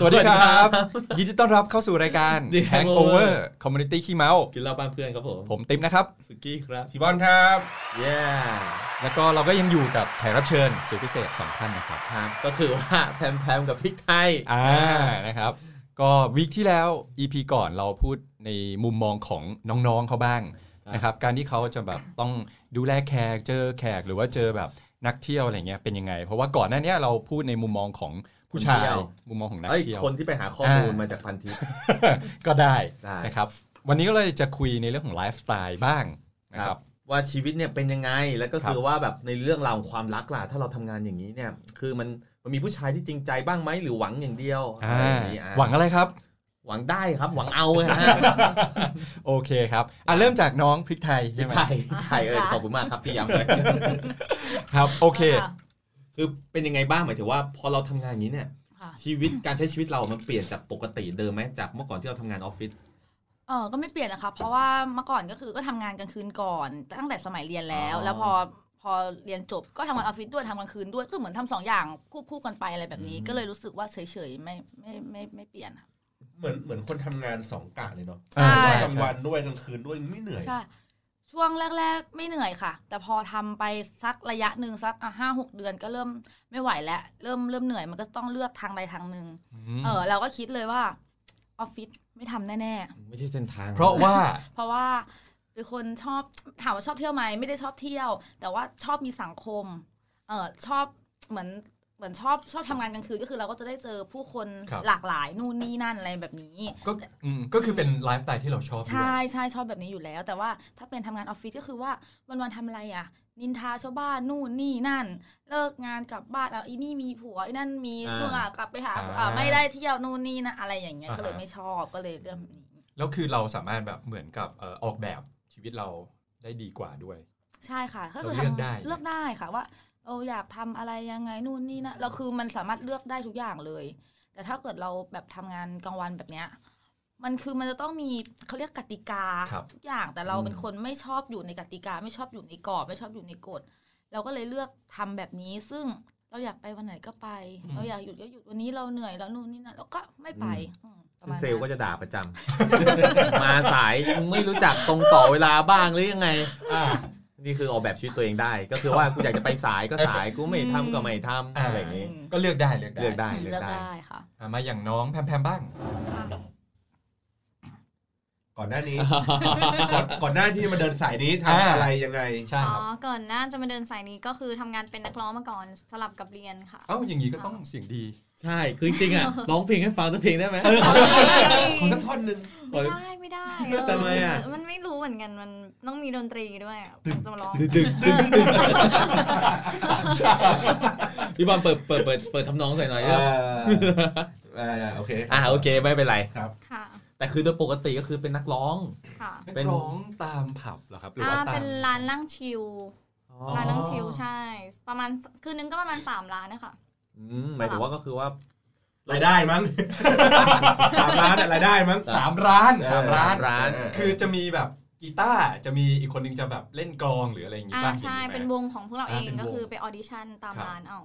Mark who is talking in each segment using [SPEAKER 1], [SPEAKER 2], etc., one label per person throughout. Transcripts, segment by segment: [SPEAKER 1] สวัสดี
[SPEAKER 2] ส
[SPEAKER 1] ค
[SPEAKER 2] วัสดีครั
[SPEAKER 1] รับบ ยินดีต้อนรับเข้าสู่รายการ
[SPEAKER 2] The Hangover
[SPEAKER 1] Hangover Community ขี้เมา
[SPEAKER 2] กินเหล้าบ้านเพื่อนครับผม
[SPEAKER 1] ผมติ๊มนะครับ
[SPEAKER 2] สุกี้ครับ
[SPEAKER 3] พี่บอลครับ
[SPEAKER 2] เย้
[SPEAKER 1] แล้วก็เราก็ยังอยู่กับแขกรับเชิญสุดพิเศษสองท่านนะครับ
[SPEAKER 2] ครับก็คือว่า แพมแพมกับพริกไทย
[SPEAKER 1] อ่านะครับ ก็วีคที่แล้ว EP ก่อนเราพูดในมุมมองของน้องๆเขาบ้างนะครับ การที่เขาจะ แบบต้องดูแลแขกเจอแขกหรือว่าเจอแบบนักเที่ยวอะไรเงี้ยเป็นยังไง เพราะว่าก่อนหน้าเนี้ยเราพูดในมุมมองของผู้ชายมุมมองของนัก
[SPEAKER 2] เอ้ย
[SPEAKER 1] เที่ยว
[SPEAKER 2] คนที่ไปหาข้อมูล
[SPEAKER 1] อ่าม
[SPEAKER 2] มาจากพัน ทิป
[SPEAKER 1] ก็ได้
[SPEAKER 2] ได้
[SPEAKER 1] นะครับ วันนี้ก็เลยจะคุยในเรื่องของไลฟ์สไตล์บ้างนะครับ
[SPEAKER 2] ว่าชีวิตเนี่ยเป็นยังไงแล้วก็
[SPEAKER 1] ครับ
[SPEAKER 2] คือว่าแบบในเรื่องราวของความรักล่ะถ้าเราทำงานอย่างนี้เนี่ย คือมันมันมีผู้ชายที่จริงใจบ้างไหมหรือหวังอย่างเดียวอะ
[SPEAKER 1] อ่า
[SPEAKER 2] ไรอย่านี้อ่ะ
[SPEAKER 1] หวังอะไรครับ
[SPEAKER 2] หวังได้ครับ หวังเอาฮะ
[SPEAKER 1] โอเคครับอ่ะเริ่มจากน้องพริกไทย
[SPEAKER 2] พริก
[SPEAKER 1] ใช่ไหม
[SPEAKER 2] ไทยพริกไทยเออขอบคุณมากครับที่ย้ำ เลย
[SPEAKER 1] ครับโอเค
[SPEAKER 4] ค่ะ
[SPEAKER 2] คือเป็นยังไงบ้างหมายถึงว่าพอเราทำงานอย่างนี้เนี่ย
[SPEAKER 4] ค่ะ
[SPEAKER 2] ชีวิตการใช้ชีวิตเรามันเปลี่ยนจากปกติเดิมไหมจากเมื่อก่อนที่เราทำงานออฟฟิศ
[SPEAKER 4] เออก็ไม่เปลี่ยนนะคะ เพราะว่าเมื่อก่อนก็คือก็ทำงานกลางคืนก่อนตั้งแต่สมัยเรียนแล้ว
[SPEAKER 2] อ๋อ
[SPEAKER 4] แล้วพอพอเรียนจบก็ทำงานออฟฟิศด้วยทำกลางคืนด้วยก็เหมือนทำสองอย่างควบคู่กันไปอะไรแบบนี้ ก็เลยรู้สึกว่าเฉยๆไม่ไม่ไม่ไม่เปลี่ยนค่ะ
[SPEAKER 3] เหมือนเหมือนคนทำงานสองกะเลยเนาะ
[SPEAKER 1] อ่า
[SPEAKER 4] ใช่
[SPEAKER 3] กลางวันด้วยกลางคืนด้วยไม่เหนื่อย
[SPEAKER 4] ใช่ ช่วงแรก ๆ ไม่เหนื่อยค่ะ แต่พอทำไปสักระยะหนึ่งสักห้าหกเดือนก็เริ่มไม่ไหวแล้ว เริ่มเริ่มเหนื่อยมันก็ต้องเลือกทางใดทางหนึ่ง
[SPEAKER 1] ม
[SPEAKER 4] เออเราก็คิดเลยว่าออฟฟิศไม่ทำแน่
[SPEAKER 2] ไม่ใช่เส้นทาง
[SPEAKER 1] เพราะว่า
[SPEAKER 4] ๆ เพราะว่าเป็นคนชอบถามว่าชอบเที่ยวไหมไม่ได้ชอบเที่ยว แต่ว่าชอบมีสังคมเออชอบเหมือนเหมือนชอบชอบทำงานกลางคืนก็คือเราก็จะได้เจอผู้คน
[SPEAKER 1] ครับ
[SPEAKER 4] หลากหลายนู่นนี่นั่นอะไรแบบนี้
[SPEAKER 1] ก็อืมก็คือเป็นไลฟ์สไตล์ที่เราชอบด้วย
[SPEAKER 4] ใช่ใช่ชอบแบบนี้อยู่แล้ว แต่ว่าถ้าเป็นทำงานออฟฟิศก็คือว่าวันวันๆทำอะไรอ่ะ นินทาชาวบ้านนู่นนี่นั่น เลิกงานกลับบ้านเอาอีนี่มีผัวอีนั่นมีลูกอ่ะกลับไปหาผัวอ่ะไม่ได้เที่ยวนู่นนี่นะอะไรอย่างเงี้ยก็เลยไม่ชอบก็เลยเรื่องนี้
[SPEAKER 1] แล้วคือเราสามารถแบบเหมือนกับเอ่อออกแบบชีวิตเราได้ดีกว่าด้วย
[SPEAKER 4] ใช่ค่ะก็คือ
[SPEAKER 1] เราเลือกได้
[SPEAKER 4] ทำเลือกได้ค่ะว่าเราอยากทำอะไรยังไงนู่นนี่นะเราคือมันสามารถเลือกได้ทุกอย่างเลย แต่ถ้าเกิดเราแบบทำงานกลางวันแบบเนี้ยมันคือมันจะต้องมีเขาเรียกกติกา
[SPEAKER 1] ครับ
[SPEAKER 4] ทุกอย่างแต่เราเป็นคนไม่ชอบอยู่ในกติกา ไม่ชอบอยู่ในกรอบ ไม่ชอบอยู่ในกฎเราก็เลยเลือกทำแบบนี้ ซึ่งเราอยากไปวันไหนก็ไป
[SPEAKER 1] อืม
[SPEAKER 4] เราอยากหยุดก็หยุดวันนี้เราเหนื่อยแล้วนู่นนี่นั่นเราก็ไม่ไปอืมป
[SPEAKER 2] ซึ่
[SPEAKER 4] ระ
[SPEAKER 2] ง
[SPEAKER 4] มาณ
[SPEAKER 2] เซลล์ก็
[SPEAKER 4] นั้น
[SPEAKER 2] จะด่าประจำ มาสายมึงไม่รู้จักตรงต่อเวลาบ้างหรือยังไง
[SPEAKER 1] อ่า
[SPEAKER 2] นี่คือออกแบบชีวิตตัวเองได้ ก็คือว่ากูอยากจะไปสายก็สายกูไม่ทำก็ไม่ทำ
[SPEAKER 1] อ่า
[SPEAKER 2] อะไรอย่างนี้
[SPEAKER 1] ก็เลือกได้เลือกได้
[SPEAKER 2] เลือกได้
[SPEAKER 4] อืม
[SPEAKER 2] เลื
[SPEAKER 4] เลื
[SPEAKER 2] อ
[SPEAKER 4] อก ก
[SPEAKER 2] ได้
[SPEAKER 4] ได้ค่ะ
[SPEAKER 1] อ่ะมาอย่างน้องแพมแพมบ้าง
[SPEAKER 3] ก่อนหน้านี้ ก่อนก่อนหน้าที่จะมาเดินสายนี้ทำ
[SPEAKER 1] อ่า
[SPEAKER 3] อะไรยังไง
[SPEAKER 1] ใช่
[SPEAKER 5] อ๋
[SPEAKER 1] ครับ
[SPEAKER 5] อ ก่อนหน้าจะมาเดินสายนี้ก็คือทำงานเป็นนักร้องมาก่อนสลับกับเรียนค่ะ
[SPEAKER 1] เอ้าอย่างนี้ก็ต้องเสียงดี
[SPEAKER 2] ใช่คือจ ริงๆอ่ะร้องเพลงให้ฟังสักเพลงได้ไหม
[SPEAKER 3] ขอสักท่อนหนึ่ง
[SPEAKER 5] ไม่ได้ไม่ได้เ
[SPEAKER 2] ทำไมอะ
[SPEAKER 5] มันไม่รู้เหมือนกันมันต้องมีดนตรีด้วยอะผมจะมาร้อง
[SPEAKER 2] ดึกดึกดึกพี่บอลเปิดเปิดเปิดเปิดทำนองใส่หน่อย
[SPEAKER 3] เออเออโอเค
[SPEAKER 2] อ่าโอเคไม่เป็นไร
[SPEAKER 5] ค่ะ
[SPEAKER 2] แต่คือโดยปกติก็คือเป็นนักร้อง
[SPEAKER 5] ค่ะ
[SPEAKER 2] เป็
[SPEAKER 1] เป็น
[SPEAKER 2] น
[SPEAKER 1] ร้องตามผับเหรอครับ หรือ
[SPEAKER 5] อ่า
[SPEAKER 1] ว่าตา
[SPEAKER 5] เป็น
[SPEAKER 1] ม
[SPEAKER 5] ร้านนั่งชิวร้านนั่งชิว
[SPEAKER 2] อ๋อ
[SPEAKER 5] ใช่ ประมาณคืนนึงก็ประมาณ 3 ร้านนะคะ
[SPEAKER 2] อืมหมายถึงว่าก็คือว่า
[SPEAKER 3] รายได้ มั้ง สามล้านอะรายได้มั้ง
[SPEAKER 1] สามร้าน
[SPEAKER 2] เออ
[SPEAKER 1] สามร้าน
[SPEAKER 2] สามร้าน
[SPEAKER 1] เออคือจะมีแบบกีตาร์จะมีอีกคนนึงจะแบบเล่นกลองหรืออะไรอย่างงี้
[SPEAKER 5] อ่า
[SPEAKER 1] ป่ะ
[SPEAKER 5] ใช่
[SPEAKER 1] อย่างงี้ไหม
[SPEAKER 5] เป็นวงของพวกเราเอง
[SPEAKER 1] อ่าเป็นวง
[SPEAKER 5] ก็คือไปออดิชั่นตาม
[SPEAKER 1] ครับ
[SPEAKER 5] ร้านเอา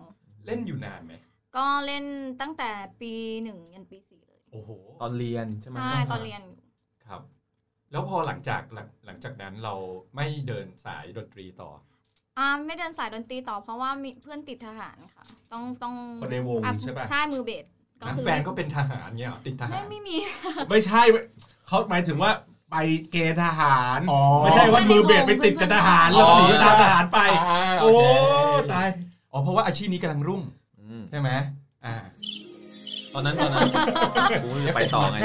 [SPEAKER 1] เล่นอยู่นานไหม
[SPEAKER 5] ก็เล่นตั้งแต่ปีหนึ่งยันปีสี่เลย
[SPEAKER 1] โอ้โห
[SPEAKER 2] ตอนเรียนใช่ไหม
[SPEAKER 5] ใช่ตอนเรียน
[SPEAKER 1] ครับ แล้วพอหลังจากหลังหลังจากนั้นเราไม่เดินสายดนตรีต่อ
[SPEAKER 5] อ่าไม่เดินสายดนตรีต่อเพราะว่ามีเพื่อนติดทหารค่ะ ต้องต้อง
[SPEAKER 3] คนในวง
[SPEAKER 5] อ่
[SPEAKER 3] ใช่ปะ
[SPEAKER 5] ใช่มือเบสก็
[SPEAKER 1] นัก
[SPEAKER 5] คือ
[SPEAKER 1] แฟนก็เป็นทหารเนี่ยเหรอติดทหา
[SPEAKER 5] ไม่
[SPEAKER 1] ร
[SPEAKER 5] ไม่มี
[SPEAKER 3] ไม่ใช่เขาหมายถึงว่าไปเกณฑ์ทหาร
[SPEAKER 1] อ๋อ
[SPEAKER 3] ไม่ใช่ว่ามือเบียดไปติดกับทหารแล้วหนีตามทหารไป
[SPEAKER 1] อ่า
[SPEAKER 3] โอ้
[SPEAKER 1] เค
[SPEAKER 3] ตาย
[SPEAKER 1] อ๋อเพราะว่าอาชีพนี้กำลังรุ่ง
[SPEAKER 2] อืม
[SPEAKER 1] ใช่ไหมอ่า
[SPEAKER 2] ตอนนั้นตอนนั้นกูไม่รู้จะไปต่อ ไง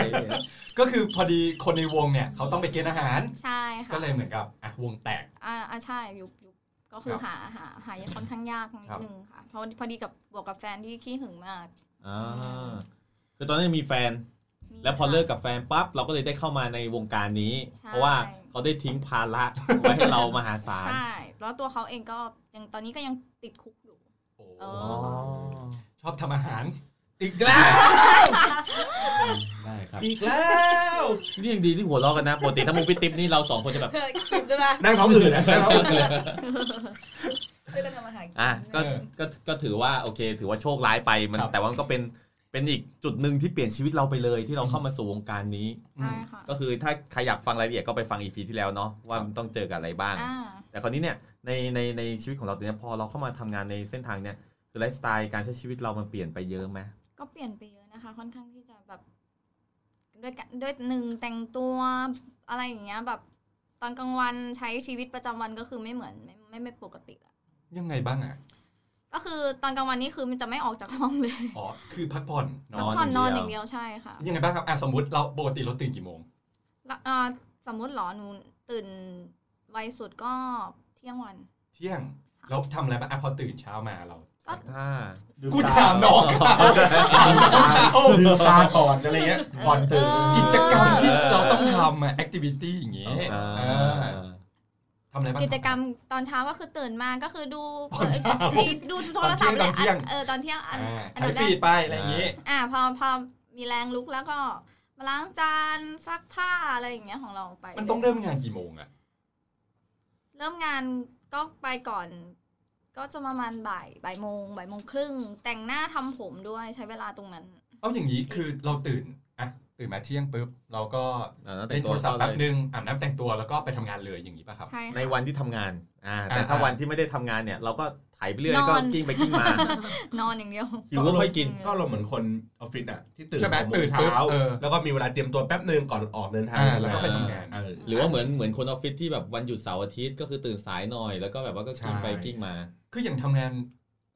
[SPEAKER 1] ก็คือพอดีคนในวงเนี่ยเขาต้องไปเกณฑ์ทหาร
[SPEAKER 5] ใช่ค่ะ
[SPEAKER 1] ก็เลยเหมือนกับอ่ะวงแตก
[SPEAKER 5] อ่าอ่าใช่ยุบยุบก็คือ
[SPEAKER 1] ค
[SPEAKER 5] หา
[SPEAKER 1] รับ
[SPEAKER 5] หาหายังค่อนข้างยากนิ
[SPEAKER 1] ครั
[SPEAKER 5] ด
[SPEAKER 1] บ
[SPEAKER 5] นึงค่ะเพราะพอดีกับบวกกับแฟนที่ขี้หึงมาก
[SPEAKER 2] อ่าคือตอนนั้นยังมีแฟน
[SPEAKER 5] มี
[SPEAKER 2] แล้วพอเลิกกับแฟนปั๊บเราก็เลยได้เข้ามาในวงการนี้
[SPEAKER 5] ใช่
[SPEAKER 2] เพราะว่าเขาได้ทิ้งภาระไว้ให้เรามหาศาล
[SPEAKER 5] ใช่ แล้วตัวเขาเองก็ยังตอนนี้ก็ยังติดคุกอยู่ เออ
[SPEAKER 1] ชอบทำอาหาร อีกแล้วได้ครับ
[SPEAKER 2] อีกแล้วนี่ยังดีที่หัวเราะกันนะปกติถ้ามุกพี่ติ๊บนี่เราสองคนจะแบบ
[SPEAKER 4] กินใช่ไหม
[SPEAKER 3] นั่งท้องอื่นนะนั่งท้องอืด
[SPEAKER 4] ช่วยกันทำอาหารกิน
[SPEAKER 2] อ่ะก็
[SPEAKER 1] เออ
[SPEAKER 2] ก็ก็ถือว่าโอเค ถือว่าโชคร้ายไปมัน
[SPEAKER 1] ครับ
[SPEAKER 2] แต่ว่ามันก็เป็นเป็นอีกจุดหนึ่งที่เปลี่ยนชีวิตเราไปเลยที่เราเข้ามาสู่วงการนี้
[SPEAKER 5] ใช่ค่ะ
[SPEAKER 2] ก็คือถ้าใครอยากฟังรายละเอียดก็ไปฟังอีพีที่แล้วเนาะว่ามันต้องเจอกับอะไรบ้าง
[SPEAKER 5] อ่า
[SPEAKER 2] แต่คราวนี้เนี่ยในในในชีวิตของเราเนี่ยพอเราเข้ามาทำงานในเส้นทางเนี่ยคือไลฟ์สไตล์การใช้ชีวิตเรามันเปลี่ยนไปเยอะไหม
[SPEAKER 5] ก็เปลี่ยนไปเยอะนะคะ ค่อนข้างที่จะแบบด้วยกันด้วยหนึ่งแต่งตัวอะไรอย่างเงี้ยแบบตอนกลางวันใช้ชีวิตประจำวันก็คือไม่เหมือนไม่ไม่ไม่ปกติละ
[SPEAKER 1] ยังไงบ้างอ่ะ
[SPEAKER 5] ก็คือตอนกลางวันนี่คือมันจะไม่ออกจากห้องเลย
[SPEAKER 1] อ๋อ คือพักผ่อนเน
[SPEAKER 5] พั
[SPEAKER 1] อะ
[SPEAKER 5] กผ่อน
[SPEAKER 2] น
[SPEAKER 5] น
[SPEAKER 2] อ
[SPEAKER 5] อน นอ
[SPEAKER 2] อา
[SPEAKER 5] ย่ย่าง ง
[SPEAKER 2] เดี
[SPEAKER 5] เดี
[SPEAKER 2] ย
[SPEAKER 5] ยว วใช่ค่ะ
[SPEAKER 1] ยังไงบ้างครับ อ่ะสมมติเราปกติเราตื่นกี่โมง
[SPEAKER 5] แล้วอ่าสมมุติเหรอหนูตื่นไวสุดก็เที่ยงวัน
[SPEAKER 1] เที่ยง แล้วทำอะไรบ้างอ่ะพอตื่นเช้ามาเรา
[SPEAKER 5] ก็
[SPEAKER 2] ถ้า
[SPEAKER 1] กูถามน้องค่ะ
[SPEAKER 3] ลืมตาก่อนอะไรเงี้ยก่อนตื่น
[SPEAKER 5] เออ
[SPEAKER 1] กิจกรรมที่เราต้องทำอ่ะ แอคทิวิตี้อย่างเงี้ย
[SPEAKER 2] อ่า
[SPEAKER 1] เออทำอะไรบ้าง
[SPEAKER 5] กิจกรรมตอนเช้าก็คือตื่นมาก็คือดู
[SPEAKER 1] ตอนเช้า
[SPEAKER 5] เอ้ยดูโทรศัพท์
[SPEAKER 1] ต
[SPEAKER 5] เล
[SPEAKER 1] อย นเที่ยง
[SPEAKER 5] เออตอนเที่ยงอัน
[SPEAKER 1] อ่า
[SPEAKER 5] อัน
[SPEAKER 1] ถ่า
[SPEAKER 5] ดับแร
[SPEAKER 1] ยฟี
[SPEAKER 5] ก
[SPEAKER 1] ดไปอะไรอย่างงี้
[SPEAKER 5] อ่าพอพอมีแรงลุกแล้วก็มาล้างจานซักผ้าอะไรอย่างเงี้ยของเราไป
[SPEAKER 1] มันต้องเริ่มงานกี่โมงอ่ะ
[SPEAKER 5] เริ่มงานก็ไปก่อน ก็จะประมาณบ่ายบ่ายโมงบ่ายโมงครึ่ง แต่งหน้าทำผมด้วยใช้เวลาตรงนั้น
[SPEAKER 1] เอาอย่างนี้คือเราตื่นอ่ะตื่นมาเที่ยงปุ๊บเราก็
[SPEAKER 2] อ่าแล้วแต่
[SPEAKER 1] เล่
[SPEAKER 2] ง
[SPEAKER 1] น
[SPEAKER 2] ตั
[SPEAKER 1] โท
[SPEAKER 2] ว
[SPEAKER 1] รศัพท์
[SPEAKER 2] เข้า
[SPEAKER 1] แป๊บ
[SPEAKER 2] เลย
[SPEAKER 1] นึงอาบน้ำแต่งตัวแล้วก็ไปทำงานเลยอย่างนี้ป่ะครับ
[SPEAKER 5] ใช่
[SPEAKER 2] ใน
[SPEAKER 5] ค่ะ
[SPEAKER 2] วันที่ทำงานอ่าแต่ถ้า
[SPEAKER 1] อ่า
[SPEAKER 2] วันที่ไม่ได้ทำงานเนี่ยเราก็ไถ่ายไปเรื่อย
[SPEAKER 5] นอน
[SPEAKER 2] ก็กิ้งไป กิ้งมาน
[SPEAKER 5] อนอย่างเดียว
[SPEAKER 2] หิวก็ค่อยกิน
[SPEAKER 3] ก็เราเหมือนคนออฟฟิศอ่ะ ที่ตื่น
[SPEAKER 1] ใช่ไหม
[SPEAKER 3] หกโมง
[SPEAKER 1] ตื่นปุ๊บ
[SPEAKER 3] เช้า
[SPEAKER 1] เออ
[SPEAKER 3] แล้วก็มีเวลาเตรียมตัวแป๊บหนึ่งก่อนออกเดินทาง
[SPEAKER 1] อ่าแล้วก็ไปทำงาน
[SPEAKER 3] เออ
[SPEAKER 2] หรือว่าเหมือนเหมือนคนออฟฟิศที่แบบวันหยุดเสาร์อาทิตย์ก็คือตื่นสายหน่อยแล้วก็แบบว่าก็กิ้งไป
[SPEAKER 3] ใช่
[SPEAKER 2] กิ้งมา
[SPEAKER 1] คืออย่างทำงาน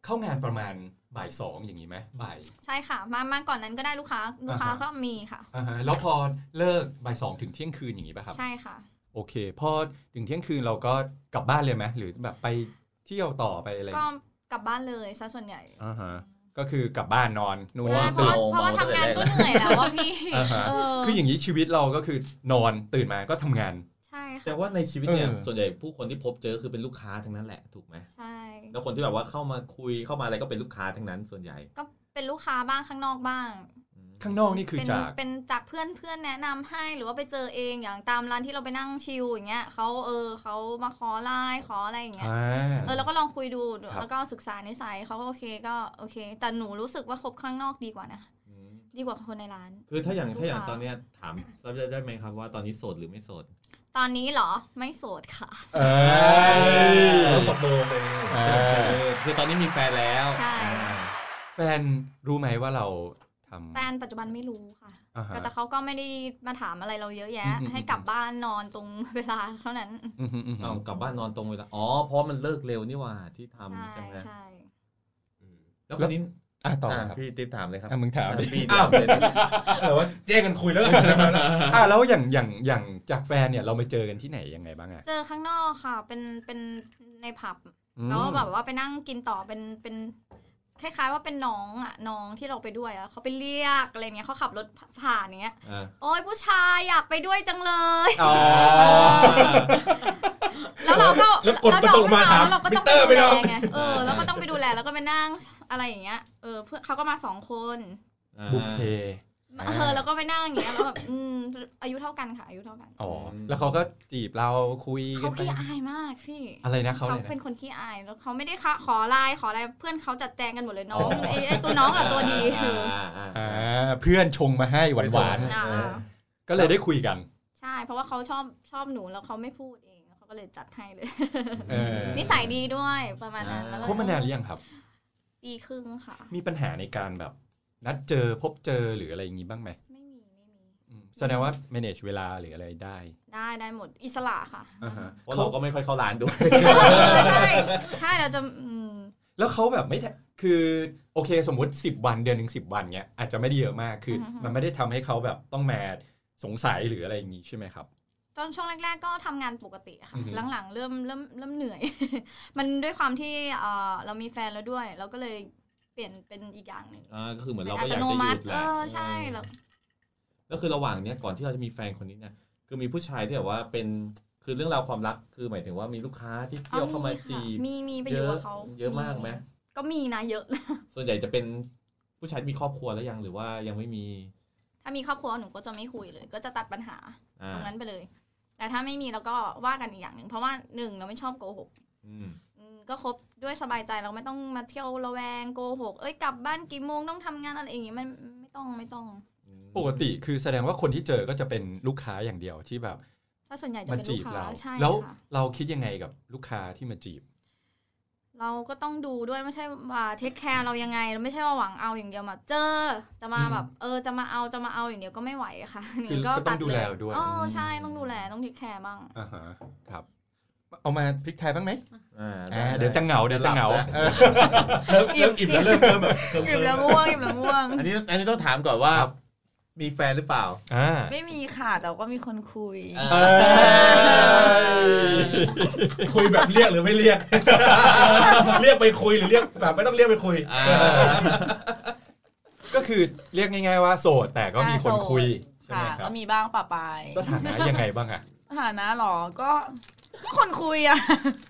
[SPEAKER 1] เข้างานประมาณบ่ายสองอย่างนี้ไหมบ่าย
[SPEAKER 5] ใช่ค่ะ มามาก่อนนั้นก็ได้ลูกค้าลูกค้าก็มีค่ะ
[SPEAKER 1] อ่าฮะแล้วพอเลิกบ่ายสองถึงเที่ยงคืนอย่างนี้ป่ะครับ
[SPEAKER 5] ใช่ค่ะ
[SPEAKER 1] โอเคพอถึงเที่ยงคืนเราก็กลับบ้านเลยไหมหรือแบบไปเที่ยวต่อไปอะไร
[SPEAKER 5] ก็กลับบ้านเลยซะส่วนใหญ่
[SPEAKER 1] อ่าฮะก็คือกลับบ้านนอนนู่น
[SPEAKER 2] ว่
[SPEAKER 5] ใช่เพ
[SPEAKER 1] นี่ตื่
[SPEAKER 5] ราะว่า
[SPEAKER 1] น
[SPEAKER 5] เพราะว่าทำงานก็เหนื่อยแล้วว่าพี่
[SPEAKER 1] อ่าฮะ
[SPEAKER 5] เออ
[SPEAKER 1] คืออย่างนี้ชีวิตเราก็คือนอนตื่นมาก็ทำงาน
[SPEAKER 5] ใช่
[SPEAKER 2] แต่
[SPEAKER 5] ค่ะ
[SPEAKER 2] ว่าในชีวิตเนี่ย
[SPEAKER 1] เออ
[SPEAKER 2] ส่วนใหญ่ผู้คนที่พบเจอคือเป็นลูกค้าทั้งนั้นแหละถูกไหม
[SPEAKER 5] ใช่
[SPEAKER 2] แล้วคนที่แบบว่าเข้ามาคุยเข้ามาอะไรก็เป็นลูกค้าทั้งนั้นส่วนใหญ่
[SPEAKER 5] ก็เป็นลูกค้าบ้างข้างนอกบ้าง
[SPEAKER 2] อืม
[SPEAKER 1] ข้างนอกนี่คือ
[SPEAKER 5] เป็น
[SPEAKER 1] จาก
[SPEAKER 5] เป็นจากเพื่อนเพื่อนแนะนำให้หรือว่าไปเจอเองอย่างตามร้านที่เราไปนั่งชิลอย่างเงี้ยเขาเออเขามาขอไลน์ขออะไรอย่างเงี้ย
[SPEAKER 1] อ่า
[SPEAKER 5] เออแล้วก็ลองคุยดู
[SPEAKER 1] ครับ
[SPEAKER 5] แล้วก็ศึกษานิสัยเขาก็โอเคก็โอเค แต่หนูรู้สึกว่าคบข้างนอกดีกว่านะ
[SPEAKER 2] อืม
[SPEAKER 5] ดีกว่าคนในร้าน
[SPEAKER 2] คือถ้าอย่างถ้าอย่าง
[SPEAKER 5] ลูกค้า
[SPEAKER 2] ตอนเนี้ยถามเราจะได้ไหมครับว่าตอนนี้โสดหรือไม่โสด
[SPEAKER 5] ตอนนี้เหรอไม่โสดค่ะ
[SPEAKER 1] เอ
[SPEAKER 3] เอ
[SPEAKER 1] อ
[SPEAKER 3] อตกลงเลย
[SPEAKER 1] เอ
[SPEAKER 2] เอ
[SPEAKER 1] อ
[SPEAKER 2] อคือตอนนี้มีแฟนแล้ว
[SPEAKER 5] ใช่
[SPEAKER 2] อ่า
[SPEAKER 1] แฟนรู้ไหมว่าเราทำ
[SPEAKER 5] แฟนปัจจุบันไม่รู้ค่ะ
[SPEAKER 1] อ่าฮะ
[SPEAKER 5] ก็แต่เขาก็ไม่ได้มาถามอะไรเราเยอะแยะ
[SPEAKER 1] อืม
[SPEAKER 5] ให้กลับบ้านนอนตรงเวลาเท่านั้น
[SPEAKER 1] อืมอืมอืม
[SPEAKER 2] อ้าวกลับบ้านนอนตรงเวลาอ๋อเพราะมันเลิกเร็วนี่หว่าที่ทำใช่
[SPEAKER 5] ใช่
[SPEAKER 2] ไหม
[SPEAKER 5] ใช่
[SPEAKER 2] แล้วคนนี้
[SPEAKER 1] อ่ะต่อ
[SPEAKER 2] อ่ะ
[SPEAKER 1] ครับ
[SPEAKER 2] พี่ติ๊บถามเลยครับ
[SPEAKER 1] อ่ะมึงถามดิ
[SPEAKER 2] พี่
[SPEAKER 3] อ้าว
[SPEAKER 2] เดี๋ยว
[SPEAKER 3] แต่ว่าแจ้งกันคุยแล้วกัน
[SPEAKER 1] อ่ะแล้วอย่างอย่างอย่างจากแฟนเนี่ยเราไปเจอกันที่ไหนยังไงบ้างอ่ะ
[SPEAKER 5] เจอข้างนอกค่ะเป็นเป็นในผับ แล้วก็แบบ
[SPEAKER 1] อืม
[SPEAKER 5] ว่าไปนั่งกินต่อเป็นเป็นคล้ายๆว่าเป็นน้องอ่ะน้องที่เราไปด้วยอ่ะเขาไปเรียกอะไรเงี้ยเขาขับรถผ่านอย่างเงี้ยโอ้ยผู้ชายอยากไปด้วยจังเลย
[SPEAKER 1] อ๋อ
[SPEAKER 5] แล้วเราก็
[SPEAKER 3] แล้วกดกระจกมาถาม
[SPEAKER 5] แล้วเราก็ต้อง
[SPEAKER 3] มิเตอร์
[SPEAKER 5] ไปดู
[SPEAKER 3] ไม่
[SPEAKER 5] แล
[SPEAKER 3] เอา
[SPEAKER 5] ไงเออแล้วก็ต้องไปดูแลแล้วก็ไปนั่งอะไรอย่างเงี้ยเออเพื่อนเขาก็มาสองคน
[SPEAKER 1] บุพเพ อ่า
[SPEAKER 5] เออแล้วก็ไปนั่งอย่างเงี้ยแล้วแบบอืมอายุเท่ากันค่ะ อายุเท่ากัน
[SPEAKER 1] อ๋อแล้วเขาก็จีบเราคุยกั
[SPEAKER 5] เขา
[SPEAKER 1] นไป
[SPEAKER 5] ขี้อายมากพี่
[SPEAKER 1] อะไรนะเขา
[SPEAKER 5] เขา
[SPEAKER 1] อะไรนะ
[SPEAKER 5] เป็นคนขี้อายแล้วเขาไม่ได้ค่ะขอไลน์ขออะไรเพื่อนเขาจัดแจงกันหมดเลยน้องไอ้ไอ้ตัวน้องอะตัวดีเออ
[SPEAKER 1] อ่าเพื่อนชงมาให้หวานหวาน
[SPEAKER 5] อ่าอ่า
[SPEAKER 1] ๆก็เลยได้คุยกัน
[SPEAKER 5] ใช่ เพราะว่าเขาชอบชอบหนูแล้วเขาไม่พูดเองเขาก็เลยจัดให้เลย
[SPEAKER 1] เออ
[SPEAKER 5] นิสัยดีด้วยประมาณนั้น
[SPEAKER 2] อ่า
[SPEAKER 5] แล้วก็
[SPEAKER 1] คบมานานหรือยังครับ
[SPEAKER 5] ปีครึ่งค่ะ
[SPEAKER 1] มีปัญหาในการแบบ นัดเจอพบเจอหรืออะไรอย่างงี้บ้างไหม
[SPEAKER 5] ไม่มีไม่มี
[SPEAKER 1] อืมแสดงว่า manage เวลาหรืออะไรได้
[SPEAKER 5] ได้ได้หมดอิสระค่ะ
[SPEAKER 1] อ่าฮะ
[SPEAKER 2] เพราะเราก็ไม่ค่อยเข้าร้านด้วย
[SPEAKER 5] เออใช่ใช่เราจะอืม
[SPEAKER 1] แล้วเขาแบบไม่ได้คือโอเคสมมติ 10 วันเดือนหนึ่ง10 วันเนี้ยอาจจะไม่ได้เยอะมากคืออมันไม่ได้ทำให้เขาแบบต้องมาสงสัยหรืออะไรอย่างงี้ใช่ไหมครับ
[SPEAKER 5] ตอนช่วงแรกๆก็ทำงานปกติค่ะ
[SPEAKER 1] อือหือ
[SPEAKER 5] หลังๆเริ่มเริ่มเริ่มเหนื่อย มันด้วยความที่เอ่อเรามีแฟนแล้วด้วย เราก็เลยเปลี่ยนเป็นอีกอย่างหนึ่ง
[SPEAKER 2] อ่าก็คือเหมือน
[SPEAKER 5] เป็
[SPEAKER 2] เรา
[SPEAKER 5] น
[SPEAKER 2] ก็
[SPEAKER 5] อั
[SPEAKER 2] อยาก
[SPEAKER 5] ตโน
[SPEAKER 2] จะห
[SPEAKER 5] มั
[SPEAKER 2] ยุ
[SPEAKER 5] ติ
[SPEAKER 2] ดแห
[SPEAKER 5] เอ
[SPEAKER 2] ละ
[SPEAKER 5] อใช่แล้ว
[SPEAKER 2] ก็คือระหว่างเนี้ยก่อนที่เราจะมีแฟนคนนี้เนี่ยคือมีผู้ชายที่แบบว่าเป็นคือเรื่องราวความรักคือหมายถึงว่ามีลูกค้าที่เที่ยวเข้ามาจีบ
[SPEAKER 5] มีมีไปอยู่กับเขา
[SPEAKER 2] เยอะมากไหม
[SPEAKER 5] ก็มีนะเยอะนะ
[SPEAKER 2] ส่วนใหญ่จะเป็นผู้ชายที่มีครอบครัวแล้วยังหรือว่ายังไม่มี
[SPEAKER 5] ถ้ามีครอบครัวหนูก็จะไม่คุยเลย ก็จะตัดปัญหา
[SPEAKER 2] อ่า
[SPEAKER 5] ตรงนั้นไปเลย แต่ถ้าไม่มีเราก็ว่ากันอีกอย่างหนึ่งเพราะว่าหนึ่งเราไม่ชอบโกหก
[SPEAKER 2] อืม
[SPEAKER 5] อืมก็คบด้วยสบายใจเราไม่ต้องมาเที่ยวระแวงโกหก เอ้ยกลับบ้านกี่โมงต้องทำงานอะไรอย่างงี้มันไม่ต้องไม่ต้อง
[SPEAKER 1] ปกติคือแสดงว่าคนที่เจอก็จะเป็นลูกค้าอย่างเดียวที่แบบ
[SPEAKER 5] ถ้าส่วนใหญ่จะ
[SPEAKER 1] มา
[SPEAKER 5] เป็น
[SPEAKER 1] จี
[SPEAKER 5] ลูก
[SPEAKER 1] บ
[SPEAKER 5] ค้า
[SPEAKER 1] เรา
[SPEAKER 5] ใช่
[SPEAKER 1] แล้ว
[SPEAKER 5] ค่ะ
[SPEAKER 1] เราคิดยังไงกับลูกค้าที่มาจีบ
[SPEAKER 5] เราก็ต้องดูด้วยไม่ใช่ว่าเทคแคร์เรายังไงเราไม่ใช่ว่าหวังเอาอย่างเดียวมาเจอจะมา
[SPEAKER 1] อืม
[SPEAKER 5] แบบเออจะมาเอาจะมาเอาอย่างเดียวก็ไม่ไหวอะ ค่ะ
[SPEAKER 1] คือก็ต้องดูแลด้วย
[SPEAKER 5] อ๋อ
[SPEAKER 1] ม
[SPEAKER 5] ใช่ต้องดูแลต้องเทคแคร์บ้าง
[SPEAKER 1] อ่าฮะครับ เอามาพลิกไทยบ้างไหม
[SPEAKER 2] อ่า
[SPEAKER 1] อ่าเดี๋ยวจะเหงาเดี๋ยวจะเหงาเออ
[SPEAKER 3] เริ่มเริ่มอิ่มแล้วเริ่มเริ่มแบบเริ่ม
[SPEAKER 5] อิ่มแล้ว
[SPEAKER 3] เริ่ม
[SPEAKER 5] ง่วงอิ่มแล้วง่วง
[SPEAKER 2] อันนี้อันนี้ต้องถามก่อนว่า
[SPEAKER 1] ครับ
[SPEAKER 2] มีแฟนหรือเปล่า
[SPEAKER 1] อ่า
[SPEAKER 4] ไม่มีค่ะแต่ก็มีคนคุย
[SPEAKER 1] เอ้ย
[SPEAKER 3] คุยแบบเรียกหรือไม่เรียก เรียกไปคุยหรือเรียกแบบไม่ต้องเรียกไปคุย
[SPEAKER 2] อ่า
[SPEAKER 1] ก็คือเรียกง่ายๆว่าโสดแต่ก็มีคน
[SPEAKER 4] อ่าโสด
[SPEAKER 1] คุยใช่ไหม
[SPEAKER 4] ค่ะ
[SPEAKER 1] ครั
[SPEAKER 4] ก็
[SPEAKER 1] บ
[SPEAKER 4] มีบ้างปะปาย
[SPEAKER 1] สถานะยังไงบ้างอะ
[SPEAKER 4] สถานะหรอก็ก็คนคุยอะ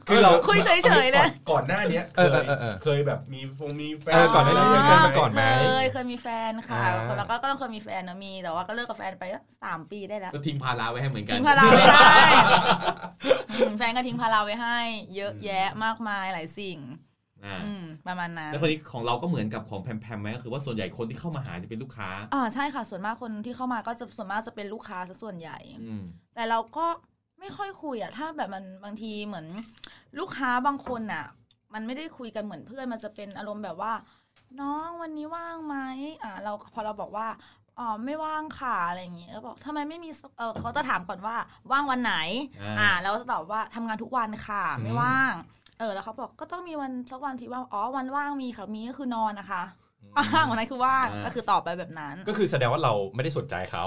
[SPEAKER 1] คือเรา
[SPEAKER 4] คุยเฉยๆนะ
[SPEAKER 3] ก่อนหน้าเนี้ย
[SPEAKER 1] เอ
[SPEAKER 3] เค
[SPEAKER 1] อเอย อเออ
[SPEAKER 3] เคยแบบมีฟงมีแฟ
[SPEAKER 1] เอน อก่อนหน้านี้มีแฟนมาก่อน
[SPEAKER 4] เคยเคยมีแฟนค่ะ
[SPEAKER 1] อ่า
[SPEAKER 4] แล้วก็ก็ต้องเคยมีแฟนนะมีแต่ว่าก็เลิกกับแฟนไปก็สามปีได้แล้ว
[SPEAKER 2] ก็ทิ้งภาระไว้ให้เหมือนกัน
[SPEAKER 4] ทิ้งภาระไว้ให้อืมแฟนก็ทิ้งภาระไว้ให้ เยอะแยะมากมายหลายสิ่ง
[SPEAKER 2] อ่า
[SPEAKER 4] อืมประมาณนั้น
[SPEAKER 2] แล้วคนนี้ของเราก็เหมือนกับของแพมแพมไหมก็คือว่าส่วนใหญ่คนที่เข้ามาหาจะเป็นลูกค้า
[SPEAKER 4] อ่าใช่ค่ะส่วนมากคนที่เข้ามาก็จะส่วนมากจะเป็นลูกค้าซะส่วนใหญ่
[SPEAKER 2] อืม
[SPEAKER 4] แต่เราก็ไม่ค่อยคุยอะถ้าแบบมันบางทีเหมือน ลูกค้าบางคนอะมันไม่ได้คุยกันเหมือนเพื่อนมันจะเป็นอารมณ์แบบว่า น้องวันนี้ว่างไหมอ่าเราพอเราบอกว่าอ๋อไม่ว่างค่ะอะไรอย่างเงี้ยแล้วบอกทำไมไม่มีเออเขาจะถามก่อนว่าว่างวันไหน
[SPEAKER 2] อ่า
[SPEAKER 4] เราจะตอบว่าทำงานทุกวันค่ะ ไม่ว่าง เออแล้วเขาบอกก็ต้องมีวันสักวันที่ว่างอ๋อวันว่างมีค่ะมีก็คือนอนนะคะว่ างวันไหนคือว่างก็คือตอบไปแบบนั้น
[SPEAKER 1] ก็คือแสดงว่าเราไม่ได้สนใจเขา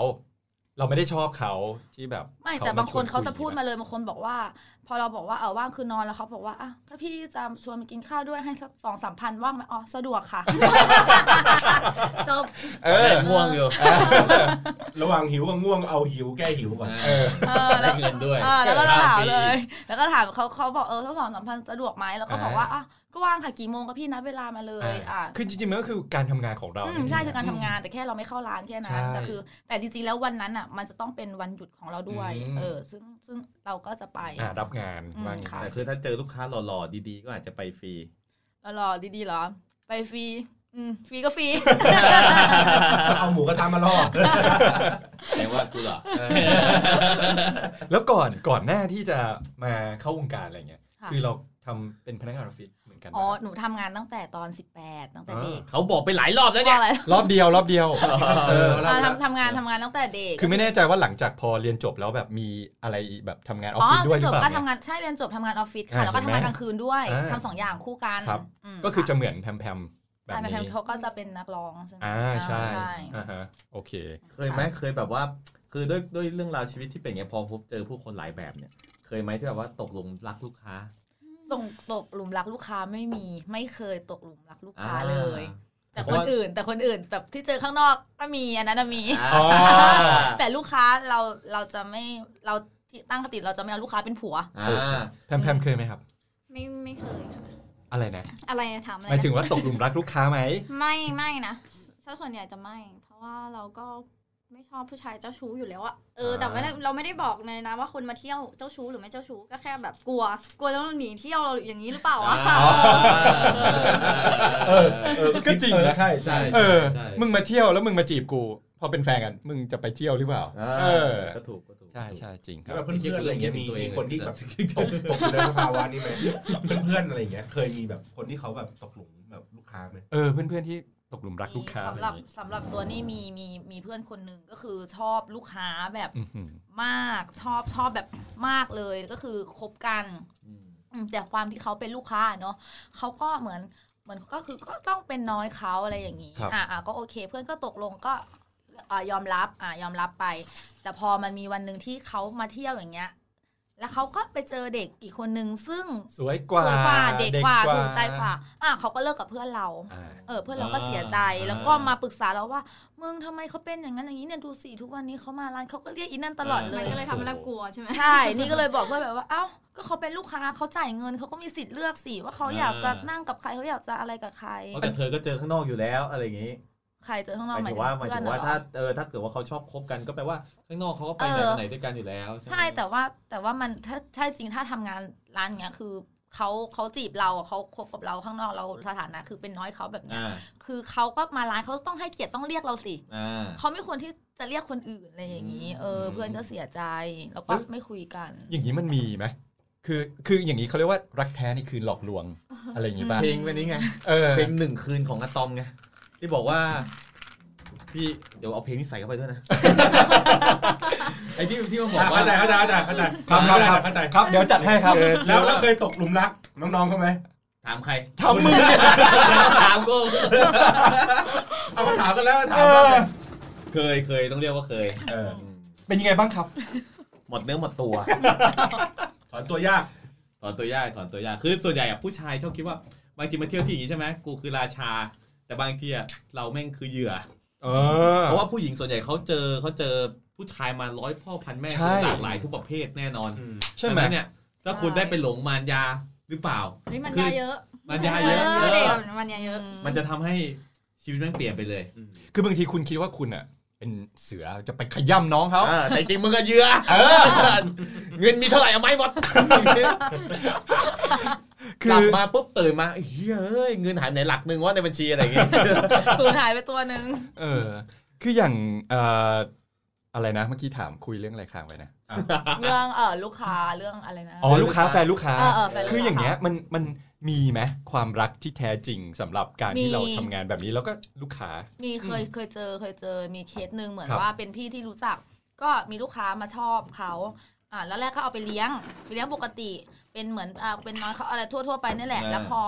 [SPEAKER 1] เราไม่ได้ชอบเขาที่แบบ
[SPEAKER 4] ไม่แต่บางคน
[SPEAKER 1] ชว
[SPEAKER 4] เขาจะ
[SPEAKER 1] ย
[SPEAKER 4] พูดมาเลยบางคนบอกว่า พอเราบอกว่าเออว่างคือนอนแล้วเขาบอกว่าอ่ะถ้าพี่จะชวนมากินข้าวด้วยให้สักสองสามพันว่างไหมอ๋อสะดวกค่ะ จบ
[SPEAKER 1] เออ
[SPEAKER 2] ง่วงอยู่
[SPEAKER 3] ระหว่างหิวกับง่วงเอาหิวแก้หิวก่อน
[SPEAKER 2] เออ
[SPEAKER 4] เออแล้
[SPEAKER 2] ได้
[SPEAKER 4] ว
[SPEAKER 2] เงินด้วย
[SPEAKER 4] เออ แล้วก็ถาม
[SPEAKER 2] ข้ปี
[SPEAKER 4] เลย แล้วก็ถามเขาเขาบอกเออสักสองสามพันสะดวกไหมแล้วก็บอกว่าอ่ะก็ว่างค่ะกี่โมงก็พี่นัดเวลามาเลยอ่ะ
[SPEAKER 1] คือจริงๆมันก็คือการทำงานของเรา
[SPEAKER 4] อืมใช่คือการทำงานแต่แค่เราไม่เข้าร้านแค่นั้น
[SPEAKER 1] ใช่
[SPEAKER 4] แต่คือ แต่จริงๆแล้ววันนั้นอ่ะ มันจะต้องเป็นวันหยุดของเราด้วย
[SPEAKER 1] อืม
[SPEAKER 4] เออ ซึ่งซึ่งเราก็จะไป
[SPEAKER 1] อ่ารับงาน
[SPEAKER 4] อืม
[SPEAKER 1] ว่าง
[SPEAKER 4] ค่ะ
[SPEAKER 2] แต่คือถ้าเจอลูกค้าหล่อๆดีๆ ก็อาจจะไปฟรี
[SPEAKER 4] รอๆดีๆเหรอ ไปฟรีอืมฟรีก็ฟรี
[SPEAKER 3] เอาหมูกระทะมา ล่อ
[SPEAKER 2] แปลว่ากูเหรอ
[SPEAKER 1] แล้วก่อนก่อนหน้าที่จะมาเข้าวงการอะไรเงี้ย
[SPEAKER 4] ค่ะ
[SPEAKER 1] คือเราทำเป็นพนักงานออฟฟิศเหมือนกัน
[SPEAKER 4] อ๋อ
[SPEAKER 1] นะ
[SPEAKER 4] หนูทำงานตั้งแต่ตอน 18 ตั้งแต่เด็ก
[SPEAKER 2] เขาบอกไปหลายรอบแล้ว
[SPEAKER 4] ว่า
[SPEAKER 2] เนี่ย
[SPEAKER 4] อะไร
[SPEAKER 1] รอบเดียวรอบเดียว เออรอบ
[SPEAKER 4] อ่า
[SPEAKER 1] เดียว
[SPEAKER 4] ทำทำงานทำงานตั้งแต่เด็ก
[SPEAKER 1] คือไม่แน่ใจว่าหลังจากพอเรียนจบแล้วแบบมีอะไรแบบทำงานออฟ
[SPEAKER 4] อ๋อ
[SPEAKER 1] ฟิศด้วยห
[SPEAKER 4] เรียนจ
[SPEAKER 1] รือบ เป
[SPEAKER 4] ก็
[SPEAKER 1] ล่าเนี่ย
[SPEAKER 4] ทำงานใช่เรียนจบทำงานออฟฟิศ
[SPEAKER 1] อ่า
[SPEAKER 4] ค่ะแล้วก็ทำงานกลางคืนด้วย
[SPEAKER 1] อ่า
[SPEAKER 4] ทำสองอย่างคู่กัน
[SPEAKER 1] ครับ
[SPEAKER 4] ม
[SPEAKER 1] ก็คือจะเหมือนแพมแพมแบ
[SPEAKER 4] ใช่
[SPEAKER 1] บ
[SPEAKER 4] แพมแพม
[SPEAKER 1] นี้
[SPEAKER 4] เขาก็จะเป็นนักร้องใช่ไหม
[SPEAKER 1] อ่าใช่
[SPEAKER 4] อ่าใช่
[SPEAKER 1] อ่าฮะโอเค
[SPEAKER 2] เคยไหมเคยแบบว่า คือด้วยด้วยเรื่องราวชีวิตที่เป็นไงพอพบเจอผู้คนหลายแบบเนี่ย เคยไหมที่แบบว่าตกหลุมรักลูกค้า
[SPEAKER 4] ตกตกหลุมรักลูกค้าไม่มีไม่เคยตกหลุมรักลูก
[SPEAKER 2] อ่
[SPEAKER 4] ค้าเลย แต่
[SPEAKER 2] เพ
[SPEAKER 4] ค
[SPEAKER 2] ราะ
[SPEAKER 4] น
[SPEAKER 2] ว่า
[SPEAKER 4] อื่นแต่คนอื่นแบบที่เจอข้างนอกก็มีอันนั้นนะมี
[SPEAKER 2] อ่า
[SPEAKER 4] แต่ลูกค้าเราเราจะไม่เราที่ตั้งคติเราจะไม่เอาลูกค้าเป็นผัว
[SPEAKER 2] อ่า
[SPEAKER 1] แพมแพมเคยไหมครับ
[SPEAKER 5] ไม่ไม่เคยค่ะ
[SPEAKER 1] อะไรนะ
[SPEAKER 5] อะไรอะถามอะไร
[SPEAKER 1] หมาย
[SPEAKER 5] นะ
[SPEAKER 1] ถึงว่าตกหลุมรักลูกค้าไหม
[SPEAKER 5] ไม่ไม่นะซะส่วนใหญ่จะไม่ เพราะว่าเราก็ไม่ชอบผู้ชายเจ้าชู้อยู่แล้วอะเออแต่ไม่ได้เราไม่ได้บอกเลยนะว่าคนมาเที่ยวเจ้าชู้หรือไม่เจ้าชู้ก็แค่แบบกลัว กลัวต้องหนีเที่ยวเราอย่างนี้หรือเปล่าอะ
[SPEAKER 1] เออ ก็จริงนะ
[SPEAKER 3] ใช่ใช่
[SPEAKER 1] เออ
[SPEAKER 2] ใช่
[SPEAKER 1] มึงมาเที่ยวแล้วมึงมาจีบกู พอเป็นแฟนกัน มึงจะไปเที่ยวหรือเปล่า เออ
[SPEAKER 2] ก็ถูกก็ถูก
[SPEAKER 1] ใช่ใช่จริงครั
[SPEAKER 3] แล้
[SPEAKER 1] บ
[SPEAKER 3] วแบบเพื่อนๆอะไรเงี้ยมี
[SPEAKER 2] ตัวเอง
[SPEAKER 3] มีคนที่แบบตกตกอยู่ในสภาวะนี้ไหมเพื่อนๆอะไรเงี้ยเคยมีแบบคนที่เขาแบบตกหลุมแบบลูกค้าไหม
[SPEAKER 1] เออ เพื่อนๆที่ตกหลุมรักลูกค้า
[SPEAKER 4] สำหรับ
[SPEAKER 1] อะไรอย่างงี้
[SPEAKER 4] สำหรับตัวนี่มีมีมีเพื่อนคนหนึ่งก็คือชอบลูกค้าแบบ
[SPEAKER 1] อื้อหือ
[SPEAKER 4] มากชอบชอบแบบมากเลยก็คือคบกัน
[SPEAKER 2] อืม
[SPEAKER 4] อืมแต่ความที่เขาเป็นลูกค้าเนาะเขาก็เหมือนเหมือนก็คือก็ต้องเป็นน้อยเขาอะไรอย่างนี้อ่ะอ่ะก็โอเค เพื่อนก็ตกลงก็อ่ะยอมรับอ่ะยอมรับไป แต่พอมันมีวันหนึ่งที่เขามาเที่ยวอย่างเงี้ย แล้วเขาก็ไปเจอเด็กอีกคนนึงซึ่ง
[SPEAKER 1] สวยกว่า
[SPEAKER 4] สวยกว่าเด็กกว่าถูกใจกว่าอ่ะเขาก็เลิกกับเพื่อนเรา
[SPEAKER 1] อ่า
[SPEAKER 4] เออเพื่อนเราก็เสียใจ
[SPEAKER 2] อ่า
[SPEAKER 4] แล้วก็มาปรึกษาเราว่ามึงทำไมเขาเป็นอย่างนั้นอย่างนี้เนี่ยดูสิทุกวันนี้เขามาร้านเขาก็เรียกอีนั่นตลอดเล
[SPEAKER 5] มัน
[SPEAKER 4] ย
[SPEAKER 5] ก็เลยทำให้เรากลัวใช่ไหม
[SPEAKER 4] ใช่ นี่ก็เลยบอกว่าแบบว่า เอ้า ก็เขาเป็นลูกค้าเขาจ่ายเงินเขาก็มีสิทธิ์เลือกสิว่าเขาอยากจะ
[SPEAKER 2] อ่านั่
[SPEAKER 4] นั่งกับใครเขาอยากจะอะไรกับใคร
[SPEAKER 2] เพราะแต่เธอก็เจอข้างนอกอยู่แล้วอะไรอย่างนี้
[SPEAKER 4] ใครเจอข้าง
[SPEAKER 2] ห
[SPEAKER 4] นอก
[SPEAKER 2] มาย
[SPEAKER 4] หมาย
[SPEAKER 2] ถึงว่าหมาย
[SPEAKER 4] ถึงเพื่อ
[SPEAKER 2] ถึง
[SPEAKER 4] นเหร
[SPEAKER 2] ว่า
[SPEAKER 4] อ
[SPEAKER 2] ถ้าเออถ้าเกิดว่าเขาชอบคบกันก็แปลว่าข้างนอกเขาก็ไปไหน
[SPEAKER 4] เออ
[SPEAKER 2] มาไหนด้วยกันอยู่แล้ว
[SPEAKER 4] ใช่แต่ว่าแต่ว่ามันถ้าใช่จริงถ้าทำงานร้านเนี้ยคือเขาเขาจีบเราอะเขาคบกับเราข้างนอกเราสถานะคือเป็นน้อยเขาแบบเนี้ย
[SPEAKER 2] อ่า
[SPEAKER 4] คือเขาก็มาร้านเขาต้องให้เกียรติต้องเรียกเราสิ
[SPEAKER 2] อ่า
[SPEAKER 4] เขาไม่ควรที่จะเรียกคนอื่นอะไรอย่างนี้ เออ
[SPEAKER 2] อืม
[SPEAKER 4] เพื่อนก็เสียใจแล้วก็ไม่คุยกัน
[SPEAKER 1] อย่างนี้มันมีไหม คือ คืออย่างนี้เขาเรียกว่ารักแท้ในคืนหลอกลวง อะไรอย่างนี้ป่ะ
[SPEAKER 2] เพลงวันนี้ไง
[SPEAKER 1] เออ
[SPEAKER 2] เพลงหนึ่งคืนของอะตอมไงที่บอกว่า พี่เดี๋ยวเอาเพลงนี้ใส่เข้าไปด้วยนะ ไอ้ที่ที่มันบอก
[SPEAKER 3] เข้า
[SPEAKER 2] ว่า
[SPEAKER 3] ใจเข้าใจเข้าใจเข้าใจ
[SPEAKER 1] ครับครับครับ
[SPEAKER 3] เข้าใจ
[SPEAKER 1] ครับ เดี๋ยวจัดให้ครับ
[SPEAKER 3] แล้วแล้วเคยตกหลุมรักน้องๆเขาไหม
[SPEAKER 2] ถามใคร
[SPEAKER 1] ทำมือ
[SPEAKER 2] ถาม กู
[SPEAKER 3] เอามาถามกันแล้วถาม
[SPEAKER 1] เออ
[SPEAKER 2] เคยเคยต้องเรียกว่าเคย
[SPEAKER 3] เออ
[SPEAKER 1] เป็นยังไงบ้างครับ
[SPEAKER 2] หมดเนื้อหมดตัว
[SPEAKER 3] ถอนตัวยาก
[SPEAKER 2] ถอนตัวยากถอนตัวยากคือส่วนใหญ่อะผู้ชายชอบคิดว่าบางทีมาเที่ยวที่อย่างนี้ใช่ไหมกูคือราชา แต่บางทีอะเราแม่งคือเหยื่อ
[SPEAKER 1] เออ
[SPEAKER 2] เพราะว่าผู้หญิงส่วนใหญ่เขาเจอเขาเจอผู้ชายมาร้อยพ่อพันแม่
[SPEAKER 1] ใช่
[SPEAKER 2] หลากหลายทุกประเภทแน่นอน
[SPEAKER 1] ใช่ไหม
[SPEAKER 2] ดังนั้นเนี่ยถ้าคุณได้ไปหลงมารยาหรือเปล่า
[SPEAKER 5] นี่มัน
[SPEAKER 2] คื
[SPEAKER 5] ยา
[SPEAKER 2] อ
[SPEAKER 5] เยอะ
[SPEAKER 2] มารยาเยอะ
[SPEAKER 5] เอ
[SPEAKER 2] เอ
[SPEAKER 5] อเด็ก
[SPEAKER 2] อ
[SPEAKER 5] มันยาเยอะ
[SPEAKER 2] มันจะทำให้ชีวิตแม่งเปลี่ยนไปเลย
[SPEAKER 1] คือบางทีคุณคิดว่าคุณอ่ะ เป็นเสือจะไปขย่ำน้องเขา
[SPEAKER 2] อ่าแต่จริงมึงก็เหยื่อ
[SPEAKER 1] เออ
[SPEAKER 2] เงินมีเท่าไหร่เอาไม่หมด
[SPEAKER 1] คื
[SPEAKER 2] กลั
[SPEAKER 1] อ
[SPEAKER 2] บมาปุ๊บตื่นมาเฮ้ยเงินหายไหนหลักนึงว่าในบัญชีอะไรอย่างเงี้ย
[SPEAKER 4] สูญหายไปตัวหนึ่ง
[SPEAKER 1] เออ คืออย่างเอ่ออะไรนะ เมื่อกี้ถามคุยเรื่องอะไรค้างไว้นะ
[SPEAKER 4] เรื่องเออลูกค้าเรื่องอะไรนะ
[SPEAKER 1] อ๋อ ลูกค้าแฟนลูกค้า
[SPEAKER 4] เออเออแฟนลูก
[SPEAKER 1] คืออย่างเงี้ย
[SPEAKER 4] ะ
[SPEAKER 1] มันมันมีไหมความรักที่แท้จริงสำหรับการ
[SPEAKER 4] มี
[SPEAKER 1] ที่เราทำงานแบบนี้แล้วก็ลูกค้า
[SPEAKER 4] มีเคยเคยเจอเคยเจอมีเคสหนึ่งเหมือน
[SPEAKER 1] ครับ
[SPEAKER 4] ว่าเป็นพี่ที่รู้จัก ก็มีลูกค้ามาชอบเขาอ่าแล้วแรกก็เอาไปเลี้ยงไปเลี้ยงปกติ เป็นเหมือนอ่าเป็นน้อยเขาอะไรทั่ว ๆ ไปนี่แหละ
[SPEAKER 2] อ่า
[SPEAKER 4] แล้วพอ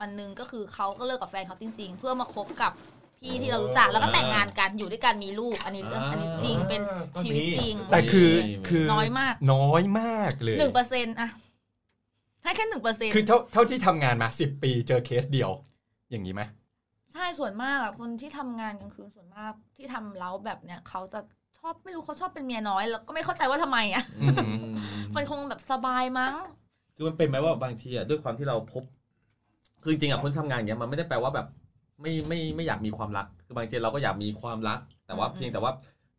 [SPEAKER 4] วันหนึ่งก็คือเขาก็เลิกกับแฟนเขาจริง ๆ เพื่อมาคบกับพี่ที่เรารู้จักแล้วก็แต่งงานกันอยู่ด้วยกันมีลูกอันนี้เรื่องอันนี้จริงเป็น
[SPEAKER 3] ก็มี
[SPEAKER 4] ชีวิตจริง
[SPEAKER 1] แต่คือคือ
[SPEAKER 4] น้อยมาก
[SPEAKER 1] น้อยมากเลย
[SPEAKER 4] หนึ่งเปอร์เซ็นต์อะให้แค่หนึ่งเปอร์เซ็นต์
[SPEAKER 1] คือเท่าเท่าที่ทำงานมา 10 ปีเจอเคสเดียว อย่างนี้ไหม
[SPEAKER 4] ใช่ส่วนมากอะคนที่ทำงานกลางคืนส่วนมากที่ทำเล้าแบบเนี้ยเขาจะชอบไม่รู้เขาชอบเป็นเมียน้อย แล้วก็ไม่เข้าใจว่าทำไมอะมันคงแบบสบายมั้ง
[SPEAKER 2] คือมันเป็นไหมว่าบางทีอ่ะด้วยความที่เราพบ คือจริงๆอ่ะคนทำงานอย่างเงี้ยมันไม่ได้แปลว่าแบบ ไม่ไม่ไม่อยากมีความรัก คือบางทีเราก็อยากมีความรัก แต่ว่า
[SPEAKER 4] อืม
[SPEAKER 2] เพียงแต่ว่า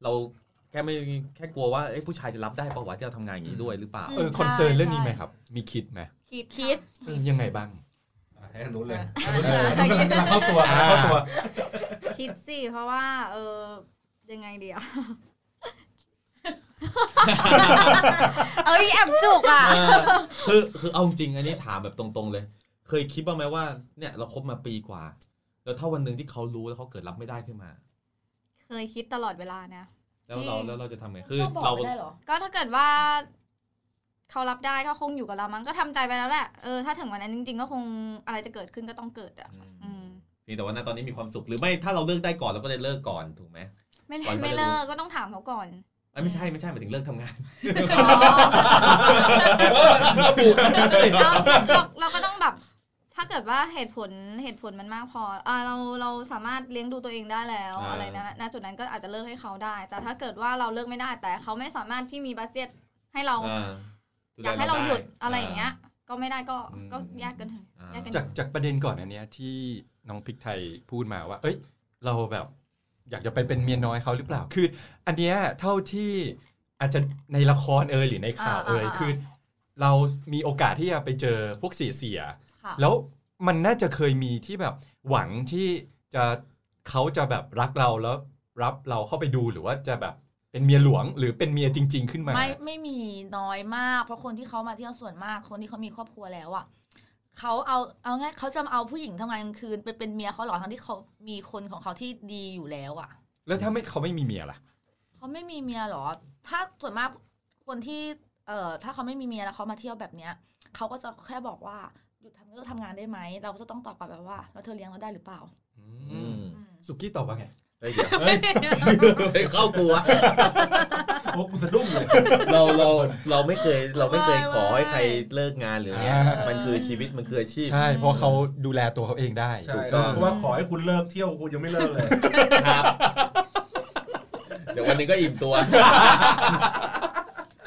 [SPEAKER 2] เราแค่ไม่แค่กลัวว่าเอ้ยผู้ชายจะรับได้ปะวะที่เราทำงานอย่างนี้ด้วยหรือเปล่า
[SPEAKER 4] อืม
[SPEAKER 1] เออคอนเซิร์นเรื่องนี้ไหมครับ มีคิดไหม
[SPEAKER 5] คิด
[SPEAKER 4] คิด
[SPEAKER 1] เออยังไงบ้าง
[SPEAKER 3] อ่ะให้รู้เลย
[SPEAKER 5] เออ
[SPEAKER 3] เข้าตัวเข้าตัว
[SPEAKER 5] คิดสิ เพราะว่า เออยังไงดีอะ เอ้ยแอบจุกอ่ะ
[SPEAKER 2] เออคือคือเอาจริงอันนี้ถามแบบตรงๆเลย เคยคิดบ้างไหมว่าเนี่ยเราคบมาปีกว่า แล้วถ้าวันหนึ่งที่เขารู้แล้วเขาเกิดรับไม่ได้ขึ้นมา
[SPEAKER 5] เคยคิดตลอดเวลานะ
[SPEAKER 2] แล้วเราแล้วเราจะทำไงคือ
[SPEAKER 4] ต้องบอก
[SPEAKER 2] เรา
[SPEAKER 4] ไม่ได้เหรอ
[SPEAKER 5] ก็ถ้าเกิดว่าเขารับได้ก็คงอยู่กับเรามั้งก็ทำใจไปแล้วแหละเออถ้าถึงวันนั้นจริง ๆ ก็คงอะไรจะเกิดขึ้นก็ต้องเกิดอ่ะ
[SPEAKER 2] อื
[SPEAKER 5] อื
[SPEAKER 2] ม
[SPEAKER 5] ม
[SPEAKER 2] เพียงแต่ว่าณตอนนี้มีความสุขหรือไม่ถ้าเราเลิกได้ก่อนเราก็ได้เลิกก่อนถูกไหม
[SPEAKER 5] ไม่
[SPEAKER 2] ก่อนเขาจะรู้
[SPEAKER 5] ไม่เลิกก็ต้องถามเขาก่ อน
[SPEAKER 2] เอ้ยไม่ใช่ไม่ใช่หมายถึงเลิกทำงาน
[SPEAKER 5] เราเราเราก็ต้องแบบ ถ้าเกิดว่าเหตุผลเหตุผลมันมากพออ่าเราเราสามารถเลี้ยงดูตัวเองได้แล้ว
[SPEAKER 2] อ่า
[SPEAKER 5] อะไรนะณจุดนั้นก็อาจจะเลิกให้เขาได้ แต่ถ้าเกิดว่าเราเลิกไม่ได้ แต่เขาไม่สามารถที่มีบัตเจ็ตให้เรา
[SPEAKER 2] อ่า
[SPEAKER 5] อยากให้เราหยุดอะไรอย่างเงี้ย
[SPEAKER 2] า
[SPEAKER 5] ก็ไม่ได้ก็
[SPEAKER 2] อืม
[SPEAKER 5] ก็แยกกันเถอะ
[SPEAKER 2] อ่า
[SPEAKER 5] แยกกัน
[SPEAKER 1] จากจากประเด็นก่อนอันเนี้ยที่น้องพริกไทยพูดมาว่า เอ้ย เราแบบอยากจะไปเป็นเมียน้อยเขาหรือเปล่า คือ อันเนี้ยเท่าที่อาจจะในละครเอยหรือในข่าวเอย
[SPEAKER 4] อ่าอ่าอ่า
[SPEAKER 1] คือ เรามีโอกาสที่จะไปเจอพวกเสียเสียๆ
[SPEAKER 4] ค่ะ
[SPEAKER 1] แล้วมันน่าจะเคยมีที่แบบหวังที่จะเขาจะแบบรักเราแล้วรับเราเข้าไปดูหรือว่าจะแบบเป็นเมียหลวงหรือเป็นเมียจริง ๆ ขึ้นมา
[SPEAKER 4] ไม่ไม่มีน้อยมาก เพราะคนที่เขามาเที่ยวส่วนมากคนที่เขามีครอบครัวแล้วอ่ะเขาเอาเอาง่ายเขาจะเอาผู้หญิงทำงานกลางคืนไปเป็นเมียเขาเหรอทั้งที่เขามีคนของเขาที่ดีอยู่แล้วอ่ะ
[SPEAKER 1] แล้วถ้าไม่เขาไม่มีเมียล่ะ
[SPEAKER 4] เขาไม่มีเมียเหรอ ถ้าส่วนมากคนที่เอ่อถ้าเขาไม่มีเมียแล้วเขามาเที่ยวแบบเนี้ยเขาก็จะแค่บอกว่าหยุดทำเลิกทำงานได้ไหม เราก็จะต้องตอบกลับแบบว่า แล้วเธอเลี้ยงเราได้หรือเปล่า
[SPEAKER 2] อืม
[SPEAKER 1] สุกี้ตอบว่าไง
[SPEAKER 2] เฮ้ยเดี๋ยวไปเข้ากูอะ
[SPEAKER 3] โอ้กูสะดุ้งเลย
[SPEAKER 2] เราเราเราไม่เคยเราไม่เคยขอให้ใคร
[SPEAKER 4] ไม่ไม่
[SPEAKER 2] เลิกงานหรืออะไรเงี้ย
[SPEAKER 1] อ่ามั
[SPEAKER 2] มันคือชีวิตมันคืออาชีพ
[SPEAKER 1] ใช่เพราะเขาดูแลตัวเขาเองได้
[SPEAKER 3] ใช่
[SPEAKER 2] ถูกต้อง
[SPEAKER 3] เพราะว่าขอให้คุณเลิกเที่ยวคุณยังไม่เลิกเลย
[SPEAKER 2] ครับ เดี๋ยววันหนึงก็อิ่มตัว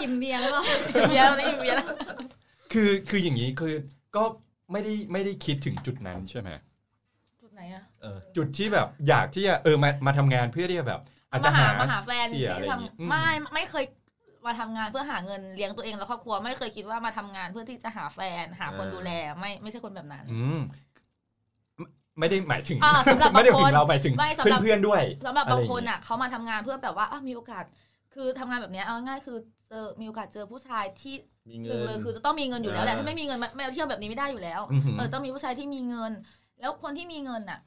[SPEAKER 5] อิ่มเบียร์หรือเปล่า
[SPEAKER 4] เยอะเลยเยอะเลย
[SPEAKER 1] คือคืออย่างนี้คือก็ไม่ได้ไม่ได้คิดถึงจุดนั้นใช่ไหม
[SPEAKER 4] จุดไหนอะ
[SPEAKER 1] จุดที่แบบอยากที่จะเออมามาทำงานเพื่อที่จะแบบ อาจจะหา
[SPEAKER 4] มาหาแฟน
[SPEAKER 1] เสียอะไรอย่างนี้อืม
[SPEAKER 4] ไม่ไม่เคยมาทำงานเพื่อหาเงินเลี้ยงตัวเองและครอบครัวไม่เคยคิดว่ามาทำงานเพื่อที่จะหาแฟนหาคน
[SPEAKER 2] อ่า
[SPEAKER 4] ดูแลไม่ไม่ใช่คนแบบนั้น
[SPEAKER 1] อืมไม่ไม่ได้หมายถึง
[SPEAKER 4] อ่าสำหรับบางคน
[SPEAKER 1] ไม่ได้หมายถึงเราหมายถึง
[SPEAKER 4] ไม่สำหรับ
[SPEAKER 1] เพื่อนๆด้วย
[SPEAKER 4] สำหรับบางคน
[SPEAKER 1] อะไรอย่างเงี้ย
[SPEAKER 4] อ่ะเขามาทำงานเพื่อแบบว่าอ่ะมีโอกาส คือทำงานแบบเนี้ยเอาง่ายๆคือเจอมีโอกาสเจอผู้ชายที่
[SPEAKER 2] มี
[SPEAKER 4] ห
[SPEAKER 2] เงิ
[SPEAKER 4] นึ่
[SPEAKER 2] น
[SPEAKER 4] งเลยคือจะต้องมีเงินอยู่แล้วแหละ
[SPEAKER 2] อ่า
[SPEAKER 4] ถ้าไม่มีเงินไม่ไม่เอาเที่ยวแบบนี้ไม่ได้อยู่แล้ว
[SPEAKER 1] อื้อหือ
[SPEAKER 4] เออต้องมีผู้ชายที่มีเงิน แล้วคนที่มีเงินอ่ะ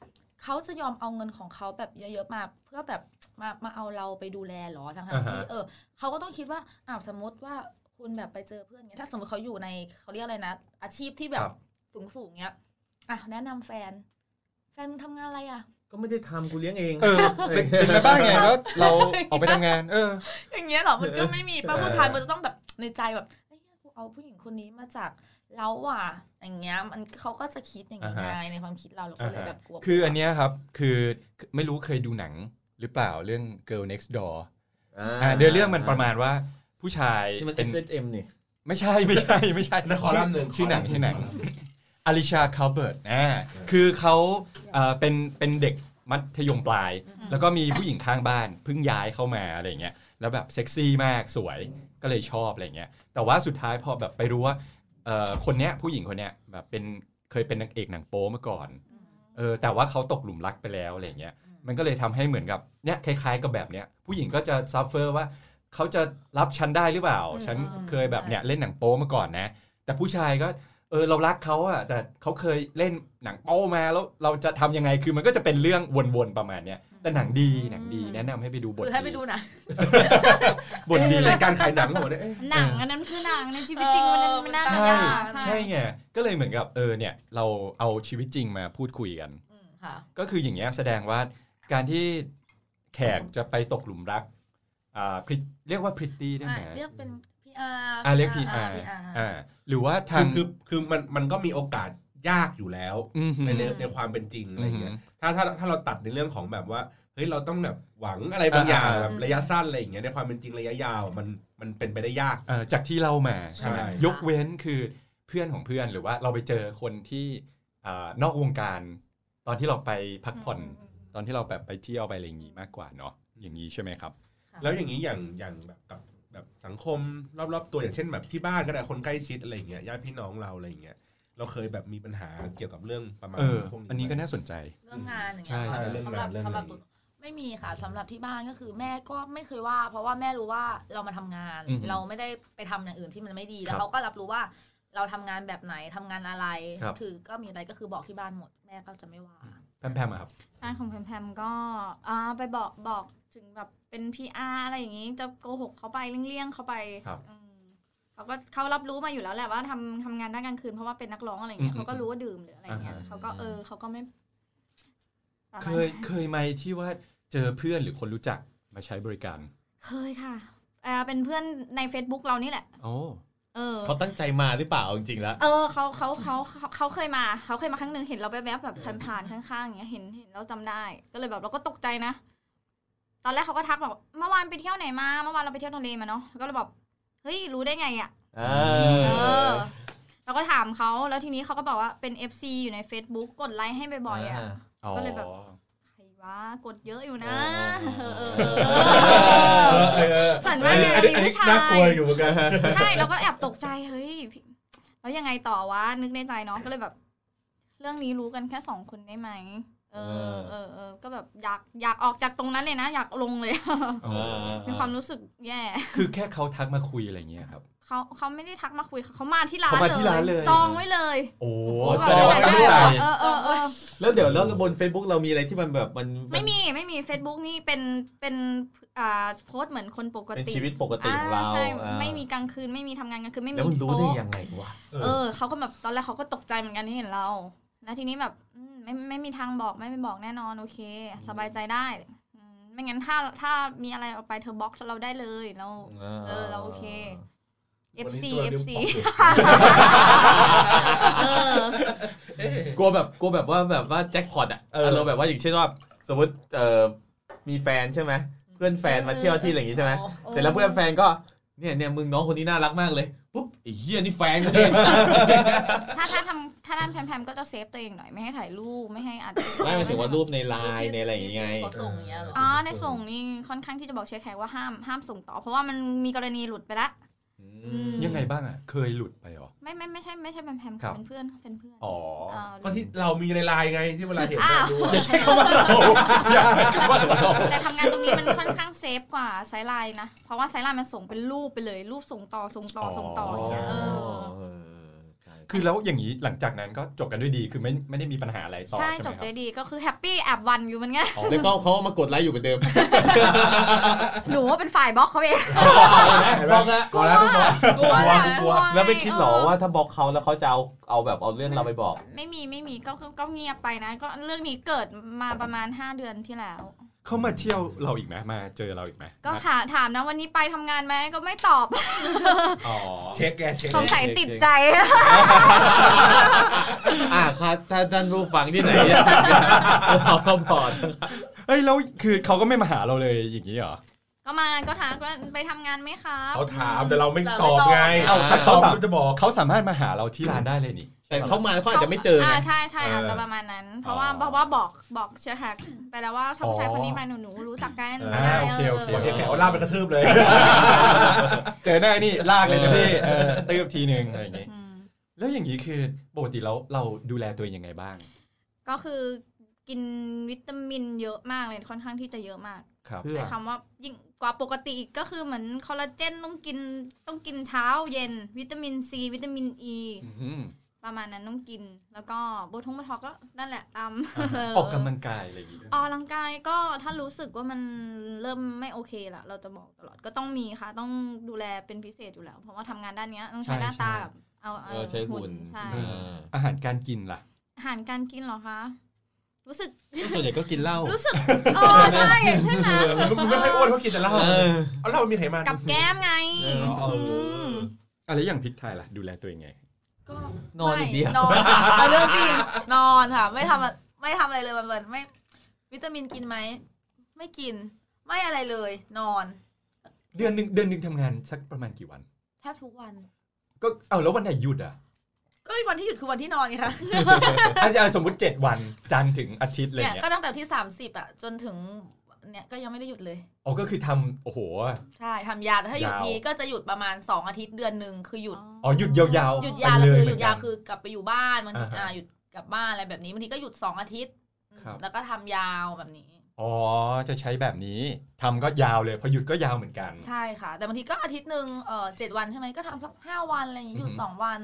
[SPEAKER 4] เขาจะยอมเอาเงินของเขาแบบเยอะๆมาเพื่อแบบมามาเอาเราไปดูแลเหรอทั้งๆที่เออ เขาก็ต้องคิดว่าอ้าวสมมติว่าคุณแบบไปเจอเพื่อนเงี้ย ถ้าสมมติเขาอยู่ในเขาเรียกอะไรนะ อาชีพที่แบ
[SPEAKER 2] ครับ บ
[SPEAKER 4] สูงสูงๆเงี้ย อ่ะแนะนำแฟน แฟนมึงทำงานอะไรอ่ะ
[SPEAKER 2] ก็ไม่ได้ทำกูเลี้ยงเอง
[SPEAKER 1] เออเป็นเป็นไงบ้างไงแล้วเรา ออกไปทำงาน เออ
[SPEAKER 4] อย่างเงี้ยเหรอ มันก็ไม่มีป้า
[SPEAKER 2] เออ
[SPEAKER 4] ผู้ชายมันจะต้องแบบในใจแบบเอ้ยกูเอาผู้หญิงคนนี้มาจากเราอ่ะ อย่างเงี้ย มันเขาก็จะคิดอย่างนี้
[SPEAKER 1] อ่าฮะ
[SPEAKER 4] ไงในความคิดเราเราก็เลยแบบกลัว
[SPEAKER 1] คืออันเนี้ยครับ คือไม่รู้เคยดูหนังหรือเปล่าเรื่อง Girl Next Door อ่าเดนเรื่องมันประมาณว่าผู้ชาย
[SPEAKER 2] นี่มัน
[SPEAKER 1] เป็น
[SPEAKER 2] SHM นี่
[SPEAKER 1] ไม่ใช่ ไม่ใช่ ไม่ใช่
[SPEAKER 3] ในคอลัมน์หนึ่ง
[SPEAKER 1] ชื่อหนัง
[SPEAKER 3] คอลัมน์
[SPEAKER 1] ชื่อหนัง
[SPEAKER 3] หนึ่ง
[SPEAKER 1] อลิชาคาเบิร์ตอ่าคือเขาเอ่อเป็นเป็นเด็กมัธยมปลาย แล้วก็มีผู้หญิงข้างบ้านเพิ่งย้ายเข้ามาอะไรอย่างเงี้ยแล้วแบบเซ็กซี่มากสวยก็เลยชอบอะไรอย่างเงี้ยแต่ว่าสุดท้ายพอแบบไปรู้ว่าเอ่อคนเนี้ยผู้หญิงคนเนี้ยแบบเป็นเคยเป็นนางเอกหนังโป๊มาก่อนเออแต่ว่าเขาตกหลุมรักไปแล้วอะไรอย่างเงี้ยมันก็เลยทำให้เหมือนกับเนี้ยคล้ายๆกับแบบเนี้ยผู้หญิงก็จะซัฟเฟอร์ว่าเขาจะรับฉันได้หรือเปล่า ฉันเคยแบบเนี้ยเล่นหนังโป๊มาก่อนนะ แต่ผู้ชายก็เออเรารักเขาอะแต่เขาเคยเล่นหนังโป้มาแล้วเราจะทำยังไงคือมันก็จะเป็นเรื่องวนๆประมาณเนี้ยแต่หนังดีหนังดีแนะนำให้ไปดูบท
[SPEAKER 4] คือให้ไปดูหนะ
[SPEAKER 1] บทดี
[SPEAKER 3] รายการขายหนังเหมดเนี่ย
[SPEAKER 5] หนังอันนั้นคือหนังในชีวิตจริงมันมันน่า
[SPEAKER 4] ใช่
[SPEAKER 5] จะ
[SPEAKER 1] ใช่
[SPEAKER 5] ยาก
[SPEAKER 1] ใช่ไงก็เลยเหมือนกับเออเนี่ยเราเอาชีวิตจริงมาพูดคุยกัน
[SPEAKER 4] อืมค่ะ
[SPEAKER 1] ก็คืออย่างเงี้ยแสดงว่าการที่แขกจะไปตกหลุมรักอ่า pret- เรียกว่าพริตตี้ได้
[SPEAKER 4] อ่ะ
[SPEAKER 1] ไหม
[SPEAKER 4] เรียกเป็นพีอาร์
[SPEAKER 1] อ่าเรียกพีอาอ่าหรือว่าทาง
[SPEAKER 3] คือคือคือมันมันก็มีโอกาสยากอยู่แล้ว
[SPEAKER 1] อืมฮึ
[SPEAKER 3] ในเรื่องในความเป็นจริงอะไร
[SPEAKER 1] อืมฮึ
[SPEAKER 3] เงี้ยถ้าถ้าถ้าเราตัดในเรื่องของแบบว่าเฮ้ยเราต้องแบบหวังอะไรบางอย่าง
[SPEAKER 1] อ่า
[SPEAKER 3] แบบระยะสั้นอะไรอย่างเงี้ยในความเป็นจริงระยะยาวอะมันมันเป็นไปได้ยาก
[SPEAKER 1] เอ่อจากที่เล่ามาใช่ไหม
[SPEAKER 3] ใช่
[SPEAKER 1] ยกเว้นคือเพื่อนของเพื่อนหรือว่าเราไปเจอคนที่เอ่อนอกวงการ ตอนที่เราไปพักผ่อนตอนที่เราแบบไปเที่ยวไปอะไรอย่างนี้มากกว่าเนาะอย่างนี้ใช่ไหมครับ
[SPEAKER 3] แล้วอย่างนี้อย่างอย่างแบบกับแบบสังคมรอบๆตัวอย่างเช่นแบบที่บ้านก็ได้คนใกล้ชิดอะไรอย่างเงี้ยญาติพี่น้องเราอะไรอย่างเงี้ยเราเคยแบบมีปัญหาเกี่ยวกับเรื่องประมาณ
[SPEAKER 1] เออ
[SPEAKER 3] พวกนี้ไหม
[SPEAKER 1] อันนี้ก็น่าสนใจ
[SPEAKER 4] เรื่องงานอย่างเงี้ย
[SPEAKER 1] ใช่ใช่
[SPEAKER 4] ค่ะ
[SPEAKER 3] เรื่อง
[SPEAKER 4] สำห
[SPEAKER 3] งา
[SPEAKER 4] รั
[SPEAKER 3] น
[SPEAKER 4] บ
[SPEAKER 3] เรื่อง
[SPEAKER 4] สำหรับ
[SPEAKER 3] งาน
[SPEAKER 4] ไม่มีค่ะสำหรับที่บ้านก็คือแม่ก็ไม่เคยว่า เพราะว่าแม่รู้ว่าเรามาทำงาน
[SPEAKER 1] อือฮึ
[SPEAKER 4] เราไม่ได้ไปทำอย่างอื่นที่มันไม่ดี
[SPEAKER 1] ครั
[SPEAKER 4] แล้ว
[SPEAKER 1] บ
[SPEAKER 4] เขาก็รับรู้ว่าเราทำงานแบบไหนทำงานอะไร
[SPEAKER 2] ครับ
[SPEAKER 4] ถือก็มีอะไรก็คือบอกที่บ้านหมดแม่ก็จะไม่ว่า
[SPEAKER 1] แพมๆอะครับ
[SPEAKER 5] ร้านของแพมแพมก็อ่าไปบอกบอกถึงแบบเป็น PR อะไรอย่างงี้จะโกหกเขาไปเลี่ยงๆเขาไป
[SPEAKER 1] ครับ
[SPEAKER 5] อืมเขาก็เขารับรู้มาอยู่แล้วแหละว่าทำทำงานด้านกลางคืนเพราะว่าเป็นนักร้องอะไรอย่างเงี้ยเขาก็รู้ว่าดื่มหรืออะไรอย่างเงี้ยเขาก็เออเขาก็ไม่ประ
[SPEAKER 1] เค
[SPEAKER 5] มาณ
[SPEAKER 1] ยเคยไหมที่ว่าเจอเพื่อนหรือคนรู้จักมาใช้บริการ
[SPEAKER 5] เคยค่ะอ่าเป็นเพื่อนใน Facebook เรานี่แหละ
[SPEAKER 1] โอ้
[SPEAKER 5] เออ
[SPEAKER 6] เขาตั้งใจมาหรือเปล่าจริงๆแล้ว
[SPEAKER 5] เออเขาเขาเขาเขาเขาเคยมาเขาเคยมาครั้งหนึ่งเห็นเราแวบๆแบบผ่านๆข้างๆอย่างเงี้ยเห็นเห็นเราจำได้ ก็เลยแบบเราก็ตกใจนะ ตอนแรกเขาก็ทักบอกเมื่อวานไปเที่ยวไหนมาเมื่อวานเราไปเที่ยวทะเลมาเนาะแล้วก็เลยแบบเฮ้ยรู้ได้ไงอ่ะ
[SPEAKER 6] เอ
[SPEAKER 5] เออ
[SPEAKER 6] อ
[SPEAKER 5] เราก็ถามเขาแล้วทีนี้เขาก็บอกว่าเป็น FC อยู่ใน Facebook กดไลค์ให้บ่อยๆอ่ะ ก็เลยแบบ ใครวะกดเยอะอยู่นะเออเออเออเออ
[SPEAKER 3] เออเออ
[SPEAKER 5] สั่นมากเลย
[SPEAKER 3] อันนี้อันนี้
[SPEAKER 5] มีผู้ชาย
[SPEAKER 3] น่ากลัวอยู่เหมือนกัน
[SPEAKER 5] ใช่เราก็แอบตกใจเฮ้ยพี่แล้วยังไงต่อวะนึกในใจเนาะก็เลยแบบ เรื่องนี้รู้กันแค่สองคนได้ไหมเออเออเออก็แบบอยากอยากออกจากตรงนั้นเลยนะ อยากลงเลย
[SPEAKER 1] อ๋อ
[SPEAKER 5] มีความรู้สึกแย่
[SPEAKER 1] คือแค่เขาทักมาคุยอะไรเงี้ยครับ
[SPEAKER 5] เขาเขาไม่ได้ทักมาคุยเขามาที่ร้าน
[SPEAKER 1] เขามาที่ร้านเลย
[SPEAKER 5] จองไว้เลย
[SPEAKER 1] โอ้
[SPEAKER 5] แบบ
[SPEAKER 1] แสดงว่าตั้งใจ
[SPEAKER 5] เออเออเออ
[SPEAKER 2] แล้วเดี๋ยวแล้วบน Facebook เรามีอะไรที่มันแบบมัน
[SPEAKER 5] ไม่มีไม่มี Facebook นี่เป็นเป็นอ่าโพสต์เหมือนคนปก
[SPEAKER 2] เป็น
[SPEAKER 5] ติ
[SPEAKER 2] ชีวิตปกติของเรา
[SPEAKER 5] ใช่
[SPEAKER 2] อ่า
[SPEAKER 5] ไม่มีกลางคืนไม่มีทำงานกลางคืนไม่มี
[SPEAKER 2] แล้วมันรู้ได้
[SPEAKER 5] โต๊ะ
[SPEAKER 2] ยังไงวะ
[SPEAKER 3] เออ
[SPEAKER 5] เออเขาก็แบบตอนแรกเขาก็ตกใจเหมือนกันที่เห็นเรา แล้วทีนี้แบบอืมไม่ไม่มีทางบอกไม่ไปบอกแน่นอนโอเค สบายใจได้อื ไม่งั้นถ้าถ้ามีอะไรออกไปเธอบล็อกเราได้เลยเรา เออเราโอเค
[SPEAKER 7] วัน
[SPEAKER 5] FC
[SPEAKER 7] นี้ตัวริ่ม
[SPEAKER 5] FC
[SPEAKER 7] ปกอยู่
[SPEAKER 5] เออ
[SPEAKER 2] กลัวแบบกลัวแบบว่าแบบว่าแจ็คพอตอ่ะ
[SPEAKER 8] เอออ
[SPEAKER 2] อารมณ์แบบว่าอย่างเช่นว่าสมมติเอ่อมีแฟนใช่ไหมเพื่อนแฟนมาเที่ยวที่อะไรอย่างงี้ใช่ไหมเสร็จแล้วเพื่อนแฟนก็เนี่ยเนี่ยมึงน้องคนนี้น่ารักมากเลยปุ๊บไอ้เหี้ยนี่แฟนกูเนี่ย
[SPEAKER 5] ถ้าถ้าทำถ้าด้านแพมๆก็จะเซฟตัวเองหน่อยไม่ให้ถ่ายรูปไม่ให้อัด
[SPEAKER 2] ไม่หมายถึงว่ารูปในไลน์
[SPEAKER 4] ที่
[SPEAKER 2] ในอะไรอย่างงี้ไง
[SPEAKER 4] ที่เขาส่งอย่างเงี้ยเหรอ
[SPEAKER 5] อ๋อในส่งนี่ค่อนข้างที่จะบอกเชฟแขกว่าห้ามห้ามส่งต่อ เพราะว่ามันมีกรณีหลุดไปละอืม
[SPEAKER 1] ยังไงบ้างอ่ะ เคยหลุดไปเหรอ
[SPEAKER 5] ไม่ไม่ไม่ใช่ไม่ใช่แพมๆ
[SPEAKER 1] ครั
[SPEAKER 5] ค่ะ
[SPEAKER 1] บ
[SPEAKER 5] เป็นเพื่อนค่ะเป็นเพื่อน
[SPEAKER 1] อ๋อ
[SPEAKER 5] า
[SPEAKER 7] ก็ที่เรามีในไลน์ไงที่เวลาเห็น
[SPEAKER 5] อ้าว
[SPEAKER 7] อย่าใช้คำว่าเราอย่า
[SPEAKER 5] แต่ทำงานตรงนี้มันค่อนข้างเซฟกว่าไซด์ไลน์นะเพราะว่าไซด์ไลน์มันส่งเป็นรูปไปเลย รูปส่งต่อส่งต่อส่งต่ออย่างเงี้ยเออ
[SPEAKER 1] คือแล้วอย่างนี้หลังจากนั้นก็จบกันด้วยดีคือไม่ไม่ได้มีปัญหาอะไรต่อ
[SPEAKER 5] ใช่
[SPEAKER 1] ใช่ไห
[SPEAKER 5] จ
[SPEAKER 1] ม
[SPEAKER 5] บ
[SPEAKER 1] ครั
[SPEAKER 5] ได้
[SPEAKER 1] บ
[SPEAKER 5] ดีก็คือแฮปปี้แอบวันอยู่เหมันไง น
[SPEAKER 2] แล้วก็เขามากดไลค์อยู่เหมือนเดิม
[SPEAKER 5] หนูว่าเป็นฝ่ายบล็อกเขาเอง
[SPEAKER 2] บอกนะ
[SPEAKER 7] พอแล้วทุกคน
[SPEAKER 5] กลัวแหละ
[SPEAKER 2] กลัวแล้วไม่คิดเหรอว่าถ้าบล็อกเขาแล้วเขาจะเอาเอาแบบเอาเรื่องเราไปบอก
[SPEAKER 5] ไม่มีไม่มีก็ก็ก็เงียบไปนะ ก็เรื่องนี้เกิดมาประมาณ 5 เดือนที่แล้ว
[SPEAKER 1] เขามาเที่ยวเราอีกไหมมาเจอเราอีกไหม
[SPEAKER 5] ก็ถามถามนะวันนี้ไปทำงานไหมก็ไม่ตอบ
[SPEAKER 1] อ๋อ
[SPEAKER 7] เช็คแกเช็ค
[SPEAKER 5] สงสัยติดใจ
[SPEAKER 2] อ่าครับถ้าท่านผู้ฟังที่ไหนอยากจะขอคำพอด
[SPEAKER 1] เอ้ยแล้วคือเขาก็ไม่มาหาเราเลยอย่างนี้เหรอ
[SPEAKER 5] ก็มาก็ถามว่าไปทำงานไหมครับ
[SPEAKER 7] เขาถามแต่เราไม่ตอบไง
[SPEAKER 1] เอ้าแต่
[SPEAKER 7] เขาสา
[SPEAKER 1] เขาสาม ม
[SPEAKER 7] จะบอก
[SPEAKER 1] เขาสามารถมาหาเราที่ร้านได้เลยนี่
[SPEAKER 2] แต่เขามาเขาอาจจะไม่เจอไง
[SPEAKER 5] ใช่ใช่อาจ
[SPEAKER 7] เอ
[SPEAKER 5] จะ
[SPEAKER 7] อ
[SPEAKER 5] ประมาณนั้น เพราะว่า
[SPEAKER 1] อ๋อ
[SPEAKER 5] เพราะว่าบอกบอกเชียร์แฮกไปแล้วว่าถ้าผู้ชายคนนี้มาหนูหนูรู้จักกัน
[SPEAKER 1] อ่า
[SPEAKER 5] ได้
[SPEAKER 1] โอเคโอเค
[SPEAKER 7] บอกเช็คแขกว่าลากไปกระทืบเลย
[SPEAKER 1] เจอหน้า นี่ลากเลยนะพี่เออ ตื้บทีหนึ่งอะไรอย่างงี้
[SPEAKER 5] อืม
[SPEAKER 1] แล้วอย่างนี้คือปกติแล้วเราดูแลตัวเองยังไงบ้าง
[SPEAKER 5] ก็คือกินวิตามินเยอะมากเลยค่อนข้างที่จะเยอะมาก
[SPEAKER 1] ครับ
[SPEAKER 2] เพื่อ
[SPEAKER 5] ใช้คำว่ายิ่งกว่าปกติอีกก็คือเหมือนคอลลาเจนต้องกินต้องกินเช้าเย็น วิตามินซีวิตามินอี
[SPEAKER 1] อืม
[SPEAKER 5] ประมาณนั้นต้องกิน แล้วก็โบทงโบท็อกก็นั่นแหละตาม
[SPEAKER 1] ออกกำลังกายอะไรอย่างงี้ด้วย
[SPEAKER 5] ออกกำลังกายก็ถ้ารู้สึกว่ามันเริ่มไม่โอเคละเราจะบอกตลอดก็ต้องมีค่ะ ต้องดูแลเป็นพิเศษอยู่แล้ว เพราะว่าทำงานด้านเนี้ยต้องใช้หน้าตากับเอา
[SPEAKER 2] เออใช้หุ่น
[SPEAKER 5] ใช่
[SPEAKER 2] อ่า
[SPEAKER 1] อาหารการกินล่ะ
[SPEAKER 5] อาหารการกินเหรอคะรู้สึก
[SPEAKER 2] ส่วนใหญ่ก็กินเหล้า
[SPEAKER 5] รู้สึก เออใช่ใช่ไหม
[SPEAKER 7] มันไม่ค่อยอ้วนเพราะกินแต่เหล้า
[SPEAKER 2] เออ
[SPEAKER 7] เอาเหล้ามันมีไขมัน
[SPEAKER 5] กับแก้มไง
[SPEAKER 7] เออเอออื
[SPEAKER 5] ม
[SPEAKER 1] อะไรอย่างพริกไทยล่ะ ดูแลตัวเองไง
[SPEAKER 4] ก็
[SPEAKER 2] นอนอีกเดียว
[SPEAKER 4] นอนอ่ะเรื่องจ ริงนอนค่ะ ไม่ทำอะไม่ทำอะไรเลยวันวันๆไม่ วิตามินกินไหม ไม่กิน ไม่อะไรเลย นอน
[SPEAKER 1] เดือนหนึ่งเดือนหนึ่งทำงานสักประมาณกี่วัน
[SPEAKER 4] แทบทุกวัน
[SPEAKER 1] ก็เอาแล้ววันไหนหยุด อ่ะ
[SPEAKER 4] ก็วันที่หยุดคือวันที่นอนไงคะ
[SPEAKER 1] อาจจะสมมติ 7 วันจันทร์ถึงอาทิตย์อะไร
[SPEAKER 4] เนี่ย
[SPEAKER 1] เงี้ย
[SPEAKER 4] ก็ตั้งแต่วันที่30อ่ะจนถึงเนี่ยก็ยังไม่ได้หยุดเลย
[SPEAKER 1] อ๋อก็คือทำโอ้โห
[SPEAKER 4] ใช่ทำยาวถ้าหยุด
[SPEAKER 1] ยาว
[SPEAKER 4] ทีก็จะหยุดประมาณ 2 อาทิตย์เดือนหนึ่งคือหยุด
[SPEAKER 1] อ๋อหยุดยาวๆ
[SPEAKER 4] หยุดยาวแล้วคือห
[SPEAKER 1] ไป
[SPEAKER 4] ยุดยาว
[SPEAKER 1] เหมืนกัน
[SPEAKER 4] คือกลับไปอยู่บ้านบางที
[SPEAKER 1] อ่าฮะ
[SPEAKER 4] อ่าหยุดกลับบ้านอะไรแบบนี้บางทีก็หยุดสองอาทิตย์
[SPEAKER 1] ครับ
[SPEAKER 4] แล้วก็ทำยาวแบบนี้
[SPEAKER 1] อ๋อจะใช้แบบนี้ทำก็ยาวเลยพอหยุดก็ยาวเหมือนกัน
[SPEAKER 4] ใช่ค่ะ แต่บางทีก็อาทิตย์หนึ่งเออเจ็ดวันใช่ไหมก็ทำสักห้าวันอะไรอย่างนี้
[SPEAKER 1] อื
[SPEAKER 4] ห
[SPEAKER 1] อฮึ
[SPEAKER 4] ยุดสองวัน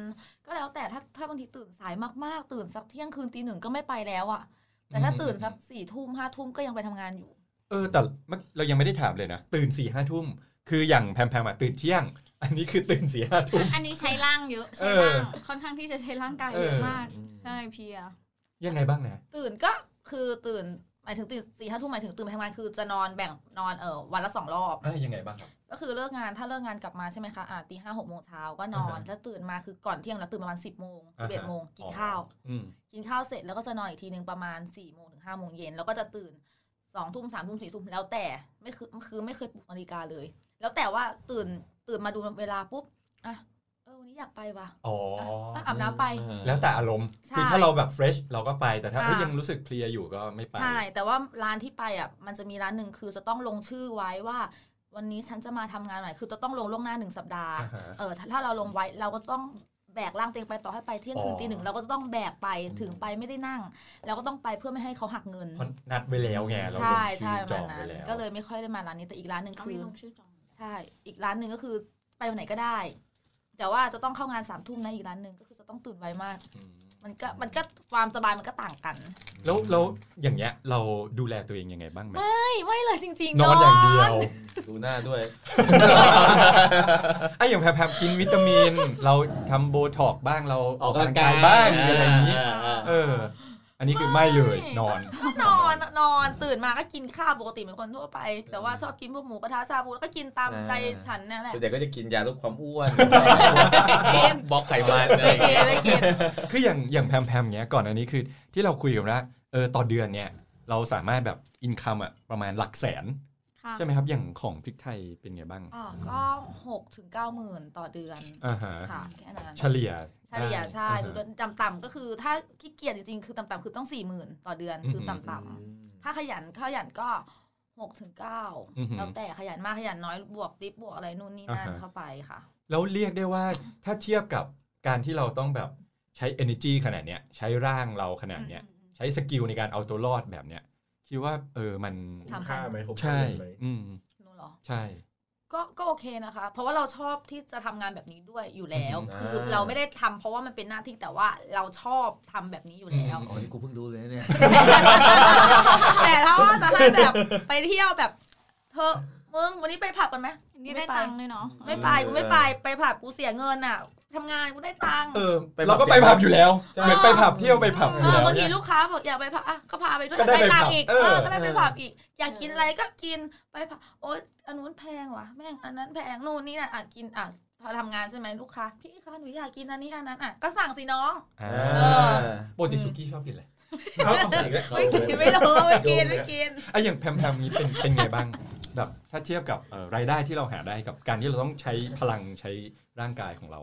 [SPEAKER 4] ก็แล้วแต่ถ้าถ้าบางทีตื่นสายมากๆ ตื่นสักเที่ยงคืนตีหนึ่งก็ไม่ไปแล้วอะแต่ถ้าตื่นสักสี่ทุ่มห้าทุ่มก็ยังไปทำงานอยู่
[SPEAKER 1] เออแต่เมื่อเรายังไม่ได้ถามเลยนะ ตื่นสี่ห้าทุ่มคืออย่างแพมแพมอะตื่นเที่ยง อันนี้คือตื่นสี่ห้าทุ่ม
[SPEAKER 5] อันนี้ใช้ร่างเยอะใช้
[SPEAKER 1] เออ
[SPEAKER 5] ร่างค่อนข้างที่จะใช้ร่างกายเยอะ
[SPEAKER 1] เออ
[SPEAKER 5] มากใช่เพลีย
[SPEAKER 1] ยังไงบ้างนะ
[SPEAKER 4] ตื่นก็คือตื่นหมายถึงตื่นสี่ห้าทุ่มหมายถึงตื่นไปทำงานคือจะนอนแบ่งนอนเออวันละสองรอบ
[SPEAKER 1] เอ้ยยังไงบ้างครับ
[SPEAKER 4] ก็คือเลิกงานถ้าเลิกงานกลับมาใช่ไหมคะอ่าตีห้าหกโมงเช้าก็นอน
[SPEAKER 1] อ่าฮะ
[SPEAKER 4] แล้วตื่นมาคือก่อนเที่ยงแล้วตื่นประมาณสิบโมงสิบเอ็ด
[SPEAKER 1] อ่าฮะ
[SPEAKER 4] โมงกินข้าว
[SPEAKER 1] อืม
[SPEAKER 4] กินข้าวเสร็จแล้วก็จะนอนอีกทีหนึ่งประมาณสี่โมงถึงห้าโมงเย็นแล้วก็จะตื่นสองทุ่มสามทุ่มสี่ทุ่มแล้วแต่ไม่คือคือไม่เคยปลุกนาฬิกาเลย แล้วแต่ว่าตื่นตื่นมาดูเวลาปุ๊บอ่ะเออวันนี้อยากไปว่ะ
[SPEAKER 1] อ๋อ
[SPEAKER 4] อ่ะ
[SPEAKER 1] อ
[SPEAKER 4] อ่ะอาบน้ำไป
[SPEAKER 1] แล้วแต่อารมณ์
[SPEAKER 4] ใช่
[SPEAKER 1] คือถ้าเราแบบเฟรชเราก็ไปแต่ถ้า
[SPEAKER 4] อ่ะ
[SPEAKER 1] เอ้ยยังรู้สึกเพลียอยู่ก็ไม่ไป
[SPEAKER 4] ใช่แต่ว่าร้านที่ไปอ่ะมันจะมีร้านหนึ่งคือจะต้องลงชื่อไว้ว่า วันนี้ฉันจะมาทำงานไหนคือจะต้องลงล่วงหน้าหนึ่งสัปดาห์
[SPEAKER 1] อ่าฮะ
[SPEAKER 4] เออถ้าถ้าเราลงไว้เราก็ต้องแบกร่างตัวเองไปต่อให้ไปเที่ยงคืน
[SPEAKER 1] อ๋อ
[SPEAKER 4] ตีหนึ่งเราก็จะต้องแบกไปถึงไปไม่ได้นั่งเราก็ต้องไปเพื่อไม่ให้เขาหักเงิน
[SPEAKER 1] เพราะนัดไว้แล้วไงเราล
[SPEAKER 4] ใช่
[SPEAKER 1] งชื่
[SPEAKER 4] ใช่
[SPEAKER 1] อ
[SPEAKER 4] ประ
[SPEAKER 1] จ
[SPEAKER 4] มาณ
[SPEAKER 1] อง
[SPEAKER 4] นั้
[SPEAKER 1] ไว้
[SPEAKER 4] น
[SPEAKER 1] แล้ว
[SPEAKER 4] ก็เลยไม่ค่อยได้มาร้านนี้แต่อีกร้านหนึ่ง
[SPEAKER 5] เขา
[SPEAKER 4] คื
[SPEAKER 5] มี
[SPEAKER 4] อ
[SPEAKER 5] ลงชื่อจอง
[SPEAKER 4] ใช่อีกร้านหนึ่งก็คือไปวันไหนก็ได้ แต่ว่าจะต้องเข้างานสามทุ่มนะอีกร้านหนึ่งก็คือจะต้องตื่นไวมาก
[SPEAKER 1] อืม
[SPEAKER 4] มันก็มันก็ความสบายมันก็ต่างกัน
[SPEAKER 1] แล้วแล้วอย่างเงี้ยเราดูแลตัวเองยังไงบ้างไหม
[SPEAKER 4] ไม่ไม่เลยจริง
[SPEAKER 1] นอนอย่างเดียว
[SPEAKER 2] ดูหน้าด้วย
[SPEAKER 1] ไอ้อย่างแพมๆกิน วิตามิน เราทำโบท็อกบ้างเรา
[SPEAKER 2] ออกกำลังกาย
[SPEAKER 1] บ้างอะไรอย่างนี้
[SPEAKER 2] นี้
[SPEAKER 1] เออ อั อันนี้คือไม่เลย
[SPEAKER 4] ไม่
[SPEAKER 1] นอน
[SPEAKER 4] นอนนอนตื่นมาก็กินข้าวปกติเหมือนคนทั่วไป แต่ว่าชอบกินพวกหมูกระทะชาบูแล้วก็กินตาม
[SPEAKER 2] อ่า
[SPEAKER 4] ใจฉันเนี่ยแหละ
[SPEAKER 2] ส่วนใหญ่ก็จะกินยาลดความอ้วนบล็อกไขมันอะไรอย่าง
[SPEAKER 4] เก
[SPEAKER 2] เงี้ย
[SPEAKER 4] ไม่กิน
[SPEAKER 1] คืออย่างอย่างแพมแพมเงี้ยก่อนอันนี้คือที่เราคุยกันว่าเออต่อเดือนเนี่ยเราสามารถแบบอินคัมอะประมาณหลักแสน
[SPEAKER 5] ค่ะ
[SPEAKER 1] ใช่ไหมครับ อย่างของพริกไทยเป็นไงบ้าง
[SPEAKER 4] อ๋อก็หกถึงเก้าหมื่นต่อเดือน
[SPEAKER 1] อ่าฮะ
[SPEAKER 4] ค่ะแค่นั้น
[SPEAKER 1] เฉลี่ย
[SPEAKER 4] เฉลี่ยใช่
[SPEAKER 1] อ่าฮะ
[SPEAKER 4] ต่ำๆก็คือถ้าขี้เกียจจริงๆคือต่ำๆคือต้องสี่หมื่นต่อเดือนคือ
[SPEAKER 1] อืม
[SPEAKER 4] ต่ำๆ ถ้าขยันขยันก็หกถึงเก้า
[SPEAKER 1] อือหือ
[SPEAKER 4] แล้วแต่ขยันมากขยันน้อยบวกติปบวกอะไรนู่นนี่นั่น
[SPEAKER 1] อ่าฮะ
[SPEAKER 4] เข้าไปค่ะ
[SPEAKER 1] แล้วเรียกได้ว่าถ้าเทียบกับการที่เราต้องแบบใช้ energy ขนาดเนี้ยใช้ร่างเราขนาดเนี้ยใช้สกิลในการเอาตัวรอดแบบเนี้ยคิดว่าเออมัน
[SPEAKER 7] คุ้มค่าไหมคุ้มค่า
[SPEAKER 1] ใช่
[SPEAKER 7] ไหม
[SPEAKER 1] อืม
[SPEAKER 4] หนูเหรอ
[SPEAKER 1] ใช่
[SPEAKER 4] ก็ก็โอเคนะคะ เพราะว่าเราชอบที่จะทำงานแบบนี้ด้วยอยู่แล้ว
[SPEAKER 1] อือหือ
[SPEAKER 4] คือเราไม่ได้ทำเพราะว่ามันเป็นหน้าที่แต่ว่าเราชอบทำแบบนี้อยู่แล้ว
[SPEAKER 9] อ๋อนี่กูเพิ่งรู้เลยเนี่ย
[SPEAKER 4] แต่ถ้าว่าจะให้แบบไปเที่ยวแบบเธอมึงวันนี้ไปผับกันไหม
[SPEAKER 5] นี่ได้ตังค์ด้วยเนาะ
[SPEAKER 4] ไม่ไปกูไม่ไปไปผับกูเสียเงินอ่ะทำงานกูได้ตังค์
[SPEAKER 1] เออ
[SPEAKER 2] ไปผับ
[SPEAKER 1] เราก็ไปผับอยู่แล้วเหมือนไปผับเที่ยวไปผับอยู่
[SPEAKER 4] เออ
[SPEAKER 1] แล้ว
[SPEAKER 4] บางที
[SPEAKER 1] เนี่ย
[SPEAKER 4] ลูกค้าบอกอยากไปผับอ่ะก็พาไปด้วย
[SPEAKER 1] ก็ได้
[SPEAKER 4] ได้ตั
[SPEAKER 1] ไปผั
[SPEAKER 4] ง
[SPEAKER 1] บ
[SPEAKER 4] ค์อีก
[SPEAKER 1] เอ
[SPEAKER 4] เอ
[SPEAKER 1] อ
[SPEAKER 4] อก็ได้ไปผับอีก อยากกินอะไรก็กินไปผับโอ๊ยอันนู้นแพงว่ะแม่งอันนั้นแพงนู่นนี่น่ะอ่ะกินอ่ะพอทำงานใช่ไหมลูกค้าพี่คะหนูอยากกินอันนี้อันนั้นอ่ะก็สั่งสิน้อง
[SPEAKER 1] อ่า
[SPEAKER 4] เออ
[SPEAKER 1] ปกติสุกี้ชอบกินอะไร
[SPEAKER 7] เอาเอาอีกแล้ว
[SPEAKER 4] ไม่กินไม่รู้ไม่กินไม่กิน
[SPEAKER 1] ไอะอย่างแพมแพมนี้เป็นเป็นไงบ้าง แบบถ้าเทียบกับเอ่อรายได้ที่เราหาได้กับการที่เราต้องใช้พลังใช้ร่างกายของเรา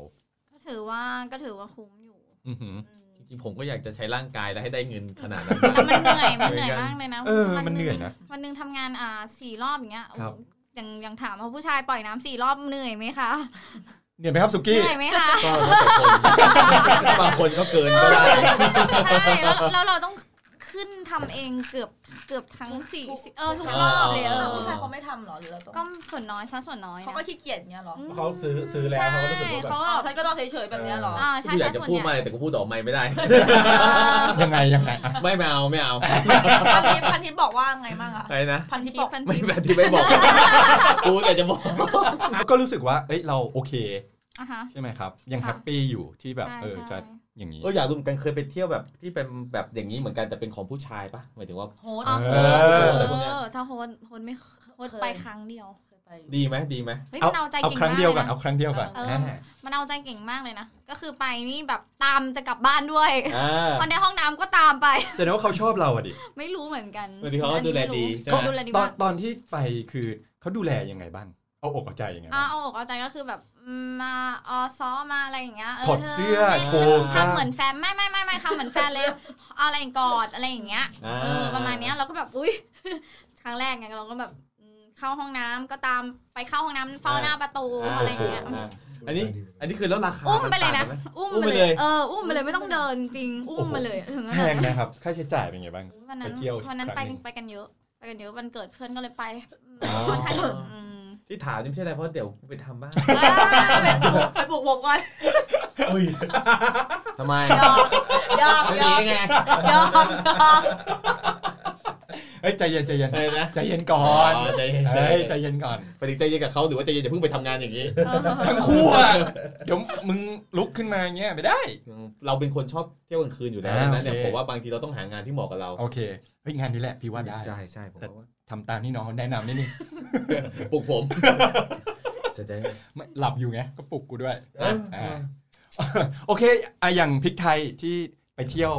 [SPEAKER 5] ก็ถือว่าก็ถือว่าคุ้มอยู่
[SPEAKER 1] อือหือ
[SPEAKER 5] อืม
[SPEAKER 2] จริงๆผมก็อยากจะใช้ร่างกายแล้วให้ได้เงินขนาดนั้น
[SPEAKER 5] แต่มันเหนื่อย มันเหนื่อยมากเลยนะ
[SPEAKER 1] เออ
[SPEAKER 5] วั
[SPEAKER 1] มันเหนื่อยนะ
[SPEAKER 5] วันหนึ่งทำงานอ่าสี่รอบอย่างเงี้ย
[SPEAKER 1] ครับ
[SPEAKER 5] อย่างอย่างถามว่าผู้ชายปล่อยน้ำสี่รอบเหนื่อยไหมคะ
[SPEAKER 1] เหนื่อยไหมครับสุ
[SPEAKER 5] เห
[SPEAKER 1] กี้
[SPEAKER 5] นื่อยไหมคะ
[SPEAKER 2] ก็แล้วแต่คนบางคนก็เกินก็ได้
[SPEAKER 5] ใช่แล้วแล้วเราต้องขึ้นทำเองเกือบเกือบทั้งสี่สิเออทุกรอบเลยเออ
[SPEAKER 4] ผู้ชายเขาไม่ทำเหรอหรือเราต้อง
[SPEAKER 5] ก็ส่วนน้อยซะส่วนน้อย
[SPEAKER 4] เขาก็ขี้เกียจอย่างเงี้ยเหรอ
[SPEAKER 5] อืม
[SPEAKER 7] เขาซื้อซื้อแล้วเขาก็รู้สึกว่า
[SPEAKER 5] ใช่
[SPEAKER 7] แบบ
[SPEAKER 5] เขา
[SPEAKER 4] อ๋อท่านก็ต้องเฉยๆแบบเนี้ยเหรอ
[SPEAKER 5] อ่าใช่
[SPEAKER 2] ที่อยา
[SPEAKER 5] ใช่
[SPEAKER 2] กจะ
[SPEAKER 5] ส่วน
[SPEAKER 2] พูด
[SPEAKER 5] ให
[SPEAKER 2] มา
[SPEAKER 5] ญ่
[SPEAKER 2] เลยแต่กูพูดออกไม่ไม่ได้
[SPEAKER 1] ยังไงยังไงอ่ะ
[SPEAKER 2] ไม่เอาไม่เอา
[SPEAKER 4] พันทิพย์พันทิพย์บอกว่าไงบ้างอะ
[SPEAKER 2] อะไรนะ
[SPEAKER 4] พันทิพย์บอก
[SPEAKER 5] พัน
[SPEAKER 2] ไม่
[SPEAKER 5] ทิป
[SPEAKER 2] แบบที่ไม่บอก กูแต่จะบอก
[SPEAKER 1] ก็รู้สึกว่าเอ้ยเราโอเค
[SPEAKER 5] อ่ะฮะ
[SPEAKER 1] ใช่ไหมครับ ยัง
[SPEAKER 5] ค่ะ
[SPEAKER 1] แฮปปี้อยู่ที่แบบ
[SPEAKER 5] ใช่
[SPEAKER 1] เออจะ
[SPEAKER 5] ใช่
[SPEAKER 1] อย่างนี้
[SPEAKER 2] เอออยากรู้เหมือนกันเคยไปเที่ยวแบบที่เป็นแบบอย่างนี้เหมือนกันแต่เป็นของผู้ชายปะหมายถึงว่า
[SPEAKER 4] โหด
[SPEAKER 5] อ๋อ
[SPEAKER 1] เอ
[SPEAKER 5] เอ
[SPEAKER 1] อ
[SPEAKER 2] แต่พวกเนี้ย
[SPEAKER 5] อถ้าโฮสโฮสไม่โฮสไปครั้งเดียว
[SPEAKER 4] เคยไปอยู่
[SPEAKER 2] ดีไหมดีไหม
[SPEAKER 5] เฮ้ย
[SPEAKER 1] เอา
[SPEAKER 5] มันเอาใจ
[SPEAKER 1] เอา
[SPEAKER 5] เก่ง
[SPEAKER 1] ครั้ง
[SPEAKER 5] มาก
[SPEAKER 1] เดียว
[SPEAKER 5] เล
[SPEAKER 1] ก่อย น
[SPEAKER 5] นะ
[SPEAKER 1] เอาครั้งเดียวก่อน
[SPEAKER 5] เออ
[SPEAKER 1] แน่
[SPEAKER 5] มันเอาใจเก่งมากเลยนะ ก็คือไปนี่แบบตามจะกลับบ้านด้วย
[SPEAKER 2] อ่า
[SPEAKER 5] ตอนในห้องน้ำก็ตามไป
[SPEAKER 1] แสดงว่าเขาชอบเราอะดิ
[SPEAKER 5] ไม่รู้เหมือนกัน
[SPEAKER 2] บางทีเขาก็ดูแลดีใช่
[SPEAKER 5] เขา
[SPEAKER 2] ไหม
[SPEAKER 5] ดูแลดี
[SPEAKER 1] ตอ
[SPEAKER 5] มาน ก
[SPEAKER 1] ตอนที่ไปคือเขาดูแลยังไงบ้าง เอาอกเอาใจยังไง
[SPEAKER 5] อ่า
[SPEAKER 1] บ้าง
[SPEAKER 5] เอาอกเอาใจก็คือแบบอืมมาออซ้อมาอะไรอย่างเงี้ย
[SPEAKER 1] ถอดเสื้อ
[SPEAKER 5] ธ
[SPEAKER 1] โชว์กล้าม
[SPEAKER 5] ทำเหมือนแฟนไม่ไม่ไม่ไม่ทำเหมือนแฟนเลย อะไรกอดอะไรอย่างเงี้ย
[SPEAKER 2] า
[SPEAKER 5] เออประมาณเนี้ยเราก็แบบอุ้ย ครั้งแรกไงเราก็แบบอืมเข้าห้องน้ำก็ตามไปเข้าห้องน้ำเฝ้าหน้าประตูอะไรอย่างเงี้ย
[SPEAKER 2] าอันนี้อันนี้คือแล้วราคา
[SPEAKER 5] อุ้มไปเลยนะ
[SPEAKER 2] มัต่างกัไหม
[SPEAKER 5] อุ้ม
[SPEAKER 2] อุ้ม
[SPEAKER 5] ไป
[SPEAKER 2] ไป
[SPEAKER 5] เล
[SPEAKER 2] เลย ย
[SPEAKER 5] เอออุ้มไปเลยไม่ต้องเดินจริงอุ้มไปเลยถึงข
[SPEAKER 1] แพ
[SPEAKER 5] นาด
[SPEAKER 1] ง
[SPEAKER 5] นั้น
[SPEAKER 1] นะครับ ค่าใช้จ่ายเป็นไงบ้าง
[SPEAKER 5] อุ๊ยวันนั้น
[SPEAKER 1] ไปเที่ยว
[SPEAKER 5] วันนั้น
[SPEAKER 1] ค
[SPEAKER 5] ไป
[SPEAKER 1] รั้งหนึ่ง
[SPEAKER 5] ไปกันเยอะ ไปกันเยอะวันเกิดเพื่อนก็เลยไป
[SPEAKER 2] อ๋อ
[SPEAKER 5] ค่อนข้างเยอะอืม
[SPEAKER 2] ที่ถามนี่ไม่ใช่อะไรเพราะเดี๋ยวกูไปทำบ้าง
[SPEAKER 4] ไปปลุกวงก่อน
[SPEAKER 2] ทำไม
[SPEAKER 4] ยอก
[SPEAKER 2] ไม่
[SPEAKER 4] ย
[SPEAKER 2] ดี
[SPEAKER 4] อก
[SPEAKER 2] ไง
[SPEAKER 4] ยอกยอก
[SPEAKER 1] เอ้ยใจเย็นใจเย็น
[SPEAKER 2] เออนะ
[SPEAKER 1] ใจเย็นก่อ
[SPEAKER 2] อ๋อน ใจเย็น
[SPEAKER 1] เอ้ยใจเย็นก่อน
[SPEAKER 2] ไปถึงใจเย็นกับเขาหรือว่าใจเย็นอย่าเพิ่งไปทำงานอย่างนี้
[SPEAKER 1] ทั้งคู่อะเดี๋ยวมึงลุกขึ้นมาอย่างเงี้ยไม่ได้
[SPEAKER 2] เราเป็นคนชอบเที่ยวกลางคืนอยู่แล้ว
[SPEAKER 1] อ่า
[SPEAKER 2] ดังนั้นเนี่ย
[SPEAKER 1] โอเค
[SPEAKER 2] ผมว่าบางทีเราต้องหางานที่เหมาะกับเรา
[SPEAKER 1] โอเคเฮ้ยงานนี้แหละพี่ว่าได้
[SPEAKER 2] ใช่ใช่ผมว่า
[SPEAKER 1] ทำตามที่น้องเขาแนะนำนิดนึง
[SPEAKER 2] ปลุกผมจะได้
[SPEAKER 1] ไม่หลับอยู่ไงก็ปลุกกูด้วย
[SPEAKER 2] อ่ะ
[SPEAKER 1] อ่า โอเคอะอย่างพริกไทยที่ไปเที่ยว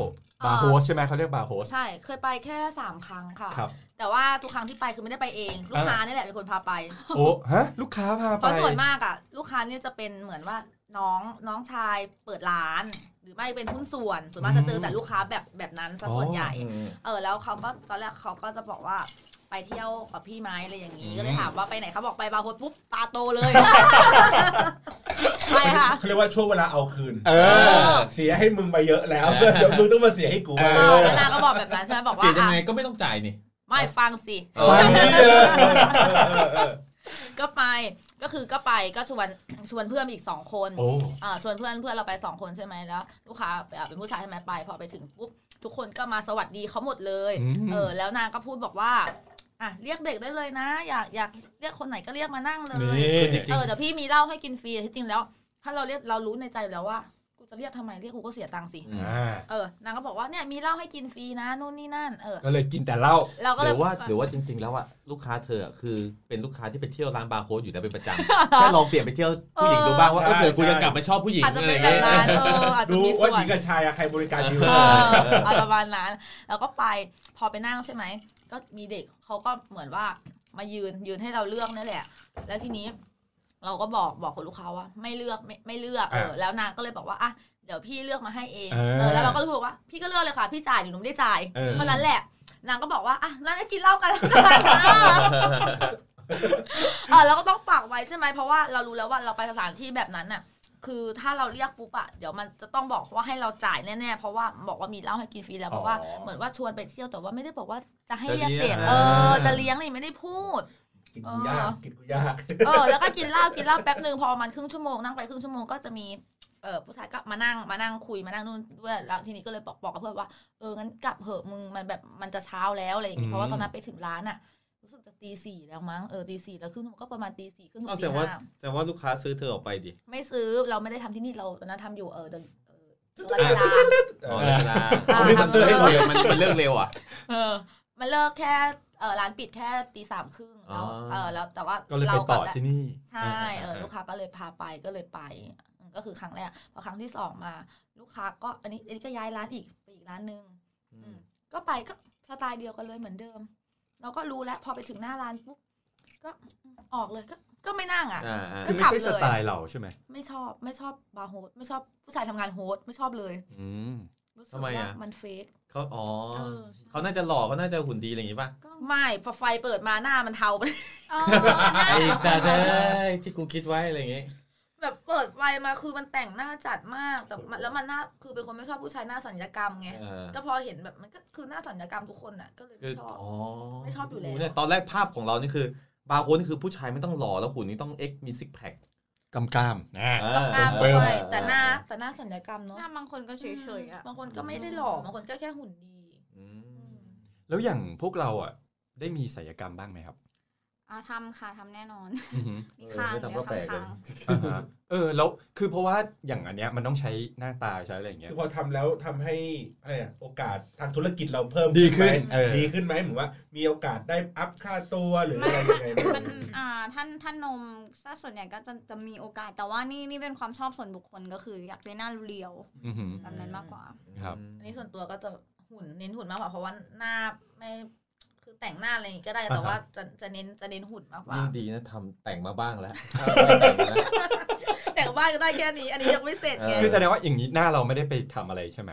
[SPEAKER 1] บาร์โฮสใช่ไหมเขาเรียกบาร์โฮส
[SPEAKER 4] ใช่ เคยไปแค่สามครั้งค่ะ
[SPEAKER 1] ครับ
[SPEAKER 4] แต่ว่าทุกครั้งที่ไปคือไม่ได้ไปเอง ลูกค้านี่แหละเป็นคนพาไป
[SPEAKER 1] โอ้ฮะ ลูกค้าพา
[SPEAKER 4] เพ
[SPEAKER 1] ไป
[SPEAKER 4] ราะส่วนมากอ่ะ ลูกค้าเนี่ยจะเป็นเหมือนว่าน้องน้องชายเปิดร้าน หรือไม่เป็นหุ้นส่วน ส่วนมากจะเจอแต่ลูกค้าแบบแบบนั้นซะส่วนใหญ่
[SPEAKER 2] อืม
[SPEAKER 4] เออแล้วเขาก็ตอนแรกเขาก็จะบอกว่าไปเที่ยวกับพี่ไหมอะไรอย่างนี้
[SPEAKER 1] อืม
[SPEAKER 4] ก็เลยถามว่าไปไหนเขาบอกไปบาร์โฮสปุ๊บตาโตเลย ไปค่ะ
[SPEAKER 7] เขาเรียกว่าช่วงเวลาเอาคืน
[SPEAKER 1] เออ
[SPEAKER 7] เสียให้มึงไปเยอะแล้ว
[SPEAKER 2] เออ
[SPEAKER 7] เดี๋ยวมึงต้องมาเสียให้กู
[SPEAKER 1] เอ
[SPEAKER 4] เออแล้วนางก็บอกแบบนั้นใช่ไหมบอกว่า
[SPEAKER 2] เสียยัง
[SPEAKER 4] อ่ะ
[SPEAKER 2] ไงก็ไม่ต้องจ่ายนี่
[SPEAKER 4] ไม่ฟังสิ
[SPEAKER 1] ฟังดีเลย
[SPEAKER 4] ก็ไปก็คือก็ไปก็ชวนชวนเพื่อนอีกสองคน
[SPEAKER 1] โอ้
[SPEAKER 4] เอ่อชวนเพื่อนเพื่อนเราไปสองคนใช่ไหมแล้ว ลูกค้าเอ่อเป็นผู้ชายใช่ไหมไปพอไปถึงปุ๊บทุกคนก็มาสวัสดีเขาหมดเลย
[SPEAKER 1] อืม
[SPEAKER 4] เออแล้วนางก็พูดบอกว่าอ่ะเรียกเด็กได้เลยนะ อยากอยากเรียกคนไหนก็เรียกมานั่งเลย
[SPEAKER 1] นี่
[SPEAKER 4] เออเดี๋ยวพี่มีเหล้าให้กินฟรีแต่ที่จริงแล้ว ถ้าเราเรียกเรารู้ในใจแล้วว่ากู จะเรียกทำไมเรียกกูก็เสียตังค์สิ
[SPEAKER 1] อ่า
[SPEAKER 4] เออนางก็บอกว่าเนี่ยมีเหล้าให้กินฟรีนะนู่นนี่นั่นเออ
[SPEAKER 1] ก็เลยกินแต่เหล้า
[SPEAKER 4] เราก็
[SPEAKER 2] ห
[SPEAKER 4] เลย
[SPEAKER 2] รือว่าหรือว่าจริง ๆ แล้วอะลูกค้าเธออะคือเป็นลูกค้าที่ไปเที่ยวร้านบาร์โฮสอยู่แล้วเป็นประจ ำแค่ลองเปลี่ยนไปเที่ยวผู้หญิงดูบ้างว่าเออเผื่อกูจะกลับมาชอบผู้หญิง
[SPEAKER 4] อาจจะ
[SPEAKER 2] อะไร
[SPEAKER 4] เป็นแบ
[SPEAKER 2] งี้ย
[SPEAKER 4] บนั้นเอออาจจะ
[SPEAKER 3] ดู
[SPEAKER 4] มีส่
[SPEAKER 3] ว่า
[SPEAKER 4] วน
[SPEAKER 3] หญิงกับชายอะใครบริการดีก
[SPEAKER 4] เอ
[SPEAKER 3] ว่า
[SPEAKER 4] อเอาประมาณนั้นแล้วก็ไปพอไปนั่งใช่ไหม ก็มีเด็กเขาก็เหมือนว่ามายืนยืนให้เราเลือกนั่นแหละ แล้วทีนี้ เราก็บอกบอกคุณลูกค้าว่า ไม่เลือกไม่ไม่เลือกเออ
[SPEAKER 1] อ่ะ
[SPEAKER 4] แล้วนางก็เลยบอกว่าอ่ะเดี๋ยวพี่เลือกมาให้เอง
[SPEAKER 1] เออ
[SPEAKER 4] เออแล้วเราก็รู้สึกว่าพี่ก็เลือกเลยค่ะพี่จ่ายหรือหนูไม่ได้จ่าย
[SPEAKER 1] เออ
[SPEAKER 4] เท่านั้นแหละนางก็บอกว่าอ่ะนั่นก็กินเหล้ากัน อ่ะเราก็ต้องปากไว้ใช่ไหมเพราะว่าเรารู้แล้วว่าเราไปสถานที่แบบนั้นน่ะ คือถ้าเราเรียกปุ๊บอะเดี๋ยวมันจะต้องบอกว่าให้เราจ่ายแน่ๆเพราะว่าบอกว่ามีเหล้าให้กินฟรีแล้วเพราะว่า
[SPEAKER 1] อ๋อ
[SPEAKER 4] เหมือนว่าชวนไปเที่ยวแต่ว่าไม่ได้บอกว่าจะให้
[SPEAKER 2] จะ
[SPEAKER 4] เรียก
[SPEAKER 2] เลี้
[SPEAKER 4] เด็
[SPEAKER 2] ย
[SPEAKER 4] ก
[SPEAKER 2] ง
[SPEAKER 4] เออจะเลี้ยงนี่ไม่ได้พูด
[SPEAKER 3] กินกูยากกินกูยาก
[SPEAKER 4] เออแล้วก็กินเหล้ากินเหล้าแป๊บหนึ่งพอประมันครึ่งชั่วโมงนั่งไปครึ่งชั่วโมงก็จะมีเออผู้ชายก็มานั่งมานั่งคุยมานั่งนู่นด้วยแล้วทีนี้ก็เลยบอกบอกกับเพื่อนว่าเอองั้นกลับเหอะมึงมันแบบมันจะเช้าแล้วอะไรอย่างงี้
[SPEAKER 1] อืม
[SPEAKER 4] เพราะว่าตอนนั้นไปถึงร้านอะรู้สึกจะตีสี่แล้วมั้งเออตีสี่แล้วครึ่งชั่วโมงก็ประมาณตีสี่ครึ่งถึง
[SPEAKER 2] เอาแสด
[SPEAKER 4] ตี
[SPEAKER 2] งว่า
[SPEAKER 4] ห้า
[SPEAKER 2] แสดงว่าลูกค้าซื้อเธอออกไปดิ
[SPEAKER 4] ไม่ซื้อเราไม่ได้ทำที่นี่เราตอนนั้นทำอยู่เออเดินเออตลาด
[SPEAKER 2] อ๋อเวลา
[SPEAKER 4] อ่า
[SPEAKER 2] มันเลิกเร็วมันมันเลิกเร็วอ่ะ
[SPEAKER 4] เออมันเลิกแค่เออร้านปิดแค่ตีสามครึ่งแล้ว
[SPEAKER 2] อ๋อ
[SPEAKER 4] เออแล้วแต่ว่า
[SPEAKER 1] ก็เลยไปต่อที่นี่
[SPEAKER 4] ใช่เออ
[SPEAKER 2] อ่า
[SPEAKER 4] ลูกค้าก็เลยพาไปก็เลยไปอืมก็คือครั้งแรกพอครั้งที่สองมา ลูกค้าก็อันนี้อันนี้ก็ย้ายร้านอีกไปอีกร้านหนึงอืมก็ไปก็สไตล์เดียวกันเลยเหมือนเดิม เราก็รู้แล้วพอไปถึงหน้าร้านปุ๊บก็ออกเลยก็ก็ไม่นั่งอ่ะ
[SPEAKER 2] อ่าอ่า
[SPEAKER 4] ก็
[SPEAKER 1] คือไม่
[SPEAKER 4] กลับ
[SPEAKER 1] ใช่ส
[SPEAKER 4] เลย
[SPEAKER 1] ไตล์เราใช่ไหม
[SPEAKER 4] ไม่ชอบไม่ชอบบาร์โฮสไม่ชอบผู้ชายทำงานโฮสไม่ชอบเลย
[SPEAKER 1] อืม
[SPEAKER 4] รู้สึก
[SPEAKER 2] ทำไม
[SPEAKER 4] ว่า
[SPEAKER 2] อ่ะ
[SPEAKER 4] มันเฟก
[SPEAKER 2] เขาอ๋อ
[SPEAKER 4] เออ
[SPEAKER 2] เขาน่าจะหล่อเขาน่าจะหุ่นดีอะไรอย่างงี้ป่ะ
[SPEAKER 4] ไม่พอไฟเปิด มาหน้ามันเทา
[SPEAKER 5] อ๋อ
[SPEAKER 2] ไอ้สัตว์เอ้ยที่กูคิดไว้อะไรอย่างงี้
[SPEAKER 4] แบบเปิดไฟมาคือมันแต่งหน้าจัดมากแต่มันแล้วมันหน้าคือเป็นคนไม่ชอบผู้ชายหน้าสัญญกรรมไง
[SPEAKER 2] เออ
[SPEAKER 4] ก็พอเห็นแบบมันก็คือหน้าสัญญกรรมทุกคนน่ะก็เลย
[SPEAKER 2] คือ
[SPEAKER 4] ไม่ชอบ
[SPEAKER 2] อ๋อ
[SPEAKER 4] ไม่ชอบอยู่แล้ว
[SPEAKER 2] เนี่ยตอนแรกภาพของเรานี่คือบาร์โค้ดนี่คือผู้ชายไม่ต้องหล่อแล้วหุ่นนี่ต้องเอ็กมีซิกแพค
[SPEAKER 1] กำกามนะ
[SPEAKER 4] หน้า
[SPEAKER 1] เฟิร์ม
[SPEAKER 4] ด้วยแต่หน้าแต่หน้าสัญญกรรมเนาะ
[SPEAKER 5] หน้าบางคนก็เฉยๆอ่ะ
[SPEAKER 4] บางคนก็ไม่ได้หล่อบางคนก็แค่หุ่นดี
[SPEAKER 1] แล้วอย่างพวกเราอ่ะ ได้มีศัลยกรรมบ้างไหมครับ
[SPEAKER 5] อ่ะทำค่ะทำแน่นอน
[SPEAKER 1] อือฮึ
[SPEAKER 5] มีคาง
[SPEAKER 2] ไม่ทำก็แปลกเล
[SPEAKER 5] คาย ง
[SPEAKER 1] อ่าฮะเออแล้วคือเพราะว่าอย่างอันเนี้ยมันต้องใช้หน้าตาใช้อะไรอย่างเงี้ย
[SPEAKER 3] คือพอทำแล้วทำให้อะไรอะโอกาสทางธุรกิจเราเพิ่ม
[SPEAKER 1] ดีขึ้น
[SPEAKER 3] ไหม
[SPEAKER 1] เออ
[SPEAKER 3] ดีขึ้นไหมเหมือนว่ามีโอกาสได้อัพค่าตัวหรืออะไรยังไงไหม
[SPEAKER 5] มันอ่าท่านท่านนมซะส่วนใหญ่ก็จะจะมีโอกาสแต่ว่านี่นี่เป็นความชอบส่วนบุคคลก็คืออยากได้หน้าเรียว
[SPEAKER 1] อือฮึ
[SPEAKER 5] แบบนั้นมากกว่า
[SPEAKER 1] ครับ
[SPEAKER 4] อันนี้ส่วนตัวก็จะหุ่นเน้นหุ่นมากกว่าเพราะว่าหน้าไม่คือแต่งหน้าอะไรอย่างงี้ก็ได้แต่ว่าจะจะเน้นจะเน้นหุ่นมากกว่า
[SPEAKER 2] ยิ่งดีนะทำแต่งมาบ้างแล้ว
[SPEAKER 4] แต่งบ้านก็ได้แค่นี้ อันนี้ยังไม่เสร็จไง
[SPEAKER 2] เอ
[SPEAKER 1] คือแสดงว่าอย่างนี้หน้าเราไม่ได้ไปทำอะไรใช่ไหม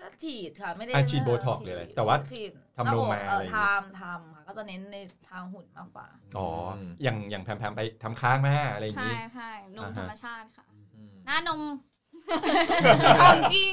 [SPEAKER 4] ก็ฉีดค่ะไม่ได้
[SPEAKER 1] อ่ะฉีด Botox หรืออะไรแต่ว่า
[SPEAKER 4] ฉีด
[SPEAKER 1] ทำลงมา
[SPEAKER 4] เอ
[SPEAKER 1] อะไร
[SPEAKER 4] อ
[SPEAKER 1] อย่างงี้
[SPEAKER 4] ทำทำค่ะก็จะเน้นในทางหุ่นมากกว่า
[SPEAKER 1] อ๋ออย่างอย่างแพมๆไปทำค้างหน้าอะไรอย่าง
[SPEAKER 5] ใช่
[SPEAKER 1] งี้
[SPEAKER 5] ใช่นม
[SPEAKER 1] อ่าฮะ
[SPEAKER 5] ธรรมชาติค่ะ
[SPEAKER 2] อืม
[SPEAKER 5] หน้านม ของจริง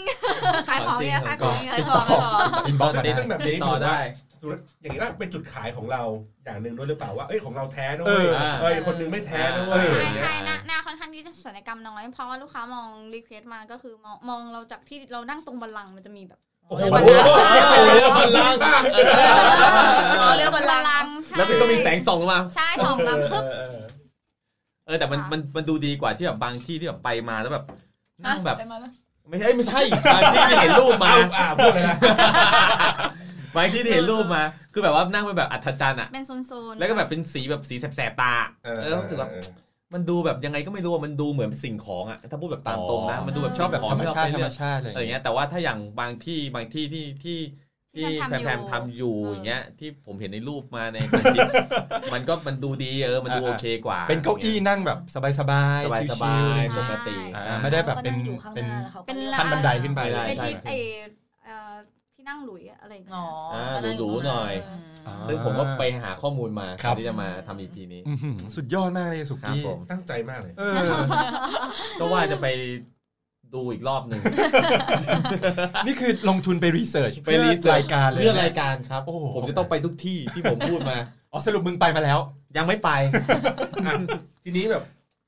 [SPEAKER 5] ขายของเนี่ยขายของเนี่ยขายของขายของ
[SPEAKER 1] อินบ็อกซ์มาได้
[SPEAKER 3] ซึ่งแบบ
[SPEAKER 2] ติ
[SPEAKER 3] นี้
[SPEAKER 2] ดต่อได้
[SPEAKER 3] สมมุติอย่างนี้ก็เป็นจุดขายของเราอย่างหนึ่งด้วยหรือเปล่าว่าเอ้ยของเราแท้นะ
[SPEAKER 1] เอ
[SPEAKER 3] เว้ย
[SPEAKER 1] อ
[SPEAKER 3] เอ้ยคนหนึงไม่แท้นะ
[SPEAKER 2] เอ
[SPEAKER 3] เว้ย
[SPEAKER 2] อ
[SPEAKER 3] อะไร
[SPEAKER 5] ใช่
[SPEAKER 3] อย่างเงี้ย
[SPEAKER 5] ใช่หน้าหน้าค่อนข้างที่จะสัญญกรรมน้อย เพราะว่าลูกค้ามองรีเควสมาก็คือมองมองเราจากที่เรานั่งตรงบัลลังก์มันจะมีแบบ
[SPEAKER 3] โอ้โห
[SPEAKER 4] บัลลังก์
[SPEAKER 3] บัลลังก์บ้าง
[SPEAKER 4] เออเรียกบัลลังก์
[SPEAKER 5] งก์ใช่
[SPEAKER 2] แล้วมันก็มีแสงส่องลงมา
[SPEAKER 5] ใช่สองลำเพิ่ม
[SPEAKER 3] เออ
[SPEAKER 2] เออแต่มัน
[SPEAKER 5] ค่ะ
[SPEAKER 2] มันมันดูดีกว่าที่แบบบางที่ที่แบบไปมาแล้วแบบนั่งแบบ
[SPEAKER 4] ไปมาแล้ว
[SPEAKER 2] ไม่ใช่ไม่ใช่บางที่ที่เห็นรูปมา
[SPEAKER 3] เอาอ่าพูดเลย นะ
[SPEAKER 2] บางที่ที่เห็นรูปมา คือแบบว่านั่งเป็นแบบอัศจรรย์อะ
[SPEAKER 5] เป็นโซนๆ
[SPEAKER 2] แล้วก็แบบเป็นสีแบบสีแสบๆตาเออรู้สึกแบบ มันดูแบบยังไงก็ไม่รู้อะมันดูเหมือนสิ่งของอะถ้าพูดแบบตามตรงนะ
[SPEAKER 1] อ๋อ
[SPEAKER 2] มันดูแบบ
[SPEAKER 1] ชอบแบบ
[SPEAKER 2] ขอ
[SPEAKER 1] ธ
[SPEAKER 2] ง
[SPEAKER 1] รรมชาติธรรม
[SPEAKER 2] ชอบ
[SPEAKER 1] ชาติอะ
[SPEAKER 2] ไปเรื่อยอะไร
[SPEAKER 1] ไรอ
[SPEAKER 2] อา
[SPEAKER 1] ย่ย่าง ง
[SPEAKER 2] เงี้
[SPEAKER 1] เงี้ย
[SPEAKER 2] ย แต่ว่าถ้าอย่างบางที่บางที่ที่ที่ที่แพมแพมทำอยู่อย่างเงี้ย ที่ผมเห็นในรูปมาในพันทิป มันก็มันดูดีเออ มันดูโอเคกว่า
[SPEAKER 1] เป็นเก้าอี้นั่งแบบสบาย
[SPEAKER 2] สบาย
[SPEAKER 1] ๆ
[SPEAKER 2] ส
[SPEAKER 1] ชิ
[SPEAKER 2] บา
[SPEAKER 1] วย ๆ
[SPEAKER 2] ปกติ
[SPEAKER 1] อ่า
[SPEAKER 2] ใช่
[SPEAKER 1] ไม่ได้ แบบเป็น
[SPEAKER 4] ขาก็งอยู่ข้างหา
[SPEAKER 1] เป็น
[SPEAKER 4] แล้วขาก็ยก
[SPEAKER 5] เป็น
[SPEAKER 1] ขั้นบันไดขึ้นไป
[SPEAKER 5] ไอที่ไอเอ่อที่นั่งหลุยอะอะไรอย่าง
[SPEAKER 4] อ๋
[SPEAKER 5] เงี้
[SPEAKER 4] อย อา ก็ง
[SPEAKER 2] หรูๆหน่อย
[SPEAKER 4] เ
[SPEAKER 1] อ่า
[SPEAKER 2] ซึ่งผมก็ไปหาข้อมูลมา
[SPEAKER 1] ครับ
[SPEAKER 2] ที่จะมาทำ EP นี้
[SPEAKER 1] อื้อหือสุดยอดมากเลยสุ
[SPEAKER 2] ครับ
[SPEAKER 1] กี้
[SPEAKER 2] ผม
[SPEAKER 3] ตั้งใจมากเลย
[SPEAKER 1] เออ
[SPEAKER 2] ก็ว่าจะไปดูอีกรอบหนึ่ง
[SPEAKER 1] นี่คือลงทุนไปรีเสิร์ช
[SPEAKER 2] ไปรีเสิร์ช
[SPEAKER 1] รายการเลย
[SPEAKER 2] เพื่อรายการครับ
[SPEAKER 1] โอ้โห
[SPEAKER 2] ผมจะต้องไปทุกที่ที่ผมพูดมา
[SPEAKER 1] อ๋อสรุปมึงไปมาแล้ว
[SPEAKER 2] ยังไม่ไป
[SPEAKER 3] อ่ะทีนี้แบบ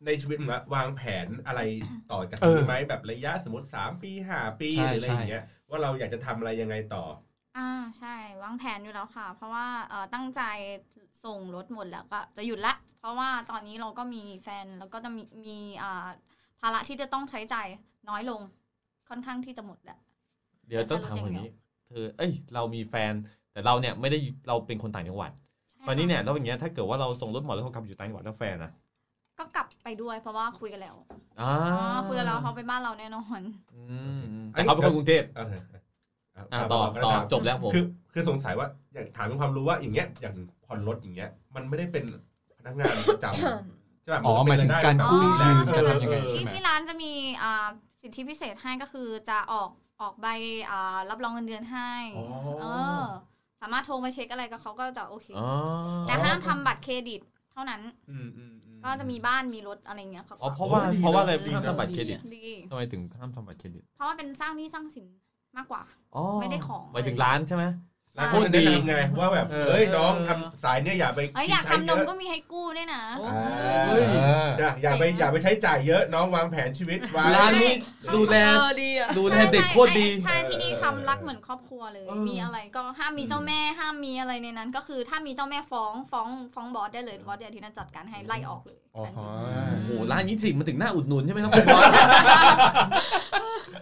[SPEAKER 3] ในชีวิตมึงละวางแผนอะไรต่อจาก
[SPEAKER 1] เออ
[SPEAKER 3] นี้ไหมแบบระยะสมมติ 3 ปี 5 ปี
[SPEAKER 1] ใช่
[SPEAKER 3] หรืออะไรอย่างเงี้ยว่าเราอยากจะทำอะไรยังไงต่อ
[SPEAKER 5] อ่าใช่วางแผนอยู่แล้วค่ะ เพราะว่าเอ่อตั้งใจส่งรถหมดแล้วก็จะหยุดละ เพราะว่าตอนนี้เราก็มีแฟนแล้วก็จะมีมีอ่าภาระที่จะต้องใช้จ่าย น้อยลง ค่อนข้างที่จะหมดแหละ
[SPEAKER 2] เดี๋ยวต้องถามคนนี้ เธอ เอ้ย เรามีแฟน แต่เราเนี่ยไม่ได้อยู่เราเป็นคนต่างจังหวัด ตอนนี้เนี่ยแล้วอย่างเงี้ย ถ้าเกิดว่าเราส่งรถหมอแล้วเขากลับอยู่ต่างจังหวัดแล้วแฟนนะ
[SPEAKER 5] ก็กลับไปด้วยเพราะว่าคุยกันแล้ว
[SPEAKER 2] อ๋อ
[SPEAKER 5] อ๋อคุยกันแล้วเขาไปบ้านเราแน่นอน
[SPEAKER 2] อืมแต่เขาเป็นคนกรุงเทพ
[SPEAKER 3] โอเคอ่ะ
[SPEAKER 2] อ่ะต่อต่อจบแล้วผม
[SPEAKER 3] คือคือสงสัยว่าอยากถามเป็นความรู้ว่าอย่างเงี้ยอย่างผ่อนรถอย่างเงี้ย มันไม่ได้เป็นพนักงานประ จำใช่ป่ะ
[SPEAKER 1] อ๋อหมายถึงการกู้ยืมจะทำยังไงใช่
[SPEAKER 5] ที่
[SPEAKER 1] ไหม
[SPEAKER 5] ที่ร้านจะมีอ่าสิทธิพิเศษให้ก็คือจะออกออกใบอ่ารับรองเงินเดือนให้
[SPEAKER 2] อ๋อ
[SPEAKER 5] เออ สามารถโทรมาเช็คอะไรก็เขาก็จะโอเค
[SPEAKER 2] อ๋อ
[SPEAKER 5] แต่ห้ามทำบัตรเครดิต เท่านั้น
[SPEAKER 3] อืมอืมอืม
[SPEAKER 5] ก็จะมีบ้านมีรถอะไรเงี้ยเขา
[SPEAKER 2] อ๋อเพราะว่าเพราะว่าอะไร
[SPEAKER 10] ดีนะ
[SPEAKER 2] ถึงห้ามทำบัตรเครดิต
[SPEAKER 5] ดี
[SPEAKER 2] ทำไมถึงห้ามทำบัตรเครดิต
[SPEAKER 5] เพราะว่าเป็นสร้างหนี้สร้างสินมากกว่า
[SPEAKER 2] อ๋อ
[SPEAKER 5] ไม่ได้ของ
[SPEAKER 2] หมายถึงร้านใช่ไหม
[SPEAKER 3] แล้วคนแนะนำไงว่าแบบ
[SPEAKER 2] เออ
[SPEAKER 3] เอ้ยน้องทำสายเนี่ยอย่าไป
[SPEAKER 5] เอ้ยอยาก
[SPEAKER 3] ใช้
[SPEAKER 5] ทำน
[SPEAKER 3] เย
[SPEAKER 5] ม
[SPEAKER 3] อะ
[SPEAKER 5] ก็มีให้กู้ด้วยนะ
[SPEAKER 4] โอ้
[SPEAKER 3] เอ้ยอย่าอย่าไปอย่าไปใช้จ่ายเยอะน้องวางแผนชีวิตไว้
[SPEAKER 2] ร้านนี้
[SPEAKER 5] ใช่
[SPEAKER 2] ดูแล
[SPEAKER 4] เออดีอ่ะ
[SPEAKER 2] ดูแล
[SPEAKER 5] ใช่
[SPEAKER 2] เด็กโคตรดี
[SPEAKER 5] ใช่ที่นี่ทำรักเหมือนครอบครัวเลย
[SPEAKER 2] เออ
[SPEAKER 5] มีอะไรก็ห้ามมีเจ้าแม่ห้ามมีอะไรในนั้น ก็คือถ้ามีเจ้าแม่ฟ้องฟ้องฟ้องบอสได้เลยบอสเดี๋ยวที่นั่นจัดการให้ไล่ออกเลย
[SPEAKER 1] อ๋อฮะ
[SPEAKER 2] โอ้โหร้านนี้สิมันถึงหน้าอุดหนุนใช่ไหมครับคุณบอล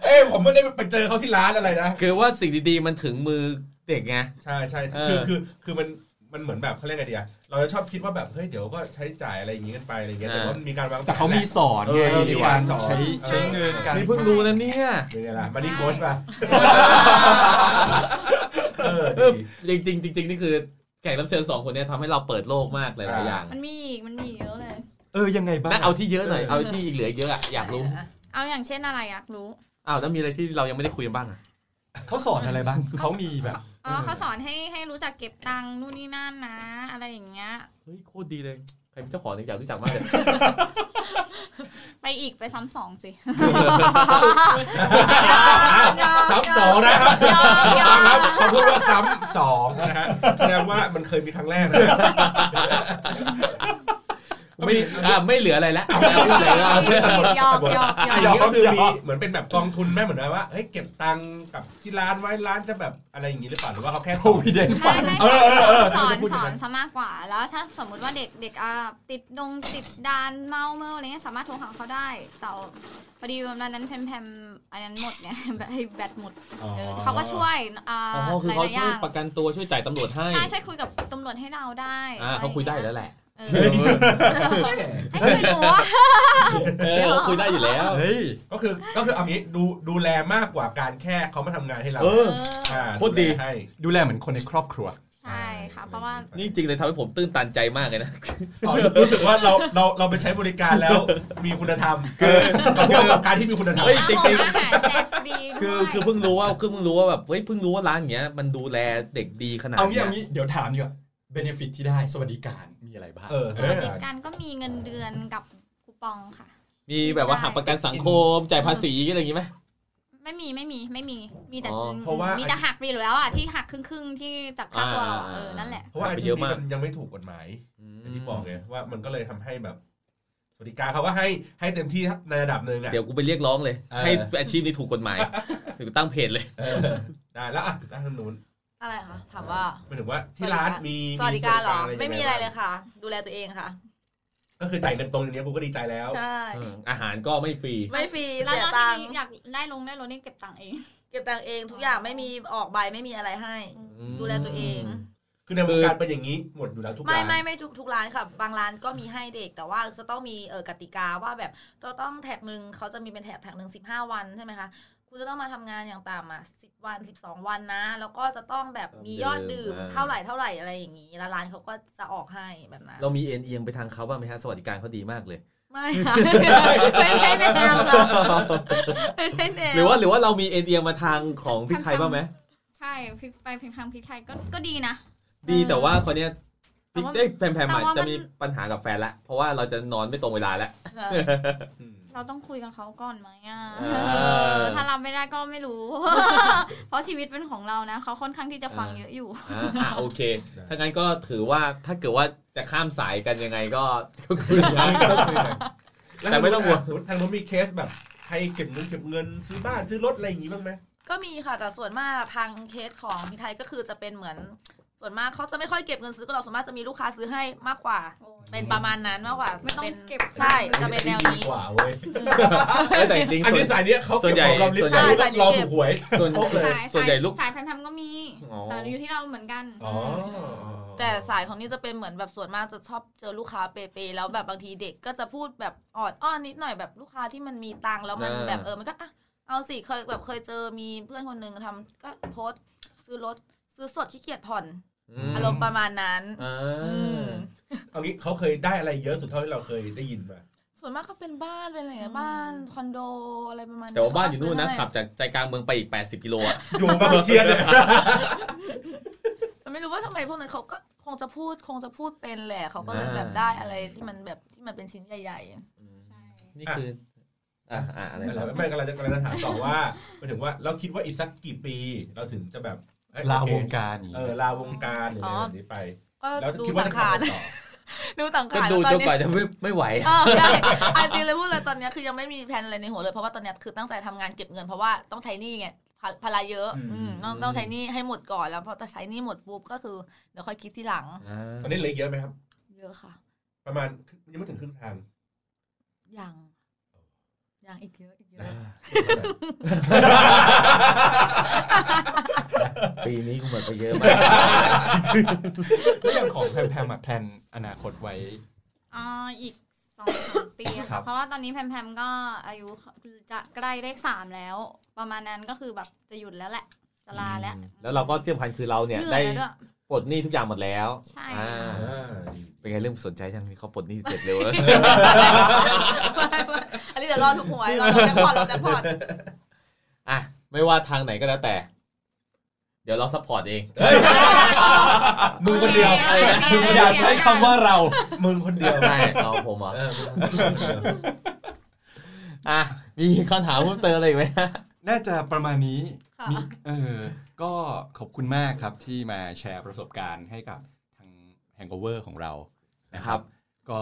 [SPEAKER 3] เอ้ยผมไม่ได้ไปเจอเขาที่ร้านอะไรนะ
[SPEAKER 2] คือว่าสิ่งดีๆมันถึงมือเด็กไง
[SPEAKER 3] ใช่ใช่
[SPEAKER 2] เออ
[SPEAKER 3] คือคือคือมันมันเหมือนแบบเขาเรียกไงดีอะเราจะชอบคิดว่าแบบเฮ้ยเดี๋ยวก็ใช้จ่ายอะไรอย่างงี้กันไปอะไรอย่างเงี้ยแต่ว่ามันมีการวางแผน
[SPEAKER 1] แต่เขามี
[SPEAKER 3] แหละ
[SPEAKER 1] สอนไง
[SPEAKER 3] เออมี
[SPEAKER 1] มี
[SPEAKER 3] กา
[SPEAKER 1] การ ร
[SPEAKER 3] สอน
[SPEAKER 1] ใช้ใช้เงินกัน
[SPEAKER 2] ไม่เพิ่งรู้นะเนี่ย
[SPEAKER 3] เป็นไงล่ะมานี่โค้ชป่ะเออ
[SPEAKER 2] เอ
[SPEAKER 3] ดี
[SPEAKER 2] อจริงๆจริงๆนี่คือแขกรับเชิญสองคนเนี้ทำให้เราเปิดโลกมากหลายๆอย่าง
[SPEAKER 5] มันมีอีกมันมีเยอะเลย
[SPEAKER 1] เออ ยังไงบ้าง
[SPEAKER 2] นั่นเอาที่เยอะหน่อยเอาที่อีกเหลือเยอะอะอยากรู้
[SPEAKER 5] เอาอย่างเช่นอะไรอยากรู้
[SPEAKER 2] อ้าวแล้วมีอะไรที่เรายังไม่ได้คุยกันบ้างอะ
[SPEAKER 1] เขาสอนอะไรบ้างคือเขามีแบบ
[SPEAKER 5] อ๋อเขาสอนให้ให้รู้จักเก็บตังค์นู่นนี่นั่นนะ อะไรอย่างเงี้ย
[SPEAKER 2] เฮ้ยโคตรดีเลยใครเป็นเจ้าของเนี่ยอยากรู้จักมากเลย
[SPEAKER 5] ไปอีกไปซ้ำสองสิ
[SPEAKER 3] ซ้ำสองนะครับ
[SPEAKER 5] ยอมยอม
[SPEAKER 3] ครับเขาพูดว่าซ้ำสองนะฮะแสดงว่ามันเคยมีครั้งแรกนะ
[SPEAKER 2] ไม่อ่าไม่เหลืออะไรแล้วเอาแล้วเหลือเอาแล้ว
[SPEAKER 5] ยอมยอมยอม
[SPEAKER 3] อย่างนี้ก็คือมีเหมือนเป็นแบบกองทุนแม่เหมือนแบบว่าเฮ้ยเก็บตังค์กับที่ร้านไว้ร้านจะแบบอะไรอย่างงี้หรือเปล่าหรือว่าเขาแค่
[SPEAKER 1] provident
[SPEAKER 5] ไม่
[SPEAKER 1] fund
[SPEAKER 5] ไม่
[SPEAKER 3] เออเออเออ
[SPEAKER 5] สอน
[SPEAKER 3] พูด
[SPEAKER 5] สอ
[SPEAKER 3] อ
[SPEAKER 5] ย่าง
[SPEAKER 3] นั้น น
[SPEAKER 5] ซะมากกว่า แล้วถ้าสมมุติว่าเด็กเด็กอ่าติดดงติดดานเมาเมาอะไรเงี้ยสามารถโทรหาเขาได้แต่พอดีวันนั้นแพมแพมอันนั้นหมดเนี่ยแบบให้แบตหมด
[SPEAKER 3] อ๋อ
[SPEAKER 5] เออเขาก็ช่วยอ่า
[SPEAKER 2] อ๋อคือ
[SPEAKER 5] หลาย
[SPEAKER 2] เขาช่
[SPEAKER 5] ๆอ
[SPEAKER 2] วย
[SPEAKER 5] ย่าง
[SPEAKER 2] ประกันตัวช่วยจ่ายตำรวจให้
[SPEAKER 5] ใช่ช่วยคุยกับตำรวจให้เราได้
[SPEAKER 2] อ่าเขาคุยได้แล้วแหละ
[SPEAKER 5] เออให้ช่วยรู้ว่า
[SPEAKER 2] เออเขาคุยได้อยู่แล้ว
[SPEAKER 1] เฮ้ย
[SPEAKER 3] ก็คือก็คือเอางี้ดูดูแลมากกว่าการแค่เขามาทำงานให้เรา
[SPEAKER 2] เออ
[SPEAKER 3] อ่า
[SPEAKER 2] โคตรดี
[SPEAKER 3] แลให้
[SPEAKER 1] ดูแลเหมือนคนในครอบครัว
[SPEAKER 5] ใช่ค่ะเพราะว่า
[SPEAKER 2] นี่จริงๆเลยทำให้ผมตื้นตันใจมากเลยนะ
[SPEAKER 3] อ๋อรู้สึกว่าเราเราเราไปใช้บริการแล้วมีคุณธรรมเกินกับการที่มีคุณธรรม
[SPEAKER 2] เฮ้ยจริงๆ
[SPEAKER 5] อาหารแจกฟรี
[SPEAKER 2] คื
[SPEAKER 5] ด้
[SPEAKER 2] อ
[SPEAKER 5] วย
[SPEAKER 2] คือเพิ่งรู้ว่าคือเพิ่งรู้ว่าแบบเฮ้ยเพิ่งรู้ว่าร้านอย่างเงี้ยมันดูแลเด็กดีขนาด
[SPEAKER 1] เอางี้
[SPEAKER 2] เนี้ย
[SPEAKER 1] เอางี้เดี๋ยวถามดีกว่าเบนฟิตที่ได้สวัสดิการมีอะไรบ้าง
[SPEAKER 3] เออ
[SPEAKER 5] สวัสดิการก็มีเงินเดือนกับคูปองค่ะ
[SPEAKER 2] มีแบบว่าหักประกันสังคมจ่ายภาษีอะไรอย่างงี้ไหม
[SPEAKER 5] ไม่มีไม่มีไม่มีมีแต่
[SPEAKER 2] อ๋อ
[SPEAKER 3] เพราะว่า
[SPEAKER 5] แต่หักไปอยู่แล้วอ่ะที่หักครึ่งครึ่งๆที่จากค่าตัวเราอะ
[SPEAKER 2] อ่า
[SPEAKER 5] เออนั่นแหละ
[SPEAKER 3] เพราะว่าอาชี
[SPEAKER 2] เย
[SPEAKER 3] พ
[SPEAKER 2] อะ
[SPEAKER 3] นี้
[SPEAKER 2] มาก
[SPEAKER 3] มันยังไม่ถูกกฎหมายอย่างที่บอกไงว่ามันก็เลยทำให้แบบสวัสดิการเขาก็ให้ให้เต็มที่ในระดับหนึ่งอ่ะ
[SPEAKER 2] เดี๋ยวกูไปเรียกร้องเลย
[SPEAKER 3] เออ
[SPEAKER 2] ให้อาชีพนี้ถูกกฎหมายถึงตั้งเพจเลย
[SPEAKER 3] เออได้แล้วอ่ะด้านนู้น
[SPEAKER 4] อะไรคะถามว่า
[SPEAKER 3] หมายถึงว่าที่ร้านมี
[SPEAKER 4] สวัสดิการเหรอ
[SPEAKER 3] สวัสดิ
[SPEAKER 4] ไม่มีอะไรเลยค่ะ ดูแลตัวเองค่ะ
[SPEAKER 3] ก็คือจ่ายเงินตรงอย่างเนี้ยกูก็ดีใจแล้ว
[SPEAKER 4] ใช่
[SPEAKER 2] อาหารก็ไม่ฟรี
[SPEAKER 4] ไม่ฟรี
[SPEAKER 5] แล้ว
[SPEAKER 4] เสีย
[SPEAKER 5] ตอน
[SPEAKER 4] ตังค์
[SPEAKER 5] ที่อยากได้ลงได้รถนี่เก็บตังค์เอง
[SPEAKER 4] เก็บตังค์เองทุกอย่างไม่มีออกใบไม่มีอะไรให้ ดูแลตัวเอง
[SPEAKER 3] คือในวงการเป็นอย่างนี้หมดอยู่แล้วทุก
[SPEAKER 4] ไม่
[SPEAKER 3] ร้าน
[SPEAKER 4] ไม่ไม่ทุกทุกร้านค่ะบางร้านก็มีให้เด็กแต่ว่าจะต้องมีเออกติกาว่าแบบจะต้องแท็กหนึ่งเขาจะมีเป็นแท็กแท็กหนึ่งสิบห้าวันใช่ไหมคะคุณจะต้องมาทำงานอย่างต่ำอ่ะสิบวันสิบสองวันนะ แล้วก็จะต้องแบบมียอดดื่ม
[SPEAKER 2] อ่า
[SPEAKER 4] เท่าไหร่เท่าไหร่อะไรอย่างนี้แล้วร้านเขาก็จะออกให้แบบนั้น
[SPEAKER 2] เรามีเอ็นเอียงไปทางเขาบ้างไหมฮะสวัสดิการเขาดีมากเลย
[SPEAKER 4] ไม่ค่ะ ไม่ใช่แนวนะไม่ใช่แนว
[SPEAKER 2] หรือว่าหรือว่าเรามีเอ็นเอียงมาทางของพริกไทยบ้างไหม
[SPEAKER 5] ใช่พริกไปพริกทางพริกไทยก็ก็ดีนะ
[SPEAKER 2] ดีแต่ว่าคนเนี้ยพริก
[SPEAKER 5] แต่ว่า
[SPEAKER 2] ได้ยแพมๆ
[SPEAKER 5] แต่
[SPEAKER 2] มา
[SPEAKER 5] ว่ามัน
[SPEAKER 2] จะมีปัญหากับแฟนละเพราะว่าเราจะนอนไม่ตรงเวลาแล้ว
[SPEAKER 3] อืม
[SPEAKER 5] เราต้องคุยกับเขาก่อนไหมอ่ะ
[SPEAKER 2] เออ
[SPEAKER 5] เออถ้ารับไม่ได้ก็ไม่รู้ เพราะชีวิตเป็นของเรานะเขาค่อนข้างที่จะฟังเยอะอยู่
[SPEAKER 2] อ่าอ่ะโอเค ถ้างั้นก็ถือว่าถ้าเกิดว่าจะข้ามสายกันยังไงก็ ก็คุยกัน แต่ไม่ต้องห่วง
[SPEAKER 3] ทางนู้นมีเคสแบบใครเก็บเงินเก็บเงินซื้อบ้านซื้อรถอะไรอย่างงี้บ้างไหม
[SPEAKER 4] ก็มีค่ะแต่ส่วนมากทางเคสของพี่ไทยก็คือจะเป็นเหมือน ส่วนมากเขาจะไม่ค่อยเก็บเงินซื้อก็หรอกส่วนมากจะมีลูกค้าซื้อให้มากกว่า เป็นประมาณนั้นมากกว่า
[SPEAKER 5] ไม่ต้อง
[SPEAKER 4] เป็น
[SPEAKER 5] เก็บ
[SPEAKER 4] ใช่จะเป็นแนวนี้
[SPEAKER 11] ดีกว่าเว้ย
[SPEAKER 2] เอ้ยแต่จริงๆ
[SPEAKER 11] อัน
[SPEAKER 2] ส่ว
[SPEAKER 11] นี้
[SPEAKER 2] น
[SPEAKER 11] สายเนี้ยเขา
[SPEAKER 2] ส่วนใหญ่
[SPEAKER 11] เก็บของรอบลิฟ
[SPEAKER 2] ส่
[SPEAKER 11] ต์
[SPEAKER 2] วนใหญ่
[SPEAKER 11] สายนี้ก็รอถูกหวย
[SPEAKER 2] ส่วน
[SPEAKER 11] โอเค
[SPEAKER 5] สาย
[SPEAKER 2] ส่วนใหญ่ลูก
[SPEAKER 5] สายแฟนทำก็มี
[SPEAKER 11] อ๋อ
[SPEAKER 5] แต่อยู่ที่เราเหมือนกัน
[SPEAKER 11] อ๋อ
[SPEAKER 4] แต่สายของนี่จะเป็นเหมือนแบบส่วนมากจะชอบเจอลูกค้าเปเปแล้วแบบบางทีเด็กก็จะพูดแบบออดอ้อนนิดหน่อยแบบลูกค้าที่มันมีตังค์แล้วมัน
[SPEAKER 2] อ่า
[SPEAKER 4] แบบเออมันก็อ่ะเอาสิเคยแบบเคยเจอมีเพื่อนคนหนึ่งทำก็โพสต์ซื้อรถซื้อสดขี้เกียจผ่อน
[SPEAKER 2] อา
[SPEAKER 4] อาร ร
[SPEAKER 2] ม
[SPEAKER 4] ม
[SPEAKER 2] ณ์
[SPEAKER 4] ณ์ประมาณนั้น
[SPEAKER 2] อ่
[SPEAKER 4] อื
[SPEAKER 2] าม
[SPEAKER 3] เอางี้เขาเคยได้อะไรเยอะสุดเท่าที่เราเคยได้ยินมา
[SPEAKER 4] ส่วนมากก็เป็นบ้านเป็นอะไรอย่างเงี้ยบ้านคอนโดอะไรประมาณ
[SPEAKER 2] แต่ว่าบ้านอยู่นู่นนะ
[SPEAKER 4] ซื้ให้
[SPEAKER 2] ขับจากใจกลางเมืองไปอีก 80 กิโลอะ
[SPEAKER 3] อยู่บางเทียนเนี่ย
[SPEAKER 4] แต่ไม่รู้ว่าทำไมพวกนั้นเขาก็คงจะพูดคงจะพูดเป็นแหละเขาก็เลยแบบได้อะไรที่มันแบบที่มันเป็นชิ้นใหญ่ ๆ
[SPEAKER 2] นี่คืออ่ะอ่ะอะไร
[SPEAKER 3] ไม่
[SPEAKER 2] ครับ
[SPEAKER 3] ไม่กำลังจะกำลังจะถามต่อว่า หมายถึงว่าเราคิดว่าอีกสักกี่ปี เราถึงจะแบบเอ้ย
[SPEAKER 1] ลา
[SPEAKER 3] โอเคว
[SPEAKER 1] งการอย่าง
[SPEAKER 3] เอ
[SPEAKER 1] นี้
[SPEAKER 3] อลาวงการหรืออะไรแบบนี้ไป
[SPEAKER 4] ก็
[SPEAKER 3] แล้ว
[SPEAKER 4] ดู
[SPEAKER 3] คิดว่า
[SPEAKER 4] สัง
[SPEAKER 3] จะ
[SPEAKER 4] ขาร
[SPEAKER 3] ทำอะไรต่อ
[SPEAKER 4] ดูสัง
[SPEAKER 2] ก็
[SPEAKER 4] ขาร
[SPEAKER 2] ดู
[SPEAKER 4] แล้ว
[SPEAKER 2] จ
[SPEAKER 4] ตอน นนี้
[SPEAKER 2] กว่าจะไม่ไม่ไหว
[SPEAKER 4] เออได้อะจริงเลยพูดเลยตอนเนี้ยคือยังไม่มีแผนอะไรในหัวเลยเพราะว่าตอนเนี้ยคือตั้งใจทำงานเก็บเงินเพราะว่าต้องใช้หนี้ไงภาภาระเยอะ
[SPEAKER 3] อืม
[SPEAKER 4] อืมต้องต้องใช้หนี้ให้หมดก่อนแล้วพอจะใช้หนี้หมดปุ๊บก็คือเดี๋ยวค่อยคิดทีหลัง
[SPEAKER 3] ตอนนี้เหลืออีกเยอะไหมครับ
[SPEAKER 4] เยอะค่ะ
[SPEAKER 3] ประมาณยังไม่ถึงครึ่งทาง
[SPEAKER 4] ยังยังอีกเยอะอีกเยอะ
[SPEAKER 2] ปีนี้กูหมดไปเยอะมาก
[SPEAKER 1] แล้วอย่างของแพมแพมอะแพลนอนาคตไว้
[SPEAKER 5] อ่าอีกสองสามปีอะ
[SPEAKER 1] ครั
[SPEAKER 5] ค่ะ
[SPEAKER 1] บ
[SPEAKER 5] เพราะว่าตอนนี้แพมแพมก็อายุจะใกล้เลขสามแล้ว ประมาณนั้นก็คือแบบจะหยุดแล้วแหละ จะลาแล้ว
[SPEAKER 2] แล้วเราก็เที่ยมพันคือเราเนี่ย
[SPEAKER 5] เหนื่
[SPEAKER 2] ได้
[SPEAKER 5] อยแล้วด้วย
[SPEAKER 2] ปลดหนี้ทุกอย่างหมดแล้ว
[SPEAKER 5] ใช่
[SPEAKER 2] อ่า
[SPEAKER 3] อ่าดี
[SPEAKER 2] เป็นไงเริ่มสนใจยังเขาปลดหนี้เสร็จเร็วเลย
[SPEAKER 4] อันนี้เดี๋ยวรอถูกหวยรอรอแจ็คพอตรอแจ็คพอต
[SPEAKER 2] อ่ะไม่ว่าทางไหนก็แล้วแต่ เดี๋ยวเราซัพพอร์ตเอง
[SPEAKER 3] มึงคนเดียว
[SPEAKER 5] โอเคโอเค
[SPEAKER 1] อย่าใช้คำว่าเรา
[SPEAKER 3] มึงคนเดียว
[SPEAKER 2] ใช่เอาผมเหรอ
[SPEAKER 3] เออมึง
[SPEAKER 2] อ่ะมีคำถามเพิ่มเติมอะไรอีกไหม
[SPEAKER 1] น่าจะประมาณนี้
[SPEAKER 4] ค่ะ
[SPEAKER 1] มีเออ ก็ขอบคุณมากครับที่มาแชร์ประสบการณ์ให้กับทาง Hangover ของเรานะค
[SPEAKER 2] ครั
[SPEAKER 1] รับ
[SPEAKER 2] บ
[SPEAKER 1] ก็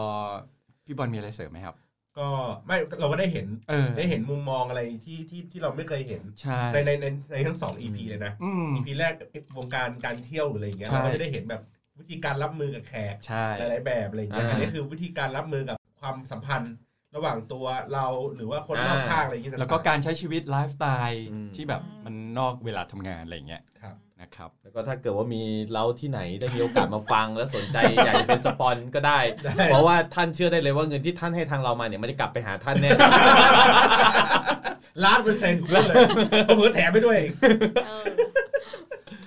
[SPEAKER 1] พี่บอลมีอะไรเสริมไหมครับ
[SPEAKER 3] ก็ไม่เราก็ได้เห็น
[SPEAKER 1] เออ
[SPEAKER 3] ได้เห็นมุมมองอะไรที่ที่ที่เราไม่เคยเห็น
[SPEAKER 1] ใช่
[SPEAKER 3] ในในในในทั้งสอง EP เลยนะ
[SPEAKER 1] อืม
[SPEAKER 3] EP แรกวงการการเที่ยวหรืออะไรอย่างเงี้ย
[SPEAKER 1] ใช่
[SPEAKER 3] เราก็จะได้เห็นแบบวิธีการรับมือกับแขก
[SPEAKER 1] ใช่
[SPEAKER 3] หลายๆแบบอะไรอย่างเงี้ย
[SPEAKER 2] อ่า
[SPEAKER 3] อันนี้คือวิธีการรับมือกับความสัมพันธ์ ระหว่างตัวเราหรือว่าคนรอบ
[SPEAKER 2] อ่า
[SPEAKER 3] ข้างอะไรอย่างเงี้ย
[SPEAKER 1] แล้วก็การใช้ชีวิตไลฟ์สไตล์
[SPEAKER 2] อืม
[SPEAKER 1] ที่แบบมันนอกเวลาทำงานอะไรอย่างเงี้ย
[SPEAKER 3] ครับ
[SPEAKER 1] นะครับ
[SPEAKER 2] แล้วก็ถ้าเกิดว่ามีเราที่ไหนได้มีโอกาสมาฟัง และสนใจอยากจะเป็นสปอนก็ได้
[SPEAKER 3] ได้
[SPEAKER 2] เพราะว่าท่านเชื่อได้เลยว่าเงินที่ท่านให้ทางเรามาเนี่ยมันจะกลับไปหาท่านแน่
[SPEAKER 3] ล้านเปอร์เซ็นต์เลยผมเผลอแถมไปด้วย
[SPEAKER 5] เออ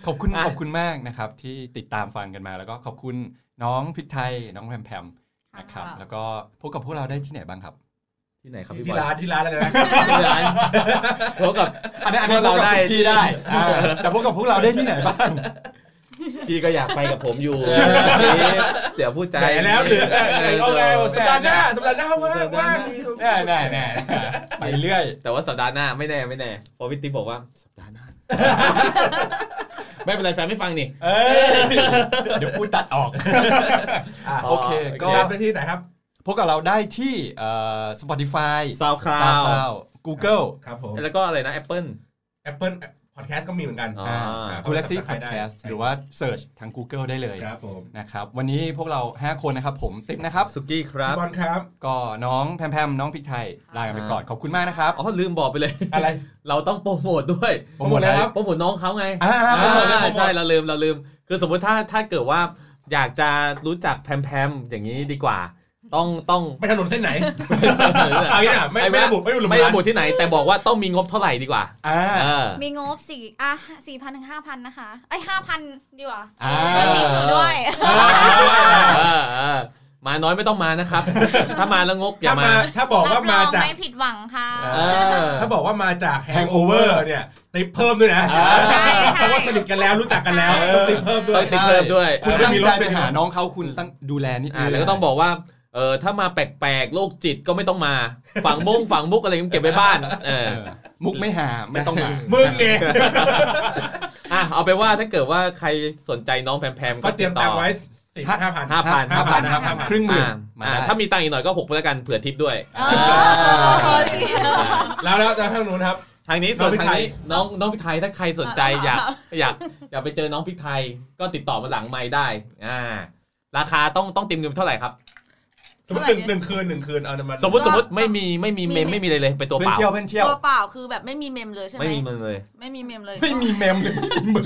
[SPEAKER 1] ขอบคุณ
[SPEAKER 2] อ่ะ
[SPEAKER 1] ขอบคุณมากนะครับ ที่ติดตามฟังกันมา แล้วก็ขอบคุณน้องพริกไทย น้องแพมแพมนะครับ
[SPEAKER 4] ค่ะ
[SPEAKER 1] แล้วก็พบกับพวกเราได้ที่ไหนบ้างครับ
[SPEAKER 2] ที่ไหนครับพี่บ
[SPEAKER 3] ที่
[SPEAKER 2] อล
[SPEAKER 3] ร้านที่ร้านอะไรนะ
[SPEAKER 2] ที่ร้านพบกับ
[SPEAKER 1] อันนี้อัน
[SPEAKER 2] พ
[SPEAKER 1] นี้
[SPEAKER 2] วก
[SPEAKER 1] เรา
[SPEAKER 2] เราได้
[SPEAKER 1] ได้ที่ได้อ่าแต่พบกับพวกเราได้ที่ไหนบ้าง
[SPEAKER 2] พี่ก็อยากไปกับผมอยู่ เดี๋ยวพูดใจ
[SPEAKER 3] ไหนแล้วหรือเออเออโอเคสัปดาห์หน้าสัปดาห์หน้าว่างว่าง
[SPEAKER 1] แน่แน่แน่ไปเรื่อย
[SPEAKER 2] แต่ว่าสัปดาห์หน้าไม่แน่ไม่แน่เพอพี่ติ๊กบอกว่าสัปดาห์หน้า ไม่เป็นไรแฟนไม่ฟังนี่
[SPEAKER 1] เอ้ย เดี๋ยวกูตัดออก
[SPEAKER 3] อ่ะ
[SPEAKER 1] โอเค ก็
[SPEAKER 3] ย้ำไปที่ไหนครับ
[SPEAKER 1] พบกับเราได้ที่เอ่อ Spotify
[SPEAKER 2] SoundCloud
[SPEAKER 1] SoundCloud Google
[SPEAKER 3] ครับผม
[SPEAKER 2] แล้วก็อะไรนะ Apple
[SPEAKER 3] Apple Podcast ก็มีเหมือนกัน
[SPEAKER 2] อ๋อ
[SPEAKER 3] ครับ
[SPEAKER 1] g a l a x y
[SPEAKER 3] ใครได้
[SPEAKER 1] Podcast หรือว่าเ e ิร์ชทาง Google ได้เลย
[SPEAKER 3] ครับผม
[SPEAKER 1] นะครับ วันนี้พวกเรา 5 คนนะครับ ผมติ๊กนะครับ
[SPEAKER 2] สุกี้ครับ
[SPEAKER 3] พี่บอลครับ
[SPEAKER 1] ก็น้องแพมแพมน้องพริกไทย ลากันไปก่อน ขอบคุณมากนะครับ
[SPEAKER 2] อ๋อลืมบอกไปเลย
[SPEAKER 3] อะไร
[SPEAKER 2] เราต้องโปรโมทด้วย
[SPEAKER 1] โปรโมทอะไรครับ
[SPEAKER 2] โปรโมทน้องเขาไง
[SPEAKER 1] อ่า
[SPEAKER 2] อ่า
[SPEAKER 1] โปรโมทเลยโปรโมท
[SPEAKER 2] ใช่เราลืมเราลืม คือสมมุติถ้าถ้าเกิดว่าอยากจะรู้จักแพมแพมอย่างนี้ดีกว่า ต้องต้อง
[SPEAKER 3] ไปถนนเส้นไหน เอาอย่างนี้นะไม่ไม่ระบุไม่ระบุ
[SPEAKER 2] ไม่ระบุ
[SPEAKER 3] ร้าน
[SPEAKER 2] ที่ไหน แต่บอกว่าต้องมีงบเท่าไหร่ดีกว่า
[SPEAKER 1] อ่า
[SPEAKER 2] เออ
[SPEAKER 5] มีงบสี่อ่ะสี่พันถึงห้าพันนะคะไอ้ห้าพันดีกว่า
[SPEAKER 1] อ่า
[SPEAKER 5] ไม่มีหนูด้วย
[SPEAKER 2] เออเออมาน้อยไม่ต้องมานะครับ ถ้ามาแล้วงกอย่า
[SPEAKER 3] ถ้ามา
[SPEAKER 2] มา
[SPEAKER 3] ถ้าบอก
[SPEAKER 5] รั
[SPEAKER 3] ว่า
[SPEAKER 5] บร
[SPEAKER 3] มา
[SPEAKER 5] อง
[SPEAKER 3] จาก
[SPEAKER 5] ไม่ผิดหวังค่ะ
[SPEAKER 2] เออ
[SPEAKER 3] ถ้าบอกว่ามาจาก Hangover เนี่ยติปเพิ่มด้วยนะ
[SPEAKER 2] อ่า
[SPEAKER 5] ใช่ใช่
[SPEAKER 3] เพราะว่าสนิทกันแล้วรู้จักกันแล้ว
[SPEAKER 1] เออ
[SPEAKER 3] ต้องติปเพิ่มด้ว
[SPEAKER 2] ต้อย งติดเพิ่มด้วย
[SPEAKER 1] คุณ
[SPEAKER 3] เออ
[SPEAKER 1] ตั้ง
[SPEAKER 3] ไม่มีร
[SPEAKER 1] ใจ
[SPEAKER 3] ถ
[SPEAKER 1] ไป
[SPEAKER 3] ไม่มีรถ
[SPEAKER 1] หาน้องเขาคุณตั้งดูแลนิดนึ
[SPEAKER 2] อ่าง แล้วก็ต้องบอกว่าเออถ้ามาแปลกๆโรคจิตก็ไม่ต้องมาฝังมงฝังมุกอะไรก็เก็บไว้บ้านเออ
[SPEAKER 1] เออมุกไม่หาไม่ต้องหา
[SPEAKER 3] มึงไง
[SPEAKER 2] อ่ะเอาไปนว่าถ้าเกิดว่าใครสนใจน้องแพมๆ
[SPEAKER 3] ก็
[SPEAKER 2] ก็
[SPEAKER 3] เตรียมตังค์ไว้สี่ห้าพัน
[SPEAKER 2] ห้าพัน
[SPEAKER 1] ห้าพัน
[SPEAKER 3] ห้าพัน
[SPEAKER 1] ครึ่งหมื่นมา
[SPEAKER 2] อ่า
[SPEAKER 1] ได้
[SPEAKER 2] ถ้ามีตังค์อีกหน่อยก็หกแล้วกันเผื่อทิปด้วย
[SPEAKER 5] เออ
[SPEAKER 3] แล้วแล้วทางนู้นครับ
[SPEAKER 2] ทางนี้ส่วน
[SPEAKER 3] น้องพริก
[SPEAKER 2] ทาง
[SPEAKER 3] ไทย
[SPEAKER 2] นี้น้องน้องพริกไทยถ้าใครสนใจอยากอยากอยากไปเจอน้องพริกไทยก็ติดต่อมาหลังไม้ได้อ่าราคาต้องต้องเต็มเงินเท่าไหร่ครับ
[SPEAKER 3] สมมติหนึ่งหนึ่งคืนหนึ่งคืนเอามา
[SPEAKER 2] สมมติสมมติไม่มีไม่มีเมมไม่มีอะไรเลยไปตัว
[SPEAKER 1] เพื่
[SPEAKER 2] เป
[SPEAKER 1] อน
[SPEAKER 2] ล่า
[SPEAKER 1] เที่ยวเพื่อนเที่ยว
[SPEAKER 4] ตัวเปล่าคือแบบไม่มีเมมเลยใช่ไหม
[SPEAKER 2] ไม่มีมันเลย
[SPEAKER 4] ไม่มีเมมเลย
[SPEAKER 1] ไม่มีเมมเลยมึง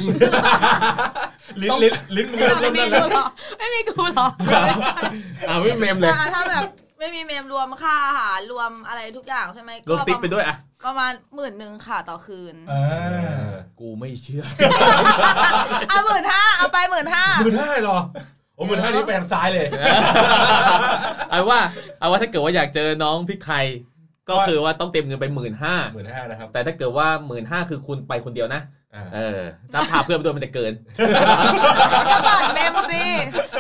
[SPEAKER 3] ลิ้นลิ้นลิ้นมึงเริ่ม
[SPEAKER 4] ไม่
[SPEAKER 3] เริ่
[SPEAKER 4] มีกู
[SPEAKER 3] มนั่นแล้ว
[SPEAKER 4] เหรอไม่มีกูเหรอ
[SPEAKER 2] อ่าไม่มีเมมเลย
[SPEAKER 4] อ่าถ้าแบบไม่ มีเมมรวมค่าอาหารรวมอะไรทุกอย่างใช่ไหม
[SPEAKER 2] ลงติ๊กไปด้วยอ่ะ
[SPEAKER 4] ประมาณหมื่นหนึ่งค่ะต่อคืน
[SPEAKER 3] เออ
[SPEAKER 2] กูไม่เชื่อ
[SPEAKER 4] อ่ะหมื่นห้าเอาไปหมื่นห้า
[SPEAKER 3] หมื่นห้าเหรอโอ้หมื่นห้านี่ไปทางซ้ายเลย
[SPEAKER 2] เอาว่าเอาว่าถ้าเกิดว่าอยากเจอน้องพริกไทยก็คือว่าต้องเต็มเงินไปหมื่นห้า
[SPEAKER 3] หมื่นห้านะครับ
[SPEAKER 2] แต่ถ้าเกิดว่าหมื่นห้าคือคุณไปคนเดียวนะ
[SPEAKER 3] อ่า
[SPEAKER 2] เออถ้าพาเพื่อนไปด้วยมันจะเกิน
[SPEAKER 4] ก็เปิดเมมสิ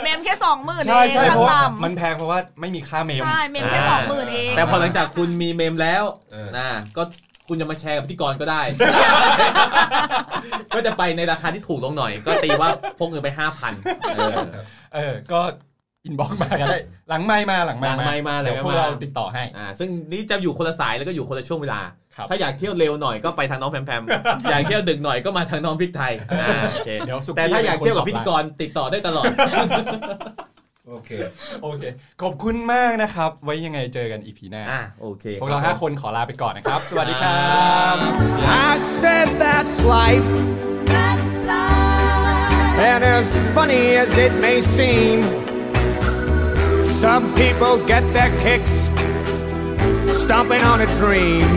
[SPEAKER 4] เมมแค่สองหมื่นเอ
[SPEAKER 1] ใช่
[SPEAKER 4] ง
[SPEAKER 1] ใช่
[SPEAKER 4] ขั้น
[SPEAKER 1] เพราะว่า
[SPEAKER 4] ต่
[SPEAKER 1] มันแพงเพราะว่าไม่มีค่าเม
[SPEAKER 4] ำ
[SPEAKER 1] ม
[SPEAKER 4] ใช่ เมมแค่สองหมื่นเอง
[SPEAKER 2] แต่พอหลังจากคุณมีเมมแล้ว
[SPEAKER 3] เออ
[SPEAKER 2] นะก็คุณจะมาแชร์กับพิธีกรก็ ได้ ก็จะไปในราคาที่ถูกลงหน่อย ก็ตีว่าพกเงินไปห้าพัน
[SPEAKER 1] เออ ก็อินบ็อกมาก็ได้ หลังไม่มาหลังไม่
[SPEAKER 2] บาง
[SPEAKER 1] มา
[SPEAKER 2] ไม่มาอะไร
[SPEAKER 1] เดี๋ยว
[SPEAKER 2] ไม่
[SPEAKER 1] พว
[SPEAKER 2] มาก
[SPEAKER 1] เราติดต่อให้
[SPEAKER 2] อ่าซึ่งนี่จะอยู่คนละสายแล้วก็อยู่คนละช่วงเวลา
[SPEAKER 1] ครับ
[SPEAKER 2] ถ้าอยากเที่ยวเร็วหน่อยก็ไปทางน้องแพมแพม อยากเที่ยวดึกหน่อยก็มาทางน้องพริกไทยอ่าโอเค
[SPEAKER 1] เดี๋ยวสุกี้
[SPEAKER 2] แต่ถ้าอยากเที่ยวกับพิธีก
[SPEAKER 1] เป็นคน
[SPEAKER 2] รติดต่อได้ตลอด
[SPEAKER 3] โอเค
[SPEAKER 1] ขับไลน์โอเค ขอบคุณมากนะครับ ไว้ยังไงเจอกันอีพีหน้า
[SPEAKER 2] อ่าโอเค
[SPEAKER 1] พวกเราห้าคนขอลาไปก่อนนะครับ สวัสดีครับ
[SPEAKER 7] I said that's life. And as funny as it may seem, some people get their kicks stomping on a dream.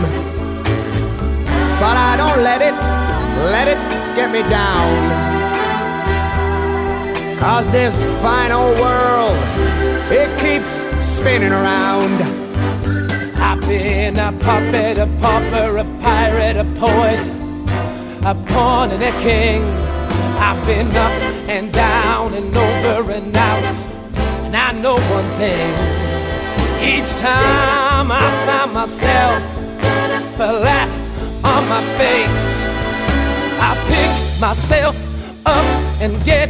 [SPEAKER 7] But I don't let it, let it get me down. Cause this fine old world, it keeps spinning around. I've been a puppet, a pauper, a pirate, a poet, a pawn and a king. I've been up and down and over and out, and I know one thing. Each time I find myself flat on my face, I pick myself up and get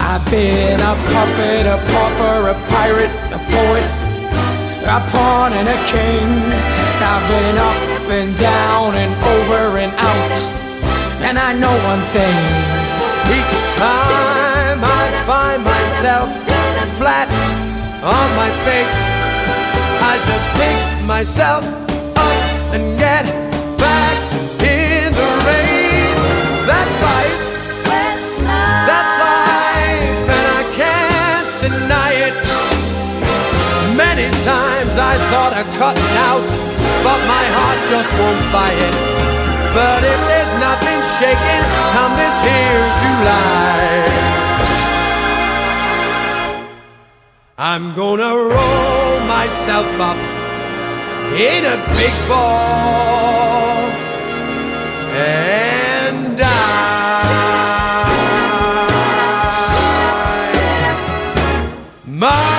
[SPEAKER 7] I've been a puppet, a pauper, a pirate, a poet, a pawn and a king. I've been up and down and over and out. And I know one thing. Each time I find myself flat on my face, I just pick myself up and get back in the race. That's life. That's life, and I can't deny it. Many times I thought of cutting out, but my heart just won't buy it. But if there's nothing shaking come this here July, I'm gonna roll myself up in a big ball and die. My